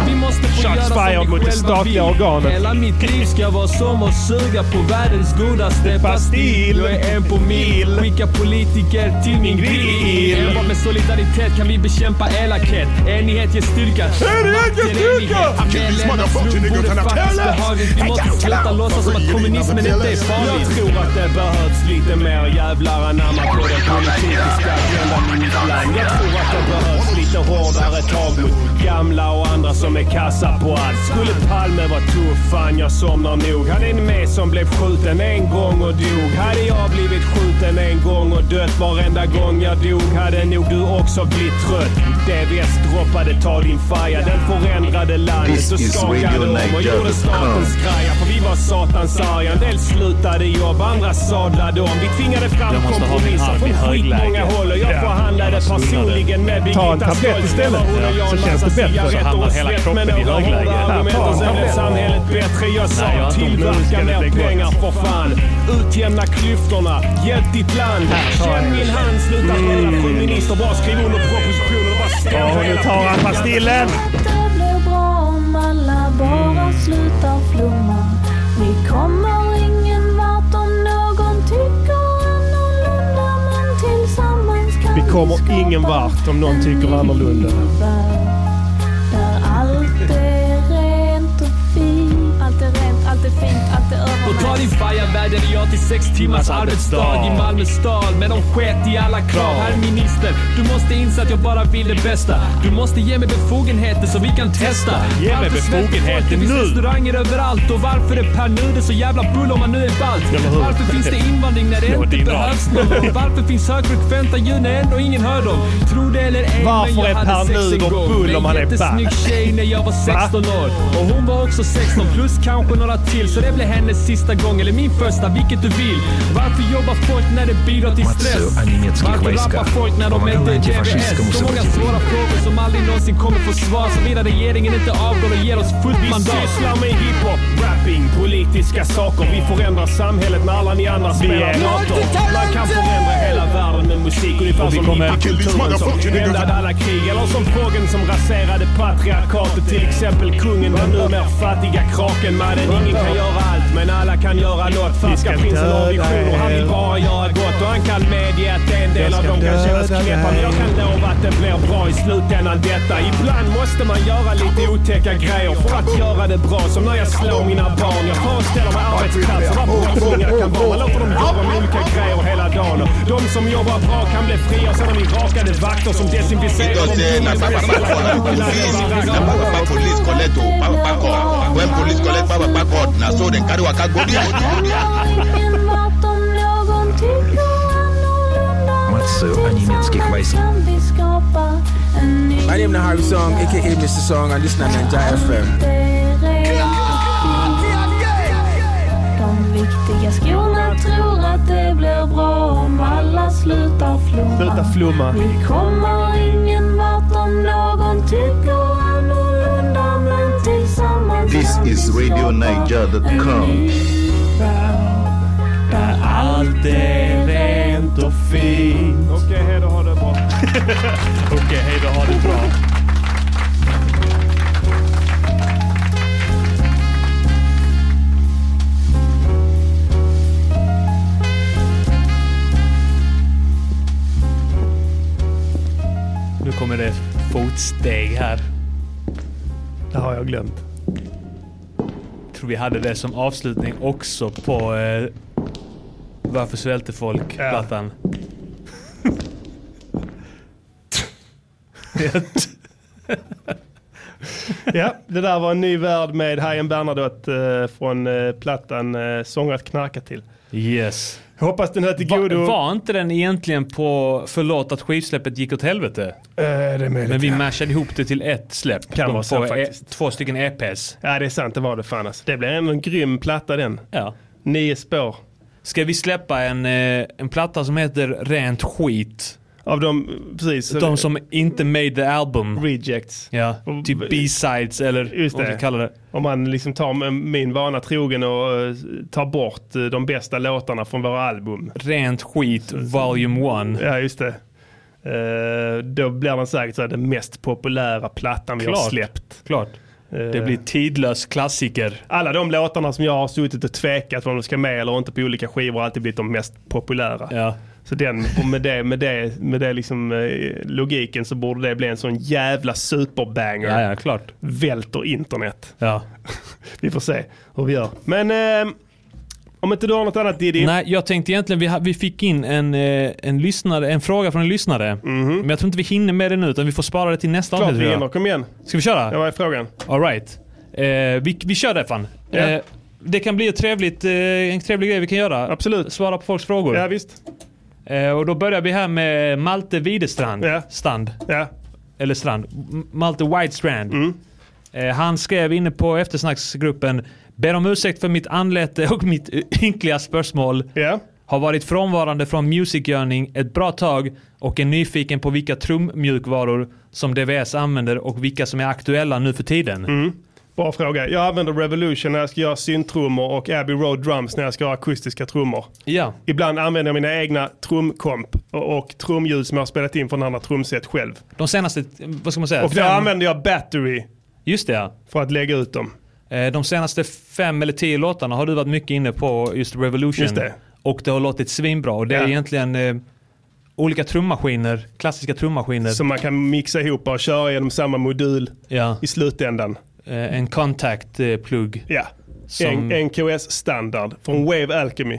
Speaker 13: Vi måste få
Speaker 7: Shots
Speaker 13: göra som vi
Speaker 7: fired mot det
Speaker 13: själva
Speaker 7: statliga
Speaker 13: vill.
Speaker 7: organet.
Speaker 13: Hela mitt liv ska vara som att suga på världens godaste pastill. Jag är en på mil. Skicka politiker till min grill. Enbart med solidaritet kan vi bekämpa elakhet. Enighet ger styrka.
Speaker 17: Enighet ger styrka! Kill these motherfucking niggas and I tell us.
Speaker 13: Vi måste sluta låtsas som att kommunismen inte är farlig.
Speaker 17: Jag
Speaker 13: tror att det behövs lite mer jävlar anamma på den politiska agendan i mitt land. Jag tror att det behövs lite hårdare tag mot gamla och andra som är kassa på allt. Skulle Palme vara tuff, fan jag somnar nog. Han är med som blev skjuten en gång och dog. Hade jag blivit skjuten en gång och dött varenda gång jag dog hade nog du också blivit trött. DVS droppade Ta din faja, den förändrade landet.
Speaker 9: This
Speaker 13: Så
Speaker 9: is
Speaker 13: skakade
Speaker 9: Radio
Speaker 13: om och gjorde staten
Speaker 9: Niger.com.
Speaker 13: skraja. För vi var satans arg. En del slutade jobb, andra sadlade om. Vi tvingade fram
Speaker 6: Jag måste ha min
Speaker 13: kompromisser
Speaker 6: arm i
Speaker 13: från
Speaker 6: högläge.
Speaker 13: skitmånga håll. Och jag
Speaker 6: Ja.
Speaker 13: förhandlade
Speaker 6: Jag skulle
Speaker 13: personligen med
Speaker 7: Ta en
Speaker 13: Birgitta
Speaker 7: tablett
Speaker 13: Skål.
Speaker 7: istället.
Speaker 13: Det var hon och
Speaker 7: Ja,
Speaker 13: jag,
Speaker 7: så
Speaker 13: en
Speaker 7: känns
Speaker 13: massa
Speaker 7: det bättre. Så
Speaker 13: cigaretter
Speaker 7: hamnar
Speaker 13: och
Speaker 7: hela
Speaker 13: svett,
Speaker 7: kroppen
Speaker 13: men
Speaker 7: i
Speaker 13: över
Speaker 7: högläge.
Speaker 13: hårda
Speaker 7: Ja,
Speaker 13: argument
Speaker 7: ta en
Speaker 13: och sen blev
Speaker 7: tablett.
Speaker 13: samhället bättre. Jag sa
Speaker 7: Nej, jag har inte blodskalle,
Speaker 13: tillverka
Speaker 7: det är
Speaker 13: mer
Speaker 7: gott."
Speaker 13: pengar för fan. Utjämna klyftorna. Hjälp ditt land. Känn min hand. Sluta skälla kommunister. Bara skriv under propositionen och bara stäm
Speaker 7: Och nu tar han pastillen.
Speaker 22: Det blir bra om alla bara slutar flumma. Ni kommer ingen vart om någon tycker annorlunda men tillsammans
Speaker 7: kommer ingen vart om någon tycker annorlunda.
Speaker 22: Där allt är rent och fint. Allt är rent, allt är fint, allt är över
Speaker 15: Och ta din fajaväder i 86 timmars arbetsdag i Malmö stad. Men de sket i alla krav. Herr minister, du måste inse att jag bara vill det bästa. Du måste ge mig befogenheter så vi kan testa.
Speaker 6: Ge mig
Speaker 15: Varför svälter
Speaker 6: befogenheter
Speaker 15: folk? Det finns
Speaker 6: nu.
Speaker 15: restauranger överallt. Och varför är Pär Nuder så jävla bull om han nu är balt?
Speaker 6: Eller hur?
Speaker 15: Varför finns det invandring när det
Speaker 6: Ja,
Speaker 15: inte
Speaker 6: din
Speaker 15: behövs
Speaker 6: rad.
Speaker 15: någon? Och Varför finns högfrekventa ljud när ändå ingen hör dem? Tro det eller ej,
Speaker 7: Varför
Speaker 15: men
Speaker 7: är
Speaker 15: jag
Speaker 7: Pär
Speaker 15: hade sex en
Speaker 7: Nuder
Speaker 15: gång.
Speaker 7: bull
Speaker 15: Med
Speaker 7: om han är
Speaker 15: en
Speaker 7: balt?
Speaker 15: jättesnygg tjej när jag var 16 år. Och hon var också 16 plus kanske några till. Så det blev hennes sista gång, eller min första, vilket du vill. Varför jobbar folk när det bidrar till stress?
Speaker 23: Массу немецких
Speaker 15: Varför
Speaker 23: войска
Speaker 15: rappar folk när de
Speaker 23: помогала
Speaker 15: inte är
Speaker 23: антифашистскому
Speaker 15: DVS? Så många
Speaker 23: сопротивлению.
Speaker 15: svåra frågor som aldrig någonsin kommer få svar. Såvida regeringen inte avgår och ger oss fullt
Speaker 13: Vi
Speaker 15: mandat.
Speaker 13: sysslar med hiphop, rapping, politiska saker. Vi förändrar samhället när alla ni andra spelar
Speaker 17: är
Speaker 13: gator.
Speaker 17: multitalented!
Speaker 13: Man kan förändra hela världen med musik. Ungefär
Speaker 17: Och vi
Speaker 13: som
Speaker 17: kommer-
Speaker 13: hiphopkulturen som räddade alla krig. Eller som frågan som raserade patriarkatet. Till exempel kungen var numera fattiga kraken. Mannen, ingen kan göra allt, men alla kan göra något. Färska prinsen har visioner. Han vill bara göra gott. Och han kan medge att en del av dem kan kännas knäppa. Men jag kan lova att det blir bra i slutändan detta. Ibland måste man göra lite otäcka grejer för att göra det bra. Som när jag slår mina barn. Jag föreställer mig arbetsplatser där brottslingar kan vara. Man låter dem jobba med olika grejer hela dagen. Och De som jobbar bra kan bli fria. Sen har vi rakade vakter som desinficerar de dumma som är snälla.
Speaker 17: police collect o pa pa cord when police collect pa pa cord na so dem carry waka go there.
Speaker 22: Ingen vart om någon tycker annorlunda.
Speaker 23: Массу немецких войск
Speaker 22: Kan vi skapa en ny
Speaker 24: My name is Harry Song, aka Mr. Song, and this is Ninja FM.
Speaker 22: De viktiga skorna tror att det blir bra om alla slutar
Speaker 7: Sluta
Speaker 22: flumma.
Speaker 7: flumma.
Speaker 22: Vi kommer ingen vart om någon tycker annorlunda men tillsammans
Speaker 9: This
Speaker 22: kan vi
Speaker 9: is Radio
Speaker 22: skapa
Speaker 9: Niger.com.
Speaker 15: Där allt är rent och fint.
Speaker 13: Okej, hej då. Ha det bra.
Speaker 6: Okej, hej då. Ha det bra. Nu kommer det fotsteg här.
Speaker 7: Det har jag glömt.
Speaker 6: tror vi hade det som avslutning också på eh, Varför svälter folk? Plattan.
Speaker 7: Ja, det där var en ny värld med Hajen Bernadotte eh, från eh, plattan eh, Sånger att knarka till.
Speaker 6: Yes.
Speaker 7: Hoppas den här till
Speaker 6: Va,
Speaker 7: godo.
Speaker 6: var inte den egentligen på förlåt att skivsläppet gick åt helvete?
Speaker 7: Eh, det är möjligt.
Speaker 6: Men vi mashade ihop det till ett släpp.
Speaker 7: Kan
Speaker 6: De
Speaker 7: vara så
Speaker 6: två,
Speaker 7: faktiskt.
Speaker 6: två stycken E EPs.
Speaker 7: Ja, det är sant. Det var det fan alltså. Det blir ändå en grym platta den.
Speaker 6: Ja.
Speaker 7: Nio spår.
Speaker 6: Ska vi släppa en, eh, en platta som heter Rent Skit?
Speaker 7: Av de, precis.
Speaker 6: De som inte made the album.
Speaker 7: Rejects.
Speaker 6: Ja, typ B-sides eller
Speaker 7: Just
Speaker 6: vad
Speaker 7: det.
Speaker 6: vi kallar det.
Speaker 7: Om man liksom tar med min vana trogen och eh, tar bort eh, de bästa låtarna från våra album.
Speaker 6: Rent skit, volume 1.
Speaker 7: Ja, just det. Eh, då blir man säkert så här, den mest populära plattan vi har
Speaker 6: Klart.
Speaker 7: släppt.
Speaker 6: Klart. Det blir tidlös klassiker.
Speaker 7: Alla de låtarna som jag har suttit och tvekat om de ska med eller inte på olika skivor har alltid blivit de mest populära. Så den, och med det, med det, med det liksom, eh, logiken så borde det bli en sån jävla superbanger.
Speaker 6: Ja, ja, klart.
Speaker 7: Välter internet.
Speaker 6: Ja.
Speaker 7: vi får se hur vi gör. Men eh, om inte du har något annat Diddy?
Speaker 6: Nej, jag tänkte egentligen, vi, ha- vi fick in en, eh, en, lyssnare, en fråga från en lyssnare. Men jag tror inte vi hinner med det nu, utan vi får spara det till nästa
Speaker 7: Mhm. Klart
Speaker 6: avsnitt.
Speaker 7: vi
Speaker 6: tror jag.
Speaker 7: hinner, kom igen.
Speaker 6: Ska vi köra?
Speaker 7: Ja, vad är frågan?
Speaker 6: All right. Eh, vi, vi kör det fan.
Speaker 7: Ja.
Speaker 6: Eh, det kan bli ett trevligt, eh, en trevlig grej vi kan göra.
Speaker 7: Absolut.
Speaker 6: Svara på folks frågor.
Speaker 7: Ja, visst.
Speaker 6: Eh, och då börjar vi här med Malte Widerstrand. Strand. Eller Strand. M- Malte Widestrand.
Speaker 7: Mm.
Speaker 6: Eh, han skrev inne på eftersnacksgruppen Ber om ursäkt för mitt anlete och mitt ynkliga spörsmål. Har varit frånvarande från musicgörning ett bra tag och är nyfiken på vilka trummjukvaror som DVS använder och vilka som är aktuella nu för tiden.
Speaker 7: Mm. Bra fråga. Jag använder Revolution när jag ska göra syntrummor och Abbey Road Drums när jag ska göra akustiska trummor.
Speaker 6: Ja.
Speaker 7: Ibland använder jag mina egna trumkomp och, och trumljud som jag har spelat in från andra trumset själv.
Speaker 6: De senaste, vad ska man säga?
Speaker 7: Och då använder jag Battery.
Speaker 6: Just det ja. Eh,
Speaker 7: För att lägga ut dem.
Speaker 6: De senaste fem eller tio låtarna har du varit mycket inne på just Revolution.
Speaker 7: Just det.
Speaker 6: Och det har låtit svinbra. Och det är
Speaker 7: Ja.
Speaker 6: egentligen, eh, olika trummaskiner, klassiska trummaskiner.
Speaker 7: Som man kan mixa ihop och köra genom samma modul
Speaker 6: ja.
Speaker 7: i slutändan.
Speaker 6: Eh, en contact eh, plug.
Speaker 7: Ja,
Speaker 6: Som-
Speaker 7: N- NKS standard från Wave Alchemy.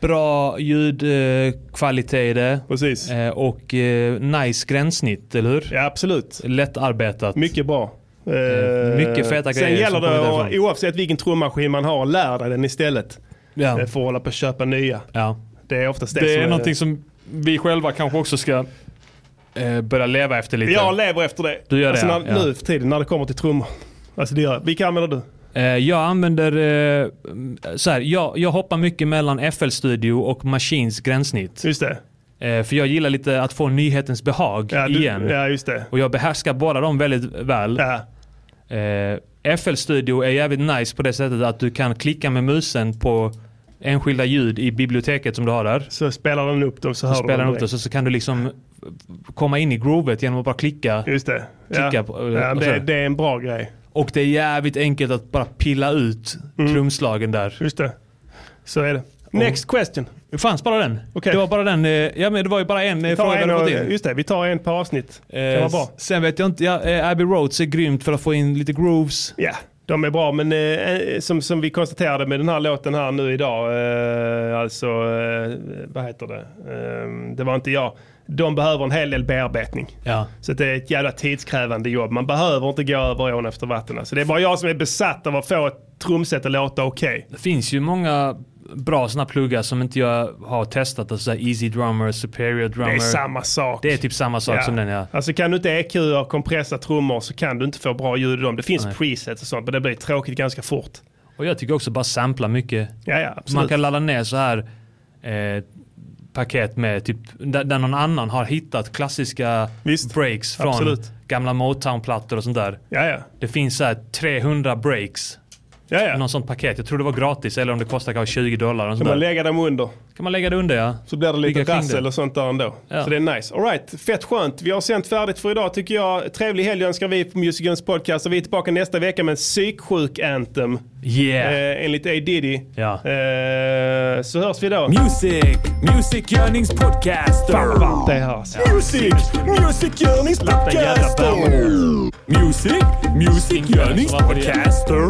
Speaker 6: Bra ljudkvalitet i det.
Speaker 7: Precis.
Speaker 6: Och eh, nice gränssnitt, eller hur?
Speaker 7: Ja, absolut.
Speaker 6: Lättarbetat.
Speaker 7: Mycket bra.
Speaker 6: Eh, mycket feta
Speaker 7: Mm. Sen
Speaker 6: grejer
Speaker 7: gäller
Speaker 6: som
Speaker 7: det,
Speaker 6: kommer
Speaker 7: att-
Speaker 6: därifrån.
Speaker 7: oavsett vilken trummaskin man har, lär dig den istället.
Speaker 6: Ja.
Speaker 7: Eh, För att hålla på att köpa nya.
Speaker 6: Ja.
Speaker 7: Det är oftast det,
Speaker 6: Det är någonting
Speaker 7: någonting
Speaker 6: som vi själva kanske också ska eh, börja leva efter lite.
Speaker 7: Jag lever efter det.
Speaker 6: Du gör
Speaker 7: alltså
Speaker 6: det,
Speaker 7: när,
Speaker 6: ja.
Speaker 7: Nu för tiden när det kommer till trummor. Alltså det gör jag. Vilka använder du?
Speaker 6: Eh, Jag använder, eh, så här, jag, jag hoppar mycket mellan FL Studio och Machines gränssnitt. Eh,
Speaker 7: Just det.
Speaker 6: För jag gillar lite att få nyhetens behag
Speaker 7: du-
Speaker 6: igen.
Speaker 7: ja, just det.
Speaker 6: Och jag behärskar båda dem väldigt väl. Eh, FL Studio är jävligt nice på det sättet att du kan klicka med musen på enskilda ljud i biblioteket som du har där.
Speaker 7: Så spelar den upp dem så
Speaker 6: Så
Speaker 7: hör du
Speaker 6: spelar
Speaker 7: dem
Speaker 6: den upp det
Speaker 7: direkt.
Speaker 6: så, så kan du liksom komma in i groovet genom att bara klicka.
Speaker 7: Just det.
Speaker 6: Klicka
Speaker 7: ja.
Speaker 6: på,
Speaker 7: ja,
Speaker 6: och
Speaker 7: det,
Speaker 6: så.
Speaker 7: det är en bra grej.
Speaker 6: Och det är jävligt enkelt att bara pilla ut
Speaker 7: Mm.
Speaker 6: trumslagen där.
Speaker 7: Just det. Så är det. Next question.
Speaker 6: Det fanns bara den. Det var bara den. eh, Ja, men det var ju bara en eh,
Speaker 7: Vi tar
Speaker 6: fråga
Speaker 7: en
Speaker 6: du
Speaker 7: och,
Speaker 6: fått in.
Speaker 7: just det, vi tar en per avsnitt.
Speaker 6: Eh,
Speaker 7: Det var bra.
Speaker 6: Sen vet jag inte. Ja, eh, Abbey Roads är grymt för att få in lite grooves.
Speaker 7: Ja, de är bra. Men eh, som, som vi konstaterade med den här låten här nu idag, eh, alltså, eh, vad heter det? Eh, det var inte jag. De behöver en hel del bearbetning.
Speaker 6: Ja.
Speaker 7: Så det är ett jävla tidskrävande jobb. Man behöver inte gå över ån efter vatten. Alltså, det är bara jag som är besatt av att få ett trumset att låta okej.
Speaker 6: Det finns ju många bra sådana pluggar som inte jag har testat. Alltså så här Easy Drummer, Superior Drummer.
Speaker 7: Det är samma sak.
Speaker 6: Det är typ samma sak
Speaker 7: Ja.
Speaker 6: som den ja.
Speaker 7: Alltså kan du inte EQ och kompressa trummor så kan du inte få bra ljud i dem. Det finns
Speaker 6: Nej.
Speaker 7: presets och sånt men det blir tråkigt ganska fort.
Speaker 6: Och jag tycker också bara sampla mycket.
Speaker 7: Ja, ja, absolut.
Speaker 6: Man kan ladda ner så här eh, paket med typ där, där någon annan har hittat klassiska breaks från
Speaker 7: Absolut.
Speaker 6: gamla Motown-plattor och sånt där.
Speaker 7: Ja, ja.
Speaker 6: Det finns så här 300 breaks.
Speaker 7: Ja, ja.
Speaker 6: Någon sånt paket. Jag tror det var gratis eller om det kostar kanske 20 dollar. Och sånt
Speaker 7: Kan man
Speaker 6: där.
Speaker 7: lägga dem under?
Speaker 6: Kan man lägga det under ja.
Speaker 7: Så blir det lite
Speaker 6: Ligga kring
Speaker 7: rassel
Speaker 6: det.
Speaker 7: och sånt där ändå.
Speaker 6: Ja.
Speaker 7: Så det är nice. All right, fett skönt. Vi har sänt färdigt för idag tycker jag. Trevlig helg önskar vi på Music Guns Podcast. Och vi är tillbaka nästa vecka med en psyksjuk anthem.
Speaker 6: Yeah.
Speaker 7: Eh, enligt A. Diddy.
Speaker 6: Ja.
Speaker 7: Eh, så hörs vi då.
Speaker 21: Music, Music Yearnings Podcaster.
Speaker 7: Det alltså. hörs.
Speaker 21: Music, Music Yearnings Podcaster. Music, Music Yearnings Podcaster.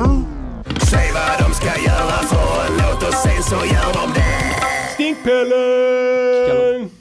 Speaker 21: Säg vad de ska göra för en låt och sen så gör de det.
Speaker 7: Stinkpellen!